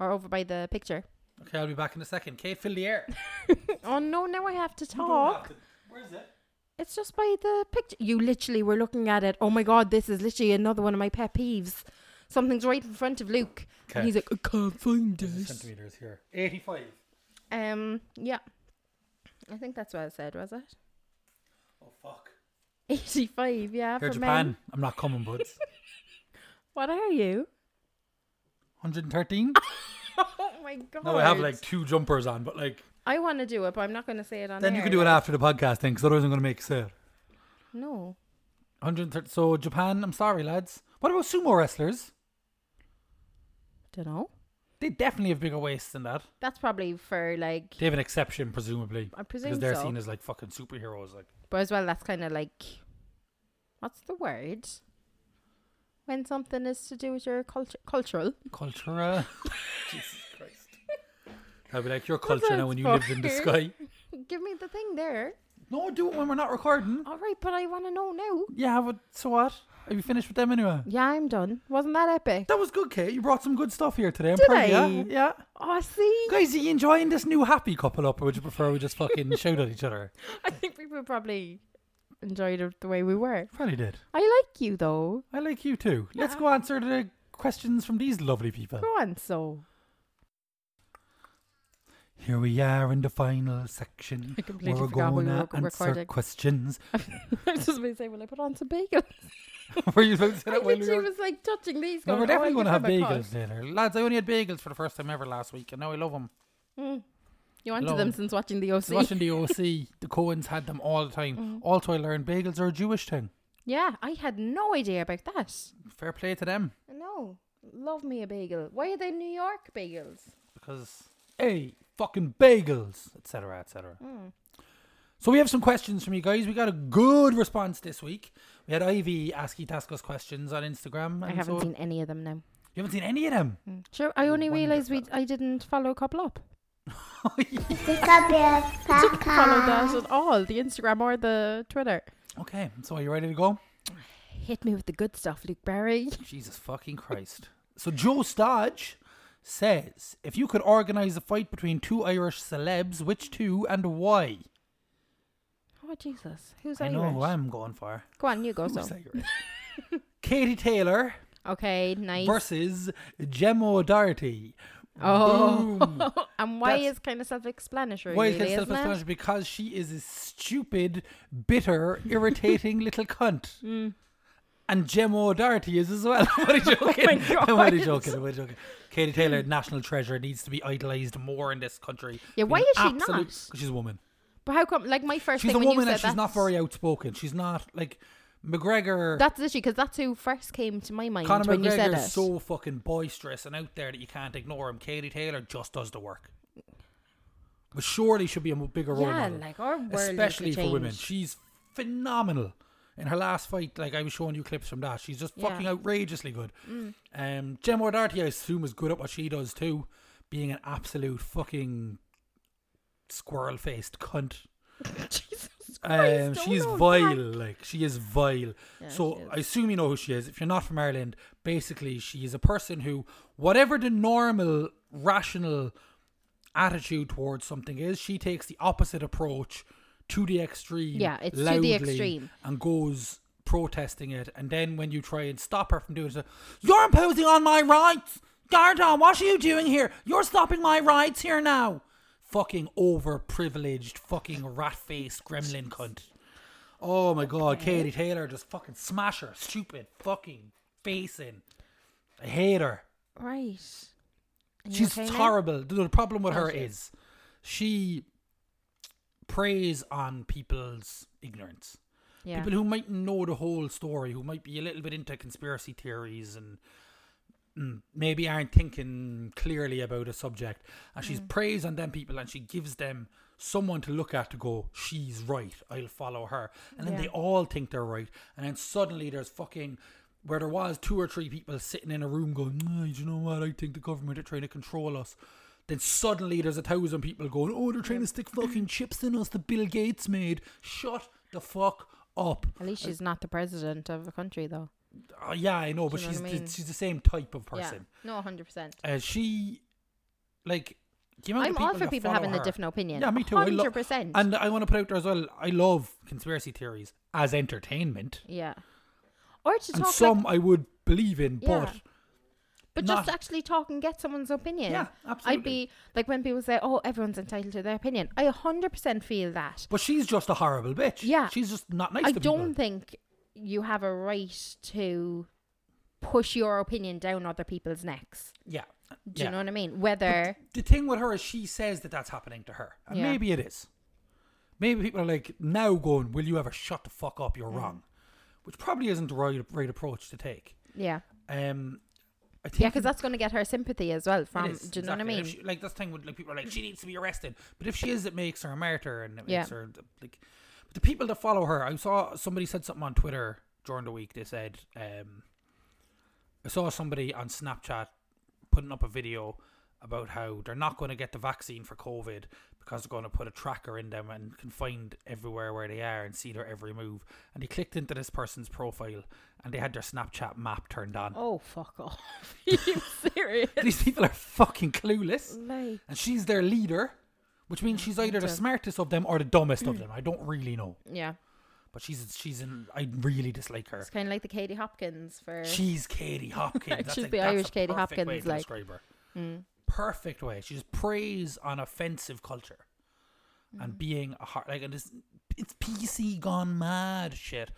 [SPEAKER 2] or over by the picture.
[SPEAKER 1] Okay, I'll be back in a second. Kate, fill the air.
[SPEAKER 2] Oh no! Now I
[SPEAKER 1] [laughs]
[SPEAKER 2] have to
[SPEAKER 1] You don't
[SPEAKER 2] talk.
[SPEAKER 1] have to- Where is it?
[SPEAKER 2] It's just by the picture. You literally were looking at it. Oh my god, this is literally another one of my pet peeves. Something's right in front of Luke,
[SPEAKER 1] Okay.
[SPEAKER 2] and he's like, I can't find this.
[SPEAKER 1] Centimeters here. 85.
[SPEAKER 2] Um, yeah, I think that's what I said. Was it [laughs]
[SPEAKER 1] Oh, fuck.
[SPEAKER 2] eighty-five? Yeah,
[SPEAKER 1] Here,
[SPEAKER 2] for
[SPEAKER 1] Japan.
[SPEAKER 2] men. [laughs]
[SPEAKER 1] I'm not coming, buds.
[SPEAKER 2] What are you? [laughs]
[SPEAKER 1] 113?
[SPEAKER 2] Oh my god!
[SPEAKER 1] No, I have like two jumpers on, but like.
[SPEAKER 2] I want to do it, but I'm not going to say it on.
[SPEAKER 1] Then you
[SPEAKER 2] air,
[SPEAKER 1] can do it
[SPEAKER 2] like-
[SPEAKER 1] after the podcast thing, because otherwise I'm going to make you say it.
[SPEAKER 2] No,
[SPEAKER 1] 130. So, Japan, I'm sorry, lads. What about sumo wrestlers?
[SPEAKER 2] don't know.
[SPEAKER 1] They definitely have bigger waists than that.
[SPEAKER 2] That's probably for like,
[SPEAKER 1] They have an exception, presumably.
[SPEAKER 2] I presume
[SPEAKER 1] Because they're
[SPEAKER 2] so.
[SPEAKER 1] seen as like fucking superheroes. Like,
[SPEAKER 2] but as well, that's kind of like, what's the word? When something is to do with your culture, cultural. [laughs]
[SPEAKER 1] cultura. Jesus Christ. I'll be like, your
[SPEAKER 2] That's
[SPEAKER 1] culture now when you lived in the sky.
[SPEAKER 2] [laughs] inspired. Give me the thing there.
[SPEAKER 1] No, do it when we're not recording.
[SPEAKER 2] All right, but I want to know now.
[SPEAKER 1] Yeah, but so what? Are you finished with them anyway?
[SPEAKER 2] Yeah, I'm done. Wasn't that epic?
[SPEAKER 1] That was good, Kate. You brought some good stuff here today. I'm
[SPEAKER 2] Did
[SPEAKER 1] proud of ya.
[SPEAKER 2] I?
[SPEAKER 1] Yeah.
[SPEAKER 2] Oh, see,
[SPEAKER 1] Guys, are you enjoying this new happy couple up, or would you prefer we just fucking shout at each other?
[SPEAKER 2] [laughs] I think people probably enjoyed it the way we were.
[SPEAKER 1] Probably did.
[SPEAKER 2] I like you though.
[SPEAKER 1] I like you too. Let's
[SPEAKER 2] Yeah.
[SPEAKER 1] go answer the questions from these lovely people.
[SPEAKER 2] Go on, so.
[SPEAKER 1] Here we are in the final section.
[SPEAKER 2] I
[SPEAKER 1] where
[SPEAKER 2] completely
[SPEAKER 1] We're
[SPEAKER 2] forgot we
[SPEAKER 1] going
[SPEAKER 2] were
[SPEAKER 1] to
[SPEAKER 2] rec-
[SPEAKER 1] answer
[SPEAKER 2] recording.
[SPEAKER 1] questions. [laughs]
[SPEAKER 2] [laughs] I was just going to say, will I put on some bagels?
[SPEAKER 1] were you supposed to say
[SPEAKER 2] I [laughs]
[SPEAKER 1] that while we
[SPEAKER 2] literally
[SPEAKER 1] were?
[SPEAKER 2] was like touching these.
[SPEAKER 1] No,
[SPEAKER 2] going,
[SPEAKER 1] we're
[SPEAKER 2] "Oh,
[SPEAKER 1] definitely
[SPEAKER 2] I'll
[SPEAKER 1] going to have
[SPEAKER 2] give them a cut."
[SPEAKER 1] bagels later. Lads, I only had bagels for the first time ever last week, and now I
[SPEAKER 2] [laughs]
[SPEAKER 1] love them.
[SPEAKER 2] Mm. You wanted them
[SPEAKER 1] Love.
[SPEAKER 2] since watching the Mm. OC.
[SPEAKER 1] Watching the OC, the Coens had them all the
[SPEAKER 2] Mm-hmm.
[SPEAKER 1] time. Also, I learned bagels are a Jewish thing.
[SPEAKER 2] yeah, I had no idea about that.
[SPEAKER 1] Fair play to them,
[SPEAKER 2] No, love me a bagel. Why are they New York bagels?
[SPEAKER 1] because hey, fucking bagels, etc., etc.
[SPEAKER 2] Mm.
[SPEAKER 1] So we have some questions from you guys. We got a good response this week. We had Ivy asking task us questions on Instagram. And
[SPEAKER 2] I haven't
[SPEAKER 1] so-
[SPEAKER 2] seen any of them now.
[SPEAKER 1] You haven't seen any of them. [laughs]
[SPEAKER 2] Sure, I only realised we I didn't follow a couple up.
[SPEAKER 4] Pick up your
[SPEAKER 2] Follow
[SPEAKER 4] podcast.
[SPEAKER 2] that at all, the Instagram or the Twitter.
[SPEAKER 1] Okay, so are you ready to go?
[SPEAKER 2] Hit me with the good stuff, Luke Barry.
[SPEAKER 1] Jesus fucking Christ. So Joe Stodge says, if you could organise a fight between two Irish celebs, which two and why?
[SPEAKER 2] Oh Jesus, who's
[SPEAKER 1] I
[SPEAKER 2] Irish?
[SPEAKER 1] know who I'm going for.
[SPEAKER 2] Go on, you go.
[SPEAKER 1] Who's
[SPEAKER 2] So
[SPEAKER 1] Irish? [laughs] Katie Taylor
[SPEAKER 2] okay, nice.
[SPEAKER 1] versus Gemma O'Doherty.
[SPEAKER 2] Oh.
[SPEAKER 1] Boom.
[SPEAKER 2] [laughs] and why
[SPEAKER 1] That's-
[SPEAKER 2] is kind of self-explanatory?
[SPEAKER 1] Why
[SPEAKER 2] really,
[SPEAKER 1] can
[SPEAKER 2] isn't it?
[SPEAKER 1] self-explanatory? Because she is a stupid, bitter, irritating [laughs] little cunt.
[SPEAKER 2] Mm.
[SPEAKER 1] And Gemma O'Doherty is as well. [laughs] I'm
[SPEAKER 2] [laughs]
[SPEAKER 1] only joking. I'm only
[SPEAKER 2] Oh God.
[SPEAKER 1] joking. [laughs] I'm only joking. Katie Taylor, national treasure, needs to be idolised more in this country.
[SPEAKER 2] Yeah, why
[SPEAKER 1] Being
[SPEAKER 2] is she
[SPEAKER 1] absolute-
[SPEAKER 2] not?
[SPEAKER 1] 'cause she's a woman.
[SPEAKER 2] But how come? Like my first
[SPEAKER 1] She's
[SPEAKER 2] thing
[SPEAKER 1] a
[SPEAKER 2] when
[SPEAKER 1] woman
[SPEAKER 2] you
[SPEAKER 1] and
[SPEAKER 2] said
[SPEAKER 1] she's not
[SPEAKER 2] that-
[SPEAKER 1] very outspoken. She's not like McGregor.
[SPEAKER 2] That's the issue because that's who first came to my mind
[SPEAKER 1] Conor
[SPEAKER 2] when you said
[SPEAKER 1] McGregor
[SPEAKER 2] it.
[SPEAKER 1] is so fucking boisterous and out there that you can't ignore him. Katie Taylor just does the work. But surely should be a mo- bigger role
[SPEAKER 2] Yeah,
[SPEAKER 1] model.
[SPEAKER 2] like, our world needs to
[SPEAKER 1] Especially for women.
[SPEAKER 2] change.
[SPEAKER 1] She's phenomenal. In her last fight, like I was showing you clips from that, she's just
[SPEAKER 2] Yeah. Mm.
[SPEAKER 1] fucking outrageously good. Um, Gemma O'Doherty, I assume, is good at what she does too, being an absolute fucking squirrel faced cunt.
[SPEAKER 2] [laughs] Jesus Christ,
[SPEAKER 1] Um,
[SPEAKER 2] don't
[SPEAKER 1] she is
[SPEAKER 2] hold
[SPEAKER 1] vile,
[SPEAKER 2] back.
[SPEAKER 1] like she is vile. so
[SPEAKER 2] she is.
[SPEAKER 1] I assume you know who she is. If you're not from Ireland, basically she is a person who, whatever the normal rational attitude towards something is, she takes the opposite approach to the extreme.
[SPEAKER 2] Yeah, it's to the
[SPEAKER 1] loudly
[SPEAKER 2] extreme.
[SPEAKER 1] and goes protesting it. And then when you try and stop her from doing it, you're imposing on my rights. Gardon, what are you doing here? You're stopping my rights here now. Fucking overprivileged, fucking rat faced gremlin cunt. Oh my god, Katie Taylor, just fucking smash her, stupid fucking facing. I hate her.
[SPEAKER 2] Right. Are you
[SPEAKER 1] She's
[SPEAKER 2] okay now?
[SPEAKER 1] horrible. The the problem with
[SPEAKER 2] Oh,
[SPEAKER 1] her
[SPEAKER 2] she is.
[SPEAKER 1] is she preys on people's ignorance.
[SPEAKER 2] Yeah.
[SPEAKER 1] People who might know the whole story, who might be a little bit into conspiracy theories and mm, maybe aren't thinking clearly about a subject. And
[SPEAKER 2] Mm.
[SPEAKER 1] she's preys on them people and she gives them someone to look at to go, she's right, I'll follow her. And then
[SPEAKER 2] Yeah.
[SPEAKER 1] they all think they're right. And then suddenly there's fucking. Where there was two or three people sitting in a room going, "Ah, do you know what? I think the government are trying to control us. Then suddenly there's a thousand people going, oh, they're trying to stick fucking chips in us that Bill Gates made. Shut the fuck up.
[SPEAKER 2] At least
[SPEAKER 1] Uh,
[SPEAKER 2] she's not the president of a country, though.
[SPEAKER 1] Oh, yeah, I know, but
[SPEAKER 2] Do you know
[SPEAKER 1] she's
[SPEAKER 2] what I
[SPEAKER 1] the-
[SPEAKER 2] mean?
[SPEAKER 1] she's the same type of person.
[SPEAKER 2] Yeah. No, hundred percent.
[SPEAKER 1] Uh, she, like, do you
[SPEAKER 2] I'm
[SPEAKER 1] remember
[SPEAKER 2] all for
[SPEAKER 1] that
[SPEAKER 2] people
[SPEAKER 1] follow
[SPEAKER 2] having
[SPEAKER 1] her?
[SPEAKER 2] a different opinion.
[SPEAKER 1] Yeah, me too. I lo-
[SPEAKER 2] Hundred percent.
[SPEAKER 1] and I want to put out there as well. I love conspiracy theories as entertainment,
[SPEAKER 2] Yeah. Or to
[SPEAKER 1] and
[SPEAKER 2] talk
[SPEAKER 1] some
[SPEAKER 2] like,
[SPEAKER 1] I would believe in,
[SPEAKER 2] Yeah.
[SPEAKER 1] but
[SPEAKER 2] but
[SPEAKER 1] not-
[SPEAKER 2] just actually talk and get someone's opinion.
[SPEAKER 1] Yeah,
[SPEAKER 2] I'd
[SPEAKER 1] absolutely.
[SPEAKER 2] be like when people say, "Oh, everyone's entitled to their opinion." I hundred percent feel that.
[SPEAKER 1] but she's just a horrible bitch.
[SPEAKER 2] Yeah.
[SPEAKER 1] she's just not nice.
[SPEAKER 2] I
[SPEAKER 1] to
[SPEAKER 2] don't
[SPEAKER 1] People.
[SPEAKER 2] think you have a right to push your opinion down other people's necks.
[SPEAKER 1] Yeah.
[SPEAKER 2] Do you
[SPEAKER 1] Yeah.
[SPEAKER 2] know what I mean? Whether
[SPEAKER 1] The thing with her is she says that that's happening to her. And
[SPEAKER 2] Yeah.
[SPEAKER 1] maybe it is. Maybe people are like now going, "Will you ever shut the fuck up?
[SPEAKER 2] Mm.
[SPEAKER 1] You're wrong," which probably isn't the right right approach to take.
[SPEAKER 2] yeah,
[SPEAKER 1] Um, I think
[SPEAKER 2] yeah, because that's going to get her sympathy as well. From
[SPEAKER 1] It
[SPEAKER 2] do you
[SPEAKER 1] is,
[SPEAKER 2] know what I
[SPEAKER 1] exactly.
[SPEAKER 2] mean?
[SPEAKER 1] If she- like this thing would like people are like she needs to be arrested, but if she is, it makes her a martyr and it
[SPEAKER 2] Yeah.
[SPEAKER 1] makes her like. But the people that follow her, I saw somebody said something on Twitter during the week. They said, um, I saw somebody on Snapchat putting up a video about how they're not going to get the vaccine for COVID because they're going to put a tracker in them and can find everywhere where they are and see their every move. And they clicked into this person's profile and they had their Snapchat map turned on.
[SPEAKER 2] Oh fuck off! [laughs] Are you serious?
[SPEAKER 1] [laughs] These people are fucking clueless
[SPEAKER 2] like
[SPEAKER 1] and she's their leader, which means she's either the smartest of them or the dumbest
[SPEAKER 2] Mm.
[SPEAKER 1] of them. I don't really know,
[SPEAKER 2] yeah,
[SPEAKER 1] but she's she's in. I really dislike her.
[SPEAKER 2] it's kind of like the Katie Hopkins for [laughs]
[SPEAKER 1] She's Katie Hopkins. That's
[SPEAKER 2] she's
[SPEAKER 1] like-
[SPEAKER 2] the
[SPEAKER 1] that's
[SPEAKER 2] Irish
[SPEAKER 1] a
[SPEAKER 2] Katie
[SPEAKER 1] perfect way
[SPEAKER 2] Hopkins,
[SPEAKER 1] to
[SPEAKER 2] like. mm.
[SPEAKER 1] describe her. perfect way. She just preys on offensive culture
[SPEAKER 2] Mm.
[SPEAKER 1] and being a heart like and this. It's PC gone mad shit.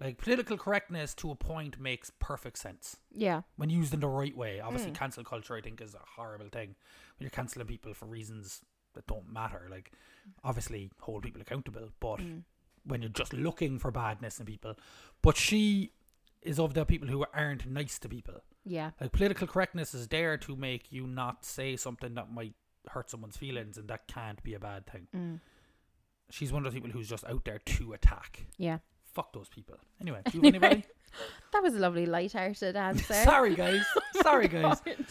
[SPEAKER 1] Like political correctness to a point makes perfect sense
[SPEAKER 2] yeah,
[SPEAKER 1] when used in the right way. Obviously, cancel culture I think is a horrible thing when you're canceling people for reasons that don't matter. Like, obviously, hold people accountable, but when you're just looking for badness in people, but she is of the people who aren't nice to people.
[SPEAKER 2] yeah,
[SPEAKER 1] Like, political correctness is there to make you not say something that might hurt someone's feelings, and that can't be a bad thing.
[SPEAKER 2] mm,
[SPEAKER 1] She's one of those people who's just out there to attack.
[SPEAKER 2] yeah.
[SPEAKER 1] Fuck those people. Anyway, do you have anybody?
[SPEAKER 2] That was a lovely light-hearted answer.
[SPEAKER 1] [laughs]
[SPEAKER 2] [laughs]
[SPEAKER 1] Sorry, guys. Sorry, guys.
[SPEAKER 2] God.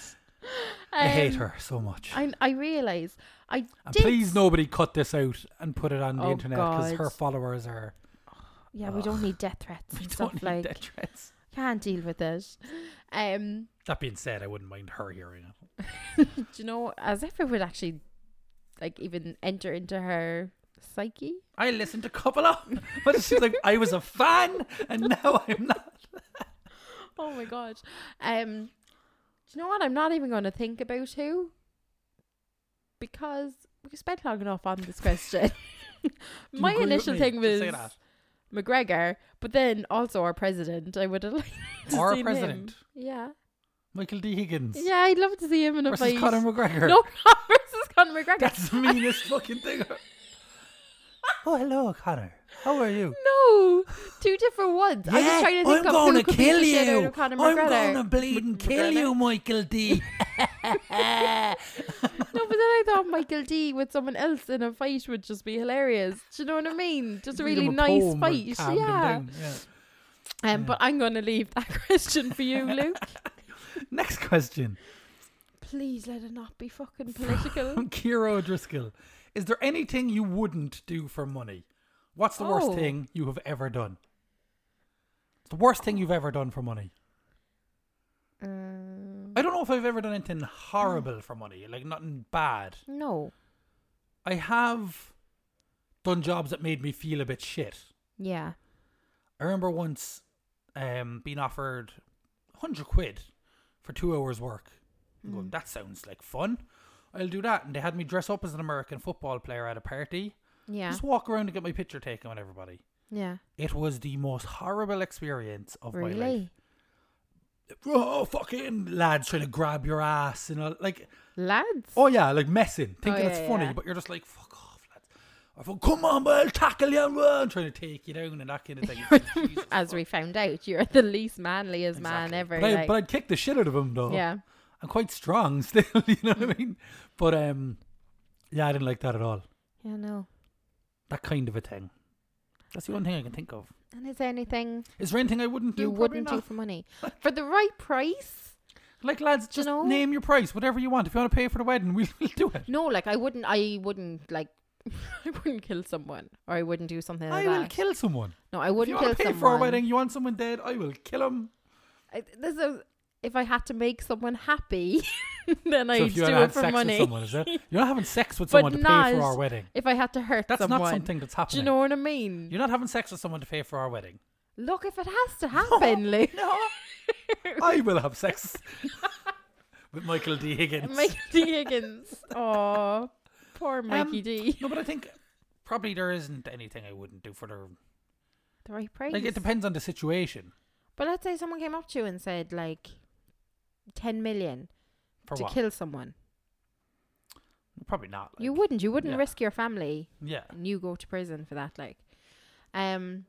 [SPEAKER 1] I
[SPEAKER 2] [laughs]
[SPEAKER 1] hate
[SPEAKER 2] Um,
[SPEAKER 1] her so much.
[SPEAKER 2] I I realize I
[SPEAKER 1] And
[SPEAKER 2] did.
[SPEAKER 1] please nobody cut this out and put it on the
[SPEAKER 2] Oh,
[SPEAKER 1] internet because
[SPEAKER 2] God.
[SPEAKER 1] her followers are [laughs]
[SPEAKER 2] Yeah, we don't need death threats and
[SPEAKER 1] we
[SPEAKER 2] stuff
[SPEAKER 1] don't need
[SPEAKER 2] like.
[SPEAKER 1] death threats.
[SPEAKER 2] Can't deal with it. Um,
[SPEAKER 1] That being said, I wouldn't mind her hearing it.
[SPEAKER 2] do you know as if it would actually, like, even enter into her psyche?
[SPEAKER 1] I listened to couple of, [laughs] but she's like, I was a fan, and now I'm not.
[SPEAKER 2] Oh my god. Um, do you know what? I'm not even going to think about who, because we spent long enough on this question.
[SPEAKER 1] [laughs]
[SPEAKER 2] [laughs]
[SPEAKER 1] Do you
[SPEAKER 2] my
[SPEAKER 1] agree with
[SPEAKER 2] initial
[SPEAKER 1] me?
[SPEAKER 2] thing
[SPEAKER 1] Just
[SPEAKER 2] was
[SPEAKER 1] say that.
[SPEAKER 2] McGregor, but then also our president. I would have [laughs] liked to
[SPEAKER 1] Our
[SPEAKER 2] seen him.
[SPEAKER 1] president.
[SPEAKER 2] Yeah,
[SPEAKER 1] Michael D. Higgins
[SPEAKER 2] yeah, I'd love to see him in a
[SPEAKER 1] versus
[SPEAKER 2] fight.
[SPEAKER 1] Conor
[SPEAKER 2] [laughs]
[SPEAKER 1] McGregor.
[SPEAKER 2] No, not versus Conor McGregor.
[SPEAKER 1] [laughs] that's the meanest fucking thing. [laughs] Oh, hello, Connor. How are you?
[SPEAKER 2] No, two different ones. I was trying to think of who
[SPEAKER 1] gonna
[SPEAKER 2] could beat the shit out of Conor
[SPEAKER 1] I'm
[SPEAKER 2] McGregor.
[SPEAKER 1] gonna bleed and kill
[SPEAKER 2] McGregor. [laughs]
[SPEAKER 1] you, Michael D.
[SPEAKER 2] No, but then I thought Michael D with someone else in a fight would just be hilarious. Do you know what I mean? Just a
[SPEAKER 1] Read
[SPEAKER 2] really
[SPEAKER 1] him
[SPEAKER 2] nice
[SPEAKER 1] poem or
[SPEAKER 2] fight.
[SPEAKER 1] calm them
[SPEAKER 2] Yeah.
[SPEAKER 1] down, yeah. [laughs]
[SPEAKER 2] Um, but I'm going to leave that [laughs] question for you, Luke.
[SPEAKER 1] Next question [laughs]
[SPEAKER 2] Please let it not be fucking political.
[SPEAKER 1] [laughs] from Kira O'Driscoll. Is there anything you wouldn't do for money? What's the worst
[SPEAKER 2] Oh.
[SPEAKER 1] thing you have ever done? It's the worst thing you've ever done for money.
[SPEAKER 2] um,
[SPEAKER 1] I don't know if I've ever done anything horrible for money, like nothing bad.
[SPEAKER 2] no.
[SPEAKER 1] I have done jobs that made me feel a bit shit.
[SPEAKER 2] Yeah.
[SPEAKER 1] I remember once um, being offered 100 quid for two hours' work. I'm
[SPEAKER 2] Hmm.
[SPEAKER 1] going, that sounds like fun. I'll do that. And they had me dress up as an American football player at a party.
[SPEAKER 2] Yeah.
[SPEAKER 1] Just walk around and get my picture taken with everybody.
[SPEAKER 2] Yeah.
[SPEAKER 1] It was the most horrible experience of my life.
[SPEAKER 2] Really?
[SPEAKER 1] Oh, fucking lads trying to grab your ass and all, like,
[SPEAKER 2] Lads?
[SPEAKER 1] oh yeah, like messing, thinking
[SPEAKER 2] Oh, yeah,
[SPEAKER 1] it's funny,
[SPEAKER 2] yeah.
[SPEAKER 1] but you're just like, fuck off, lads. I thought, come on, boy, I'll tackle you, and trying to take you down and that kind of thing. Jesus
[SPEAKER 2] [laughs] As we found out, you're the least manliest man
[SPEAKER 1] Exactly.
[SPEAKER 2] ever.
[SPEAKER 1] But, I,
[SPEAKER 2] like-
[SPEAKER 1] but I'd kick the shit out of him though.
[SPEAKER 2] yeah. Mm.
[SPEAKER 1] I'm quite strong [laughs] still. You know what I mean? But um, yeah, I didn't like that at all.
[SPEAKER 2] Yeah, no.
[SPEAKER 1] That kind of a thing. That's the only thing I can think of.
[SPEAKER 2] And is there anything
[SPEAKER 1] Is there anything I wouldn't do?
[SPEAKER 2] you
[SPEAKER 1] Probably
[SPEAKER 2] wouldn't
[SPEAKER 1] not.
[SPEAKER 2] do for
[SPEAKER 1] [laughs]
[SPEAKER 2] money? For the right price?
[SPEAKER 1] Like lads,
[SPEAKER 2] Do you
[SPEAKER 1] just
[SPEAKER 2] know?
[SPEAKER 1] name your price, whatever you want. If you want to pay for the wedding, [laughs] we'll, we'll do it.
[SPEAKER 2] No, like I wouldn't. I wouldn't like. [laughs] I wouldn't kill someone, or I wouldn't do something like
[SPEAKER 1] I will
[SPEAKER 2] that.
[SPEAKER 1] kill someone.
[SPEAKER 2] no, I
[SPEAKER 1] if you
[SPEAKER 2] wouldn't
[SPEAKER 1] want
[SPEAKER 2] kill
[SPEAKER 1] to pay
[SPEAKER 2] someone.
[SPEAKER 1] for a wedding, you want someone dead, I will kill him.
[SPEAKER 2] I, this is, if I had to make someone happy, [laughs] then
[SPEAKER 1] so
[SPEAKER 2] I'd
[SPEAKER 1] if you
[SPEAKER 2] do
[SPEAKER 1] had
[SPEAKER 2] it
[SPEAKER 1] had
[SPEAKER 2] for
[SPEAKER 1] sex
[SPEAKER 2] money.
[SPEAKER 1] with
[SPEAKER 2] [laughs]
[SPEAKER 1] someone, is it? You're not having sex with
[SPEAKER 2] But
[SPEAKER 1] someone to pay
[SPEAKER 2] not-
[SPEAKER 1] for our wedding.
[SPEAKER 2] If I had to hurt
[SPEAKER 1] That's
[SPEAKER 2] someone,
[SPEAKER 1] not something that's
[SPEAKER 2] do
[SPEAKER 1] happening.
[SPEAKER 2] you know what I mean?
[SPEAKER 1] You're not having sex with someone to pay for our wedding.
[SPEAKER 2] Look, if it has to happen, Luke.
[SPEAKER 1] [laughs] No. I will have sex with Michael D.
[SPEAKER 2] [laughs]
[SPEAKER 1] Higgins.
[SPEAKER 2] Mikey D. Higgins. Oh, poor Mikey
[SPEAKER 1] Um,
[SPEAKER 2] D.
[SPEAKER 1] No, but I think probably there isn't anything I wouldn't do for the
[SPEAKER 2] The right price.
[SPEAKER 1] like. It depends on the situation.
[SPEAKER 2] But let's say someone came up to you and said like 10 million
[SPEAKER 1] For
[SPEAKER 2] to
[SPEAKER 1] what?
[SPEAKER 2] kill someone.
[SPEAKER 1] Probably not.
[SPEAKER 2] You
[SPEAKER 1] like,
[SPEAKER 2] wouldn't. You wouldn't
[SPEAKER 1] yeah.
[SPEAKER 2] risk your family
[SPEAKER 1] Yeah.
[SPEAKER 2] and you go to prison for that like. Um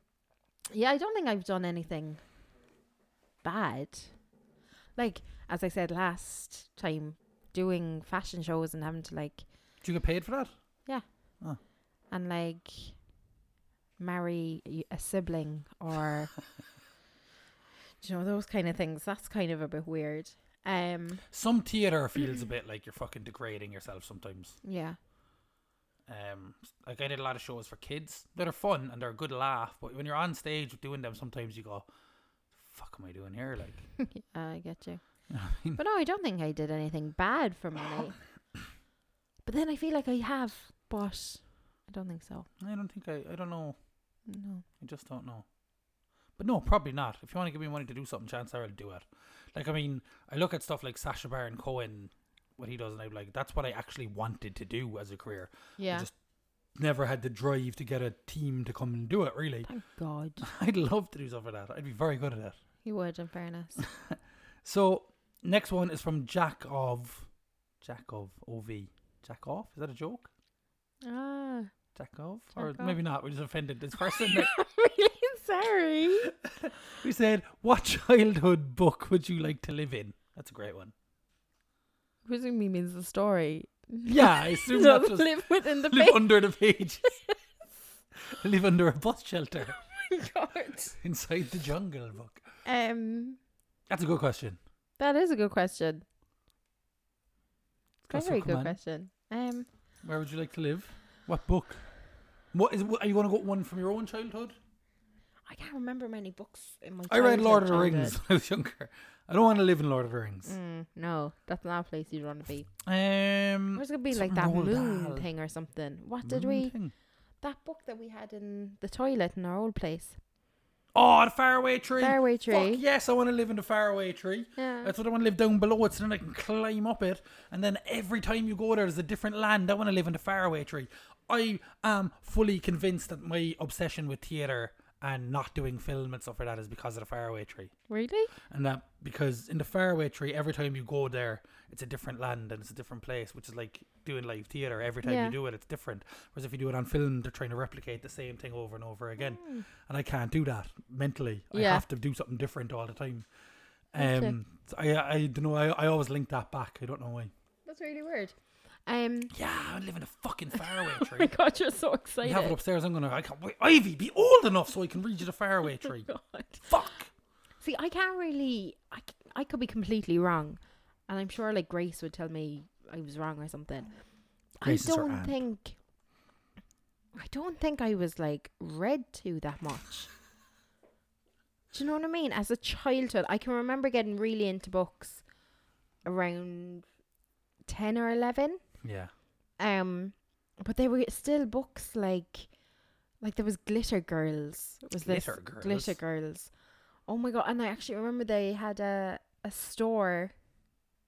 [SPEAKER 2] yeah, I don't think I've done anything bad. Like as I said last time doing fashion shows and having to like
[SPEAKER 1] Do you get paid for that?
[SPEAKER 2] and like marry y- a sibling
[SPEAKER 1] [laughs]
[SPEAKER 2] or do you know those kind of things that's kind of a bit weird um
[SPEAKER 1] Some theater feels a bit like you're fucking degrading yourself sometimes.
[SPEAKER 2] yeah
[SPEAKER 1] Um, like I did a lot of shows for kids that are fun and they're a good laugh, but when you're on stage doing them, sometimes you go, "Fuck, am I doing here?" Like,
[SPEAKER 2] i get you
[SPEAKER 1] you know what [laughs] I mean?
[SPEAKER 2] but no i don't think i did anything bad for money [coughs] but then i feel like i have but i don't think so
[SPEAKER 1] I don't think I. I don't know.
[SPEAKER 2] no
[SPEAKER 1] I just don't know. But no, probably not. If you want to give me money to do something, chance I'll do it. Like I mean, I look at stuff like Sasha Baron Cohen, what he does, and I'm like, that's what I actually wanted to do as a career.
[SPEAKER 2] yeah
[SPEAKER 1] just- Never had the drive to get a team to come and do it. Really, [laughs]
[SPEAKER 2] thank god
[SPEAKER 1] I'd love to do something like that. I'd be very good at it.
[SPEAKER 2] you would in fairness
[SPEAKER 1] So next one is from Jack of Jack of OV. Jack off? Is that a joke?
[SPEAKER 2] [laughs] ah
[SPEAKER 1] Jack of? or
[SPEAKER 2] Jack off.
[SPEAKER 1] maybe not. We just offended
[SPEAKER 2] [laughs]
[SPEAKER 1] this person.
[SPEAKER 2] really sorry
[SPEAKER 1] we said, "What childhood book would you like to live in?" That's a great one.
[SPEAKER 2] presumably means the story
[SPEAKER 1] Yeah, I assume
[SPEAKER 2] Does
[SPEAKER 1] that's just [laughs] live,
[SPEAKER 2] live within the page.
[SPEAKER 1] under the pages. [laughs] live under a bus shelter [laughs]
[SPEAKER 2] [laughs] God.
[SPEAKER 1] inside the jungle book.
[SPEAKER 2] Um,
[SPEAKER 1] That's a good question.
[SPEAKER 2] that is a good question.
[SPEAKER 1] That's
[SPEAKER 2] Very
[SPEAKER 1] what
[SPEAKER 2] good
[SPEAKER 1] come on.
[SPEAKER 2] question. Um,
[SPEAKER 1] Where would you like to live? What book? What is? What, are you going to go one from your own childhood?
[SPEAKER 2] I can't remember many books in my.
[SPEAKER 1] I read
[SPEAKER 2] childhood,
[SPEAKER 1] Lord of the
[SPEAKER 2] childhood.
[SPEAKER 1] Rings when I was younger. I don't want to live in Lord of the Rings.
[SPEAKER 2] Mm, no, that's not a place you'd want to be.
[SPEAKER 1] Um,
[SPEAKER 2] There's gonna be like
[SPEAKER 1] something
[SPEAKER 2] that
[SPEAKER 1] Roald
[SPEAKER 2] moon
[SPEAKER 1] Dahl.
[SPEAKER 2] thing or something. What did
[SPEAKER 1] Moon
[SPEAKER 2] we?
[SPEAKER 1] thing.
[SPEAKER 2] That book that we had in the toilet in our old place.
[SPEAKER 1] Oh, the faraway tree.
[SPEAKER 2] Faraway tree.
[SPEAKER 1] Fuck yes, I want to live in the faraway tree.
[SPEAKER 2] Yeah.
[SPEAKER 1] That's what I want to live down below it, so then I can climb up it. And then every time you go there, there's a different land. I want to live in the faraway tree. I am fully convinced that my obsession with theatre and not doing film and stuff like that is because of the faraway tree.
[SPEAKER 2] Really?
[SPEAKER 1] And that because in the faraway tree, every time you go there, it's a different land and it's a different place, which is like doing live theater. Every time
[SPEAKER 2] Yeah.
[SPEAKER 1] you do it, it's different. Whereas if you do it on film, they're trying to replicate the same thing over and over again, and I can't do that mentally.
[SPEAKER 2] Mm. Yeah.
[SPEAKER 1] I have to do something different all the time.
[SPEAKER 2] Okay.
[SPEAKER 1] Um, so I I don't know. I, I always link that back. I don't know why.
[SPEAKER 2] That's really weird. Um.
[SPEAKER 1] Yeah, I live in a
[SPEAKER 2] [laughs]
[SPEAKER 1] fucking faraway
[SPEAKER 2] Oh [laughs] my
[SPEAKER 1] tree.
[SPEAKER 2] God, you're so
[SPEAKER 1] We
[SPEAKER 2] excited.
[SPEAKER 1] have it upstairs. I'm gonna. I can't wait. Ivy, be old enough so I can read you the faraway
[SPEAKER 2] [laughs]
[SPEAKER 1] tree.
[SPEAKER 2] God.
[SPEAKER 1] Fuck.
[SPEAKER 2] See, I can't really. I, c- I could be completely wrong, and I'm sure like Grace would tell me I was wrong or something.
[SPEAKER 1] Grace
[SPEAKER 2] I
[SPEAKER 1] is her
[SPEAKER 2] don't
[SPEAKER 1] aunt.
[SPEAKER 2] think. I don't think I was like read to that much. Do you know what I mean? As a childhood, I can remember getting really into books around ten or eleven.
[SPEAKER 1] Yeah.
[SPEAKER 2] Um, but they were still books like, like there was Glitter Girls. Was this
[SPEAKER 1] Glitter Girls?
[SPEAKER 2] Glitter Girls? Oh my god! And I actually remember they had a a store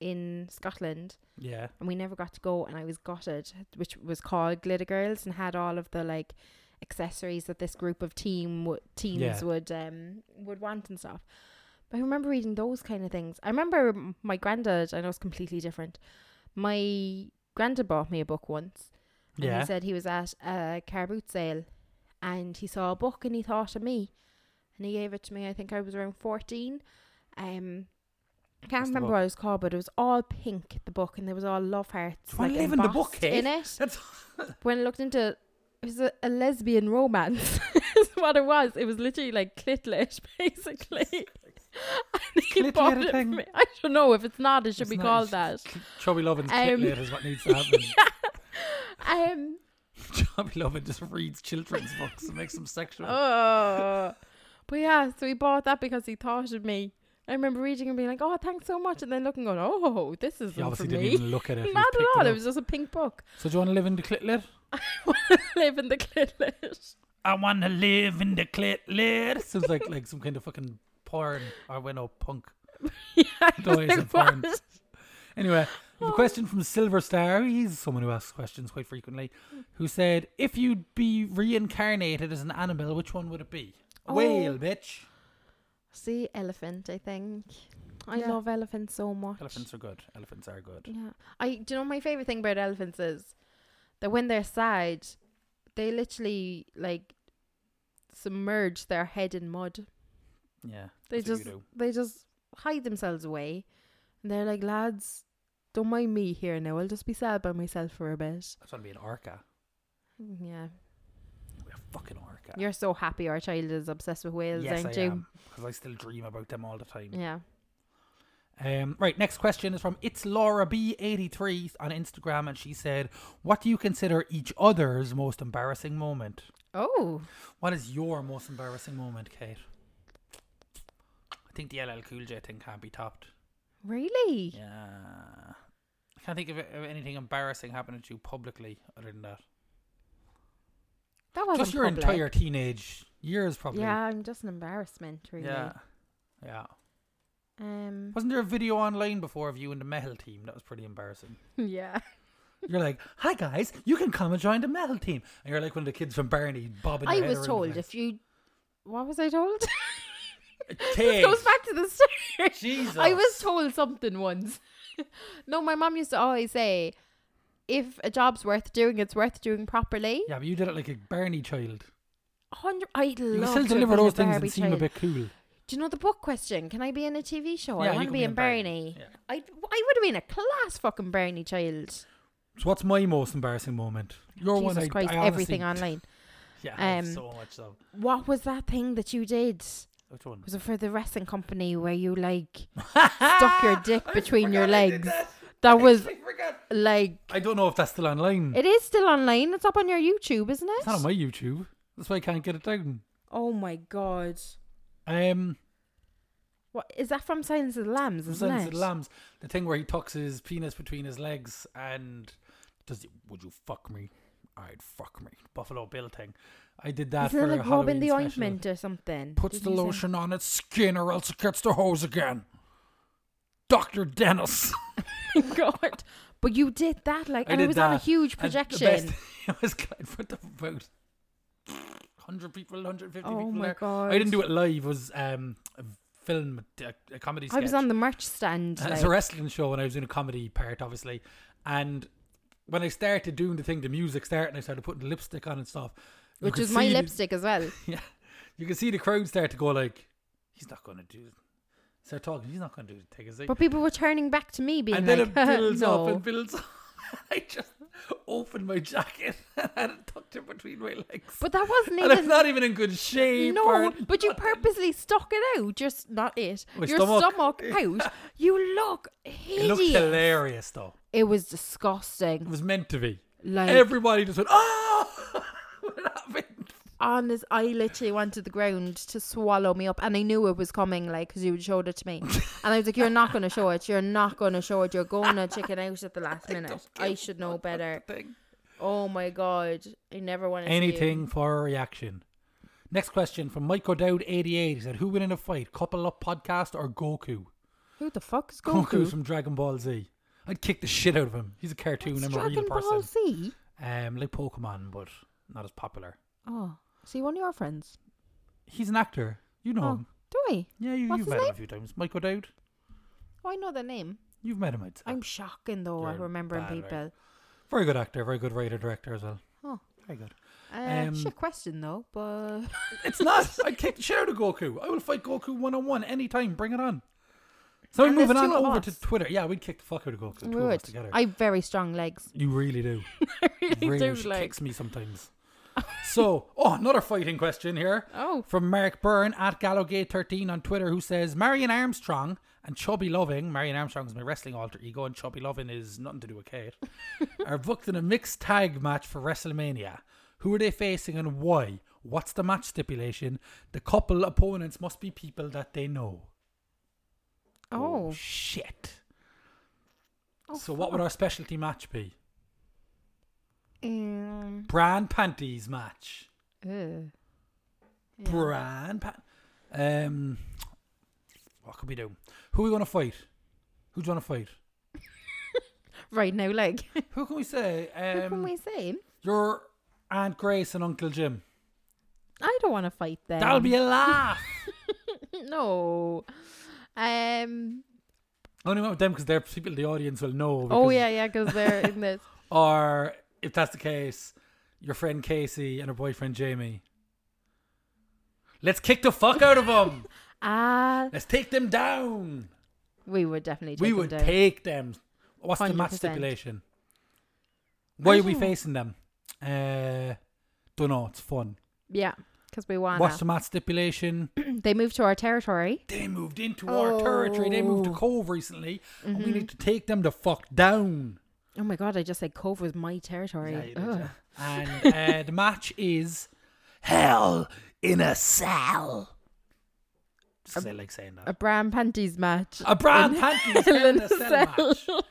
[SPEAKER 2] in Scotland,
[SPEAKER 1] Yeah.
[SPEAKER 2] and we never got to go, and I was gutted, which was called Glitter Girls, and had all of the like accessories that this group of team w- teens
[SPEAKER 1] Yeah.
[SPEAKER 2] would um would want and stuff. But I remember reading those kind of things. I remember m- my granddad. I know it's completely different. My granddad bought me a book once. And
[SPEAKER 1] Yeah.
[SPEAKER 2] he said he was at a car boot sale and he saw a book and he thought of me. And he gave it to me. I think I was around 14. Um, I can't
[SPEAKER 1] What's the
[SPEAKER 2] remember
[SPEAKER 1] book?
[SPEAKER 2] what it was called, but it was all pink, the book, and there was all love hearts
[SPEAKER 1] Do I
[SPEAKER 2] like,
[SPEAKER 1] live in the book,
[SPEAKER 2] embossed
[SPEAKER 1] eh?
[SPEAKER 2] in it.
[SPEAKER 1] That's [laughs]
[SPEAKER 2] When I looked into it, it was a, a lesbian romance, [laughs] is what it was. It was literally like clitlet, [laughs] basically. [laughs] and he
[SPEAKER 1] Clit
[SPEAKER 2] bought
[SPEAKER 1] lit a
[SPEAKER 2] it for
[SPEAKER 1] thing?
[SPEAKER 2] me. I don't know if it's not, it should
[SPEAKER 1] It's
[SPEAKER 2] be
[SPEAKER 1] not-
[SPEAKER 2] called that. [laughs]
[SPEAKER 1] Chubby Lovin'
[SPEAKER 2] Um,
[SPEAKER 1] um, late is what needs to
[SPEAKER 2] [laughs]
[SPEAKER 1] happen.
[SPEAKER 2] Um,
[SPEAKER 1] Chubby Lovin' just reads children's books and makes
[SPEAKER 2] [laughs]
[SPEAKER 1] them sexual.
[SPEAKER 2] Oh. But yeah, so he bought that because he thought of me. I remember reading and being like, oh, thanks so much. And then looking, going, oh, this isn't
[SPEAKER 1] he obviously
[SPEAKER 2] for
[SPEAKER 1] didn't
[SPEAKER 2] me.
[SPEAKER 1] even look
[SPEAKER 2] [laughs]
[SPEAKER 1] at it. he
[SPEAKER 2] Not
[SPEAKER 1] picked
[SPEAKER 2] at all. It,
[SPEAKER 1] up.
[SPEAKER 2] was just a pink book. [laughs]
[SPEAKER 1] So do you want to live in the clitlet?
[SPEAKER 2] Live in the clitlet.
[SPEAKER 1] I want to live in the clitlet. [laughs] Sounds like like some kind of fucking porn. Or when no
[SPEAKER 2] [laughs]
[SPEAKER 1] punk.
[SPEAKER 2] [laughs] yeah,
[SPEAKER 1] No, it isn't
[SPEAKER 2] like,
[SPEAKER 1] porn.
[SPEAKER 2] what?
[SPEAKER 1] Anyway, the
[SPEAKER 2] Oh.
[SPEAKER 1] question from Silver Star. He's someone who asks questions quite frequently. Who said if you'd be reincarnated as an animal, which one would it be? A
[SPEAKER 2] Oh.
[SPEAKER 1] Whale, bitch.
[SPEAKER 2] See, elephant, I think. I
[SPEAKER 1] Yeah.
[SPEAKER 2] love elephants so much.
[SPEAKER 1] Elephants are good. Elephants are good.
[SPEAKER 2] Yeah. I do you know my favorite thing about elephants is that when they're sad, they literally like submerge their head in mud.
[SPEAKER 1] Yeah.
[SPEAKER 2] They
[SPEAKER 1] that's what
[SPEAKER 2] just
[SPEAKER 1] you do.
[SPEAKER 2] they just hide themselves away. And they're like, lads, don't mind me here now. I'll just be sad by myself for a bit.
[SPEAKER 1] That's gonna be an orca.
[SPEAKER 2] Yeah.
[SPEAKER 1] We're a fucking orca.
[SPEAKER 2] You're so happy our child is obsessed with whales,
[SPEAKER 1] yes,
[SPEAKER 2] aren't
[SPEAKER 1] I
[SPEAKER 2] you?
[SPEAKER 1] am. Because I still dream about them all the time.
[SPEAKER 2] Yeah.
[SPEAKER 1] Um, right, next question is from It's Laura B83 on Instagram, and she said, What do you consider each other's most embarrassing moment?
[SPEAKER 2] Oh.
[SPEAKER 1] What is your most embarrassing moment, Kate? I think the LL Cool J thing can't be topped.
[SPEAKER 2] Really?
[SPEAKER 1] Yeah. I can't think of uh, of anything embarrassing happening to you publicly other than that.
[SPEAKER 2] That wasn't
[SPEAKER 1] Just your
[SPEAKER 2] public.
[SPEAKER 1] entire teenage years, probably.
[SPEAKER 2] Yeah, I'm just an embarrassment, really.
[SPEAKER 1] Yeah. Yeah.
[SPEAKER 2] Um.
[SPEAKER 1] Wasn't there a video online before of you and the Metal team? That was pretty embarrassing.
[SPEAKER 2] [laughs] Yeah.
[SPEAKER 1] You're like, hi guys, you can come and join the metal team. And you're like one of the kids from Barney bobbing
[SPEAKER 2] I
[SPEAKER 1] their head
[SPEAKER 2] was
[SPEAKER 1] around the
[SPEAKER 2] told
[SPEAKER 1] place.
[SPEAKER 2] if you. What was I told? [laughs]
[SPEAKER 1] [laughs] Kate.
[SPEAKER 2] this goes back to the story.
[SPEAKER 1] Jesus.
[SPEAKER 2] I was told something once. [laughs] no, my mom used to always say, if a job's worth doing, it's worth doing properly.
[SPEAKER 1] Yeah, but you did it like a Barney child.
[SPEAKER 2] Hundred. I love
[SPEAKER 1] You can still
[SPEAKER 2] to
[SPEAKER 1] deliver
[SPEAKER 2] have been
[SPEAKER 1] those
[SPEAKER 2] a
[SPEAKER 1] things
[SPEAKER 2] Barbie
[SPEAKER 1] and seem a
[SPEAKER 2] child.
[SPEAKER 1] bit cool.
[SPEAKER 2] Do you know the book question? Can I be in a TV show?
[SPEAKER 1] Yeah,
[SPEAKER 2] I
[SPEAKER 1] you
[SPEAKER 2] want to
[SPEAKER 1] could
[SPEAKER 2] be in Barney.
[SPEAKER 1] Yeah.
[SPEAKER 2] I, I would have been a class fucking Barney child.
[SPEAKER 1] So what's my most embarrassing moment? Your one,
[SPEAKER 2] Jesus
[SPEAKER 1] I,
[SPEAKER 2] Christ,
[SPEAKER 1] I honestly-
[SPEAKER 2] everything online.
[SPEAKER 1] [laughs] Yeah, I have
[SPEAKER 2] Um,
[SPEAKER 1] so much so.
[SPEAKER 2] What was that thing that you did?
[SPEAKER 1] Which one?
[SPEAKER 2] Was it for the wrestling company where you
[SPEAKER 1] [laughs]
[SPEAKER 2] like [laughs] stuck your dick between your legs? That. was like
[SPEAKER 1] I don't know if that's still online.
[SPEAKER 2] it is still online. It's up on your YouTube, isn't it?
[SPEAKER 1] It's not on my YouTube. That's why I can't get it down.
[SPEAKER 2] oh my god!
[SPEAKER 1] Um,
[SPEAKER 2] What is that from Silence of the Lambs? Isn't
[SPEAKER 1] Silence
[SPEAKER 2] it?
[SPEAKER 1] of the Lambs, the thing where he tucks his penis between his legs and does it, would you fuck me? I'd fuck me. Buffalo Bill thing. I did that
[SPEAKER 2] Isn't
[SPEAKER 1] for
[SPEAKER 2] it like
[SPEAKER 1] a
[SPEAKER 2] rubbing
[SPEAKER 1] Halloween
[SPEAKER 2] the
[SPEAKER 1] special.
[SPEAKER 2] ointment or something?
[SPEAKER 1] Puts
[SPEAKER 2] Did
[SPEAKER 1] the
[SPEAKER 2] you say-
[SPEAKER 1] lotion on its skin or else it gets the hose again.
[SPEAKER 2] [laughs]
[SPEAKER 1] Dr. Dennis.
[SPEAKER 2] Oh God, but you did that like,
[SPEAKER 1] I
[SPEAKER 2] and it
[SPEAKER 1] did
[SPEAKER 2] was on a
[SPEAKER 1] that,
[SPEAKER 2] huge
[SPEAKER 1] And the best
[SPEAKER 2] projection.
[SPEAKER 1] thing [laughs] was Clyde put the about 100 people, 150
[SPEAKER 2] Oh
[SPEAKER 1] people
[SPEAKER 2] my
[SPEAKER 1] there.
[SPEAKER 2] god!
[SPEAKER 1] I didn't do it live. It was um, a film, a, a comedy sketch.
[SPEAKER 2] I was on the merch stand.
[SPEAKER 1] And
[SPEAKER 2] like-
[SPEAKER 1] It's a wrestling show and I was doing a comedy part, obviously. And when I started doing the thing, the music started and I started putting lipstick on and stuff. you
[SPEAKER 2] which
[SPEAKER 1] could
[SPEAKER 2] was my
[SPEAKER 1] see the-
[SPEAKER 2] lipstick as well.
[SPEAKER 1] yeah. You can see the crowd start to go like, he's not going to do it. Start talking, he's not going to do the thing, is he?
[SPEAKER 2] But people were turning back to me, being
[SPEAKER 1] and
[SPEAKER 2] like, [laughs]
[SPEAKER 1] then it builds
[SPEAKER 2] "No."
[SPEAKER 1] up and builds up. [laughs] I just opened my jacket [laughs] and had it tucked in between my legs.
[SPEAKER 2] but that wasn't
[SPEAKER 1] and I'm
[SPEAKER 2] even.
[SPEAKER 1] not even in good shape.
[SPEAKER 2] No,
[SPEAKER 1] or-
[SPEAKER 2] but you purposely stuck it out. Just not it.
[SPEAKER 1] My
[SPEAKER 2] Your stomach,
[SPEAKER 1] stomach.
[SPEAKER 2] out. You look
[SPEAKER 1] It looked
[SPEAKER 2] hideous.
[SPEAKER 1] hilarious though.
[SPEAKER 2] It was
[SPEAKER 1] It
[SPEAKER 2] disgusting.
[SPEAKER 1] was meant to be.
[SPEAKER 2] Like
[SPEAKER 1] Everybody just went, [laughs] oh! What happened?
[SPEAKER 2] honest, I literally wanted the ground to swallow me up, and I knew it was coming, like because you showed it to
[SPEAKER 1] [laughs]
[SPEAKER 2] me, and I was like, "You're not gonna show it. You're not gonna show it. You're gonna chicken out at the
[SPEAKER 1] [laughs]
[SPEAKER 2] last minute. I, should know better."
[SPEAKER 1] Thing.
[SPEAKER 2] Oh my god, I never want to
[SPEAKER 1] Anything for a reaction. Next question from Mike O'Dowd88. He said, Who would in a fight, Couple Up Podcast or Goku?
[SPEAKER 2] Who the fuck is
[SPEAKER 1] Goku's
[SPEAKER 2] Goku?
[SPEAKER 1] from Dragon Ball Z. I'd kick the shit out of him. He's a cartoon,
[SPEAKER 2] It's
[SPEAKER 1] I'm a real
[SPEAKER 2] Dragon
[SPEAKER 1] person.
[SPEAKER 2] Ball Z.
[SPEAKER 1] Um, like Pokemon, but not as popular.
[SPEAKER 2] Oh, see one of your friends?
[SPEAKER 1] He's an actor. You know
[SPEAKER 2] Oh,
[SPEAKER 1] him.
[SPEAKER 2] do I?
[SPEAKER 1] Yeah, you,
[SPEAKER 2] What's
[SPEAKER 1] you've
[SPEAKER 2] his
[SPEAKER 1] met him a
[SPEAKER 2] name?
[SPEAKER 1] few times. Mike O'Dowd.
[SPEAKER 2] Oh, I know the name.
[SPEAKER 1] You've met him, I'd say.
[SPEAKER 2] I'm shocking though.
[SPEAKER 1] Ah. You're
[SPEAKER 2] at remembering
[SPEAKER 1] bad, right?
[SPEAKER 2] people.
[SPEAKER 1] Very good actor, very good writer, director as well.
[SPEAKER 2] Oh.
[SPEAKER 1] Very good.
[SPEAKER 2] Uh,
[SPEAKER 1] Um,
[SPEAKER 2] shit question though, but
[SPEAKER 1] It's not. I'd kick the shit out of Goku. I will fight Goku one on one anytime. Bring it on. So
[SPEAKER 2] And
[SPEAKER 1] we're
[SPEAKER 2] there's
[SPEAKER 1] moving on
[SPEAKER 2] two of
[SPEAKER 1] over
[SPEAKER 2] us.
[SPEAKER 1] to Twitter. Yeah, we'd kick the fuck out of Goku. The [laughs] two of us
[SPEAKER 2] Rude.
[SPEAKER 1] together.
[SPEAKER 2] I have very strong legs. [laughs]
[SPEAKER 1] you really do.
[SPEAKER 2] I really,
[SPEAKER 1] really,
[SPEAKER 2] do
[SPEAKER 1] she
[SPEAKER 2] like.
[SPEAKER 1] kicks
[SPEAKER 2] [laughs]
[SPEAKER 1] me sometimes. so, oh, another fighting question here
[SPEAKER 2] Oh,
[SPEAKER 1] from Mark Byrne at Gallowgate13 on Twitter, who says Marion Armstrong and Chubby Loving. Marion Armstrong is my wrestling alter ego, and Chubby Loving is nothing to do
[SPEAKER 2] [laughs]
[SPEAKER 1] with Kate. are booked in a mixed tag match for WrestleMania. Who are they facing and why? What's the match stipulation? The couple opponents must be people that they know.
[SPEAKER 2] oh.
[SPEAKER 1] shit!
[SPEAKER 2] Oh,
[SPEAKER 1] so, what would our specialty match be?
[SPEAKER 2] Um,
[SPEAKER 1] Brand panties match.
[SPEAKER 2] ugh. Yeah.
[SPEAKER 1] Brand Pat. Um, what could we do? Who are we going to fight? Who do you want to fight?
[SPEAKER 2] Right now, like, [laughs]
[SPEAKER 1] Who can we say? Um,
[SPEAKER 2] who can we say?
[SPEAKER 1] Your Aunt Grace and Uncle Jim.
[SPEAKER 2] Um. I don't want to fight them.
[SPEAKER 1] That'll be a laugh.
[SPEAKER 2] [laughs] No. Um.
[SPEAKER 1] I only went with them because they're people in the audience will know.
[SPEAKER 2] Oh
[SPEAKER 1] because-
[SPEAKER 2] yeah, yeah, because they're in
[SPEAKER 1] [laughs]
[SPEAKER 2] this.
[SPEAKER 1] Or if that's the case, your friend Casey and her boyfriend Jamie. Let's kick the fuck out of them.
[SPEAKER 2] Ah,
[SPEAKER 1] Let's take them down.
[SPEAKER 2] we would definitely. Take
[SPEAKER 1] we
[SPEAKER 2] them
[SPEAKER 1] would
[SPEAKER 2] down.
[SPEAKER 1] take them. What's the match
[SPEAKER 2] 100%.
[SPEAKER 1] stipulation? Why are we
[SPEAKER 2] dunno.
[SPEAKER 1] facing them? Uh, don't know. It's fun.
[SPEAKER 2] Yeah, because we want.
[SPEAKER 1] What's the match stipulation?
[SPEAKER 2] [clears throat]
[SPEAKER 1] [clears throat]
[SPEAKER 2] They moved to our territory.
[SPEAKER 1] They moved into
[SPEAKER 2] Oh.
[SPEAKER 1] our territory. They moved to Cove recently,
[SPEAKER 2] Mm-hmm.
[SPEAKER 1] and we need to take them the fuck down.
[SPEAKER 2] Oh my god! I just said Cove was my territory. Ugh.
[SPEAKER 1] And
[SPEAKER 2] [laughs]
[SPEAKER 1] uh, the match is Hell in a Cell. Just 'cause I like saying
[SPEAKER 2] A
[SPEAKER 1] that.
[SPEAKER 2] bra and panties
[SPEAKER 1] [laughs]
[SPEAKER 2] match.
[SPEAKER 1] A
[SPEAKER 2] [laughs]
[SPEAKER 1] bra and panties Hell in a Cell match.
[SPEAKER 2] oh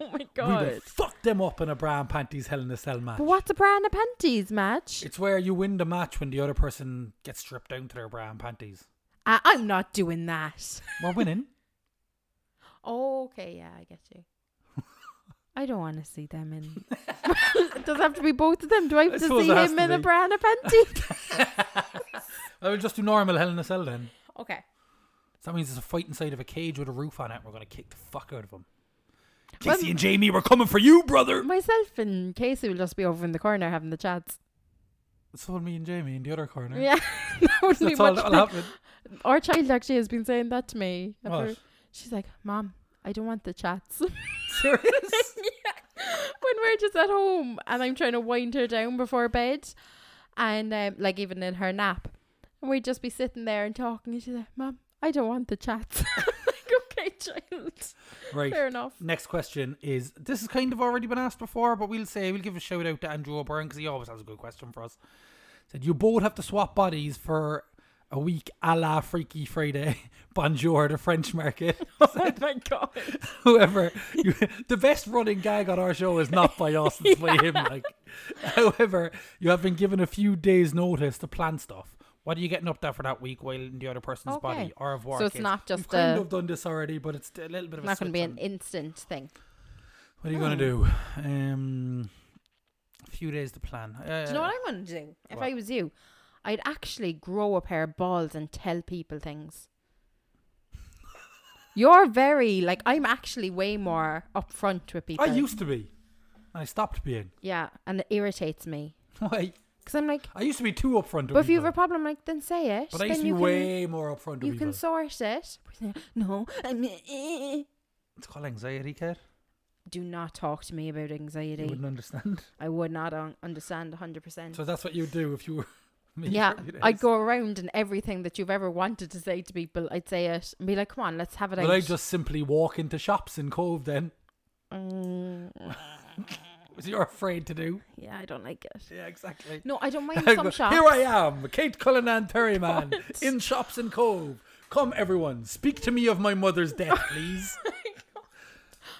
[SPEAKER 2] my
[SPEAKER 1] We
[SPEAKER 2] god!
[SPEAKER 1] would fuck them up in a bra and panties Hell in a Cell match.
[SPEAKER 2] But what's a bra and a panties match?
[SPEAKER 1] It's where you win the match when the other person gets stripped down to their bra and panties.
[SPEAKER 2] I- I'm not doing that.
[SPEAKER 1] We're [laughs] winning.
[SPEAKER 2] Oh, Okay, yeah, I get
[SPEAKER 1] [laughs]
[SPEAKER 2] you. I don't want to see them in. it does have to be both of them. Do I have
[SPEAKER 1] I
[SPEAKER 2] to
[SPEAKER 1] suppose
[SPEAKER 2] see
[SPEAKER 1] it has
[SPEAKER 2] him
[SPEAKER 1] to
[SPEAKER 2] in a
[SPEAKER 1] be.
[SPEAKER 2] bra and a
[SPEAKER 1] [laughs]
[SPEAKER 2] panty?
[SPEAKER 1] I will just do normal Hell in a Cell then.
[SPEAKER 2] okay.
[SPEAKER 1] So that means there's a fight inside of a cage with a roof on it, and we're going to kick the fuck out of them.
[SPEAKER 2] Well-
[SPEAKER 1] Casey and Jamie, we're coming for you, brother.
[SPEAKER 2] Myself and Casey will just be over in the corner having the chats.
[SPEAKER 1] So will me and Jamie in the other corner.
[SPEAKER 2] Yeah, [laughs] that wouldn't be
[SPEAKER 1] That's all
[SPEAKER 2] much.
[SPEAKER 1] that'll
[SPEAKER 2] thing. [laughs]
[SPEAKER 1] happen.
[SPEAKER 2] Our child actually has been saying that to me. Of her-
[SPEAKER 1] What?
[SPEAKER 2] She's like, "Mom, I don't want the chats." [laughs]
[SPEAKER 1] Serious?
[SPEAKER 2] when we're just at home and I'm trying to wind her down before bed and um, like even in her nap and we'd just be sitting there and talking and she's like mom I don't want the chats [laughs] like okay child
[SPEAKER 1] [laughs] right.
[SPEAKER 2] fair enough
[SPEAKER 1] Next question is this has kind of already been asked before, but we'll say we'll give a shout out to Andrew O'Brien because he always has a good question for us. Said you both have to swap bodies for a week a la Freaky Friday. [laughs] Bonjour, the French market.
[SPEAKER 2] [laughs] oh my
[SPEAKER 1] [laughs]
[SPEAKER 2] god
[SPEAKER 1] However, you, the best running gag on our show is not by us,
[SPEAKER 2] [laughs]
[SPEAKER 1] it's by him. Like, however, you have been given a few days' notice to plan stuff. What are you getting up there for that week while in the other person's body
[SPEAKER 2] Okay.
[SPEAKER 1] or of work?
[SPEAKER 2] So it's
[SPEAKER 1] is?
[SPEAKER 2] not
[SPEAKER 1] We've
[SPEAKER 2] just
[SPEAKER 1] kind
[SPEAKER 2] a-
[SPEAKER 1] of done this already, but it's a little bit of a
[SPEAKER 2] not going to
[SPEAKER 1] switch
[SPEAKER 2] be
[SPEAKER 1] on.
[SPEAKER 2] an instant thing
[SPEAKER 1] What are you
[SPEAKER 2] Hmm.
[SPEAKER 1] gonna do? Um, a few days to plan. Uh,
[SPEAKER 2] do you know what I'm going to do if
[SPEAKER 1] What?
[SPEAKER 2] I was you I'd actually grow a pair of balls and tell people
[SPEAKER 1] [laughs]
[SPEAKER 2] things you're very like I'm actually way more upfront with people
[SPEAKER 1] I used to be. I stopped being. [laughs]
[SPEAKER 2] yeah and it irritates me
[SPEAKER 1] Why?
[SPEAKER 2] because I'm like
[SPEAKER 1] I used to be too upfront. with
[SPEAKER 2] But if you have
[SPEAKER 1] people,
[SPEAKER 2] a problem, like then say it.
[SPEAKER 1] but
[SPEAKER 2] then
[SPEAKER 1] I used to be
[SPEAKER 2] you
[SPEAKER 1] way more upfront. with
[SPEAKER 2] can, you
[SPEAKER 1] people.
[SPEAKER 2] can sort it. [laughs] No, I mean, eh.
[SPEAKER 1] it's called anxiety, kid.
[SPEAKER 2] [laughs] do not talk to me about
[SPEAKER 1] You
[SPEAKER 2] anxiety. [laughs]
[SPEAKER 1] wouldn't understand.
[SPEAKER 2] I would not un- understand hundred percent.
[SPEAKER 1] So that's what you do if you were. [laughs] Me
[SPEAKER 2] Yeah,
[SPEAKER 1] for a few
[SPEAKER 2] I'd
[SPEAKER 1] days.
[SPEAKER 2] go around and everything that you've ever wanted to say to people, I'd say it and be like, "Come on, let's have it
[SPEAKER 1] But
[SPEAKER 2] out."
[SPEAKER 1] I just simply walk into shops in Cove. Then [laughs]
[SPEAKER 2] Mm,
[SPEAKER 1] which you're afraid to do.
[SPEAKER 2] yeah, I don't like it.
[SPEAKER 1] Yeah, exactly. [laughs]
[SPEAKER 2] No, I don't mind
[SPEAKER 1] I
[SPEAKER 2] some
[SPEAKER 1] go,
[SPEAKER 2] shops.
[SPEAKER 1] Here I am, Kate Cullinan
[SPEAKER 2] [laughs]
[SPEAKER 1] Terry man
[SPEAKER 2] God.
[SPEAKER 1] in Shops and Cove. Come everyone, speak to me of my
[SPEAKER 2] [laughs]
[SPEAKER 1] mother's death, please.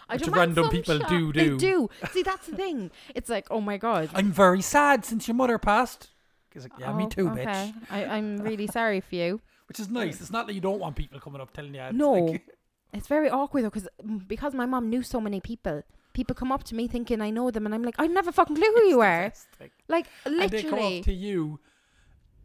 [SPEAKER 2] I
[SPEAKER 1] Which
[SPEAKER 2] don't mind
[SPEAKER 1] random
[SPEAKER 2] some
[SPEAKER 1] people
[SPEAKER 2] shop-
[SPEAKER 1] do
[SPEAKER 2] They
[SPEAKER 1] do.
[SPEAKER 2] do. See, that's the thing. It's like, oh my god.
[SPEAKER 1] I'm very sad since your mother passed. He's like, [laughs] yeah, me
[SPEAKER 2] Oh,
[SPEAKER 1] too, bitch.
[SPEAKER 2] okay. I, I'm really sorry for you.
[SPEAKER 1] Which is nice. It's not that you don't want people coming up telling you. It's
[SPEAKER 2] No,
[SPEAKER 1] like- [laughs]
[SPEAKER 2] it's very awkward though, cause, mm, because my mom knew so many people. People come up to me thinking I know them, and I'm like, I never fucking clue who you are.
[SPEAKER 1] It's like-
[SPEAKER 2] Like
[SPEAKER 1] and they come
[SPEAKER 2] literally,
[SPEAKER 1] up to you,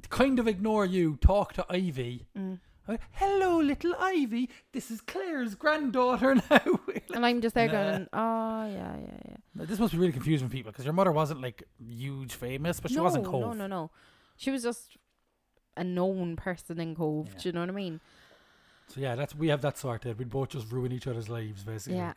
[SPEAKER 1] kind of ignore you, talk to Ivy.
[SPEAKER 2] Mm.
[SPEAKER 1] Uh, Hello, little Ivy. This is Claire's granddaughter [laughs] now.
[SPEAKER 2] and I'm just there going, oh yeah, yeah, yeah.
[SPEAKER 1] this must be really confusing for people because your mother wasn't like huge famous, but she
[SPEAKER 2] no,
[SPEAKER 1] wasn't cold.
[SPEAKER 2] no, no, no. She was just a known person in Cove. Do you know what I mean?
[SPEAKER 1] So yeah, that's we have that sorted. We'd both just ruin each other's lives basically.
[SPEAKER 2] Yeah.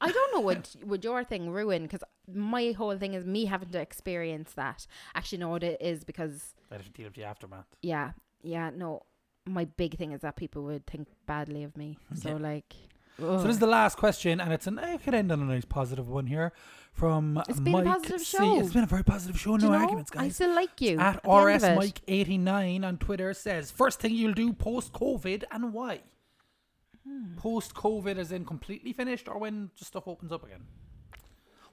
[SPEAKER 2] I don't know what [laughs] would your thing ruin because my whole thing is me having to experience that. Actually, no, it is because
[SPEAKER 1] I'd have to deal with the aftermath.
[SPEAKER 2] yeah, yeah, no. My big thing is that people would think badly of me. So
[SPEAKER 1] Yeah.
[SPEAKER 2] like,
[SPEAKER 1] So
[SPEAKER 2] ugh.
[SPEAKER 1] this is the last question, and it's an I could end on a nice positive one here from
[SPEAKER 2] It's been a
[SPEAKER 1] Mike
[SPEAKER 2] positive
[SPEAKER 1] C.
[SPEAKER 2] show.
[SPEAKER 1] It's been a very positive show.
[SPEAKER 2] Do
[SPEAKER 1] No
[SPEAKER 2] you know?
[SPEAKER 1] arguments,
[SPEAKER 2] I
[SPEAKER 1] guys.
[SPEAKER 2] still like you.
[SPEAKER 1] At
[SPEAKER 2] the end
[SPEAKER 1] RS
[SPEAKER 2] of it.
[SPEAKER 1] Mike eighty nine on Twitter says first thing you'll do post COVID and why.
[SPEAKER 2] Hmm.
[SPEAKER 1] Post COVID as in completely finished, or when just stuff opens up again.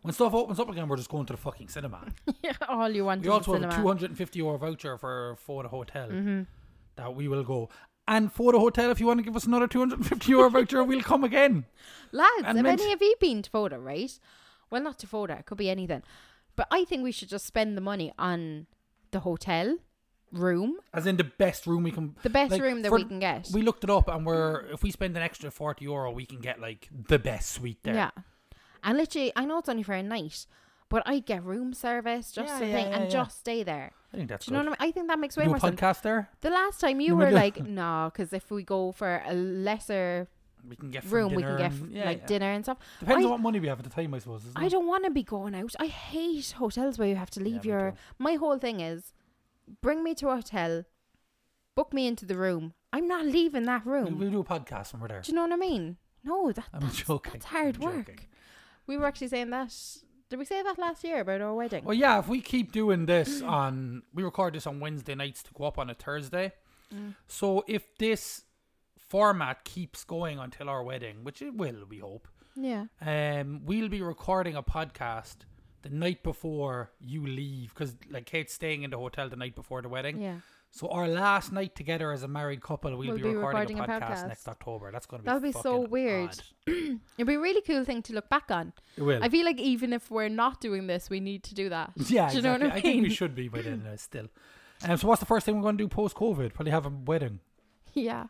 [SPEAKER 1] When stuff opens up again, we're just going to the fucking cinema.
[SPEAKER 2] [laughs] [laughs] Yeah, all you want.
[SPEAKER 1] We
[SPEAKER 2] is a
[SPEAKER 1] also have a
[SPEAKER 2] cinema. Mm-hmm.
[SPEAKER 1] 250 euro voucher for for the hotel that we will go. And for the hotel, if you want to give us another 250 euro voucher, we'll come again.
[SPEAKER 2] Lads,
[SPEAKER 1] and
[SPEAKER 2] have
[SPEAKER 1] mint.
[SPEAKER 2] any of you been to Foda, right? Well, not to Foda. It could be anything. But I think we should just spend the money on the hotel room,
[SPEAKER 1] As in the best room we can.
[SPEAKER 2] the best
[SPEAKER 1] like,
[SPEAKER 2] room that
[SPEAKER 1] for-
[SPEAKER 2] we can get.
[SPEAKER 1] We looked it up, and we're if we spend an extra forty euro, we can get like the best suite there.
[SPEAKER 2] Yeah. And literally, I know it's only for a night, but I get room service, just
[SPEAKER 1] Yeah,
[SPEAKER 2] something,
[SPEAKER 1] yeah, yeah,
[SPEAKER 2] and
[SPEAKER 1] yeah.
[SPEAKER 2] just stay there.
[SPEAKER 1] I think that's
[SPEAKER 2] Do you know
[SPEAKER 1] good.
[SPEAKER 2] what I mean? I think that makes way
[SPEAKER 1] Do
[SPEAKER 2] more
[SPEAKER 1] a
[SPEAKER 2] sense.
[SPEAKER 1] podcast there.
[SPEAKER 2] The last time you
[SPEAKER 1] No, we
[SPEAKER 2] were
[SPEAKER 1] do.
[SPEAKER 2] like, no, because if we go for a lesser
[SPEAKER 1] We can get from
[SPEAKER 2] room, we can
[SPEAKER 1] dinner
[SPEAKER 2] get
[SPEAKER 1] and-
[SPEAKER 2] f-
[SPEAKER 1] yeah,
[SPEAKER 2] like
[SPEAKER 1] yeah.
[SPEAKER 2] dinner and stuff.
[SPEAKER 1] Depends
[SPEAKER 2] I-
[SPEAKER 1] on what money we have at the time, I suppose. Isn't
[SPEAKER 2] I
[SPEAKER 1] it?
[SPEAKER 2] don't want to be going out. I hate hotels where you have to leave
[SPEAKER 1] Mm. me
[SPEAKER 2] your.
[SPEAKER 1] too.
[SPEAKER 2] My whole thing is, bring me to a hotel, book me into the room. I'm not leaving that
[SPEAKER 1] We-
[SPEAKER 2] room.
[SPEAKER 1] We'll do a podcast when we're there.
[SPEAKER 2] Do you know what I mean? No, that,
[SPEAKER 1] I'm
[SPEAKER 2] that's,
[SPEAKER 1] joking,
[SPEAKER 2] that's hard
[SPEAKER 1] I'm
[SPEAKER 2] work.
[SPEAKER 1] joking.
[SPEAKER 2] We were actually saying that. Did we say that last year about our wedding?
[SPEAKER 1] Well, yeah, if we keep doing this on, we record this on Wednesday nights to go up on a Thursday.
[SPEAKER 2] Mm.
[SPEAKER 1] So if this format keeps going until our wedding, which it will, we hope,
[SPEAKER 2] yeah.
[SPEAKER 1] um, we'll be recording a podcast the night before you leave because like Kate's staying in the hotel the night before the wedding.
[SPEAKER 2] Yeah.
[SPEAKER 1] So our last night together as a married couple, we'll,
[SPEAKER 2] We'll
[SPEAKER 1] be,
[SPEAKER 2] be
[SPEAKER 1] recording,
[SPEAKER 2] recording
[SPEAKER 1] a,
[SPEAKER 2] a
[SPEAKER 1] podcast,
[SPEAKER 2] podcast.
[SPEAKER 1] next October. That's going to be
[SPEAKER 2] That'll be so
[SPEAKER 1] fucking
[SPEAKER 2] weird.
[SPEAKER 1] odd.
[SPEAKER 2] It'd be a really cool thing to look back on.
[SPEAKER 1] It will.
[SPEAKER 2] I feel like even if we're not doing this, we need to do that.
[SPEAKER 1] [laughs] Yeah,
[SPEAKER 2] Do you
[SPEAKER 1] exactly.
[SPEAKER 2] know what I
[SPEAKER 1] I think we
[SPEAKER 2] mean?
[SPEAKER 1] should be by
[SPEAKER 2] [laughs]
[SPEAKER 1] then uh, still. Um, so what's the first thing we're going to do post COVID? Probably have a wedding.
[SPEAKER 2] Yeah.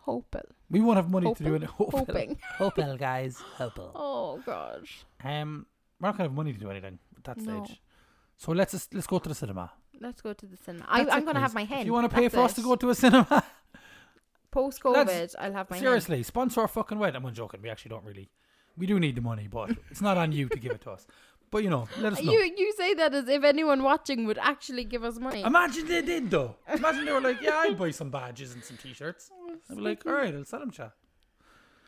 [SPEAKER 2] Hoping.
[SPEAKER 1] We won't have money to do
[SPEAKER 2] Hoping.
[SPEAKER 1] any [laughs] Hoping.
[SPEAKER 2] Hoping.
[SPEAKER 1] Hoping, guys. Hoping.
[SPEAKER 2] Oh, gosh.
[SPEAKER 1] Um, we're not going to have money to do anything at that
[SPEAKER 2] No.
[SPEAKER 1] stage. So let's just, let's go to the cinema.
[SPEAKER 2] Let's go to the cinema. I,
[SPEAKER 1] That's
[SPEAKER 2] I'm
[SPEAKER 1] it,
[SPEAKER 2] going to have
[SPEAKER 1] guys.
[SPEAKER 2] my hen.
[SPEAKER 1] If you want to pay for us to go to a cinema,
[SPEAKER 2] Post
[SPEAKER 1] Let's-
[SPEAKER 2] COVID, I'll have my hen.
[SPEAKER 1] seriously, sponsor our fucking wedding. I'm not joking. We actually don't really. We do need the money, but it's not on you to give it to us. But you know, let us know.
[SPEAKER 2] You, you say that as if anyone watching would actually give us money.
[SPEAKER 1] Imagine they did though. Imagine they were like, "Yeah, I'd buy some badges and some t-shirts." I'd be like, "All right, I'll sell them, chat."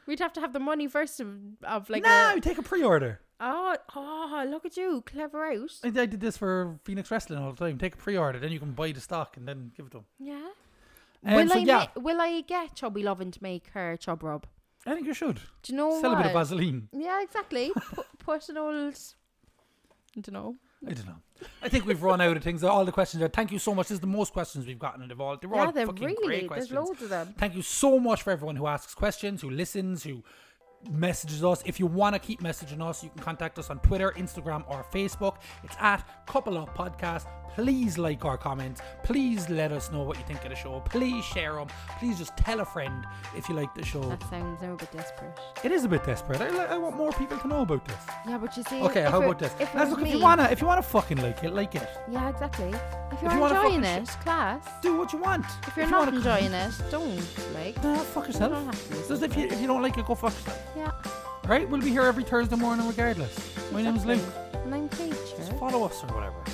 [SPEAKER 2] We'd have to have the money first of, of like.
[SPEAKER 1] no,
[SPEAKER 2] a-
[SPEAKER 1] we take a pre-order.
[SPEAKER 2] oh, oh, look at you. Clever out.
[SPEAKER 1] I, I did this for Phoenix Wrestling all the time. Take a pre-order, then you can buy the stock and then give it to them.
[SPEAKER 2] Yeah.
[SPEAKER 1] Um,
[SPEAKER 2] will,
[SPEAKER 1] so,
[SPEAKER 2] I
[SPEAKER 1] yeah,
[SPEAKER 2] ma- will I get Chubby Lovin' to make her chub rub?
[SPEAKER 1] I think you should
[SPEAKER 2] Do you know
[SPEAKER 1] sell a
[SPEAKER 2] what?
[SPEAKER 1] bit of Vaseline.
[SPEAKER 2] Yeah,
[SPEAKER 1] [laughs]
[SPEAKER 2] exactly. put, put an old. I don't know.
[SPEAKER 1] I don't know. I think we've run out of things. All the questions are. Thank you so much. This is the most questions we've gotten, and they've all they're
[SPEAKER 2] yeah,
[SPEAKER 1] all
[SPEAKER 2] they're
[SPEAKER 1] fucking
[SPEAKER 2] really.
[SPEAKER 1] great
[SPEAKER 2] There's
[SPEAKER 1] questions.
[SPEAKER 2] loads of them.
[SPEAKER 1] Thank you so much for everyone who asks questions, who listens, who messages us. If you want to keep messaging us, you can contact us on Twitter, Instagram, or Facebook. It's at Couple Up Podcast. Please like our comments. Please let us know what you think of the show. Please share them. Please just tell a friend if you like
[SPEAKER 2] [laughs]
[SPEAKER 1] the show.
[SPEAKER 2] That sounds now a bit desperate.
[SPEAKER 1] It is a bit desperate. I, I want more people to know about this.
[SPEAKER 2] Yeah, but you see.
[SPEAKER 1] Okay,
[SPEAKER 2] if
[SPEAKER 1] how
[SPEAKER 2] it-
[SPEAKER 1] about this?
[SPEAKER 2] If, it
[SPEAKER 1] Let's
[SPEAKER 2] was
[SPEAKER 1] look, if you
[SPEAKER 2] me-
[SPEAKER 1] wanna, if you wanna fucking like it, like it.
[SPEAKER 2] Yeah, exactly. If you're
[SPEAKER 1] you wanna
[SPEAKER 2] enjoying
[SPEAKER 1] fucking
[SPEAKER 2] it, class.
[SPEAKER 1] Do what you want.
[SPEAKER 2] If you're not
[SPEAKER 1] wanna-
[SPEAKER 2] enjoying it, don't like.
[SPEAKER 1] Nah, fuck yourself.
[SPEAKER 2] don't have to listen
[SPEAKER 1] Just if you if you don't like it, go fuck yourself.
[SPEAKER 2] Yeah.
[SPEAKER 1] All right, we'll be here every Thursday morning regardless. My name's Luke.
[SPEAKER 2] exactly. And I'm Kate.
[SPEAKER 1] Follow us or whatever.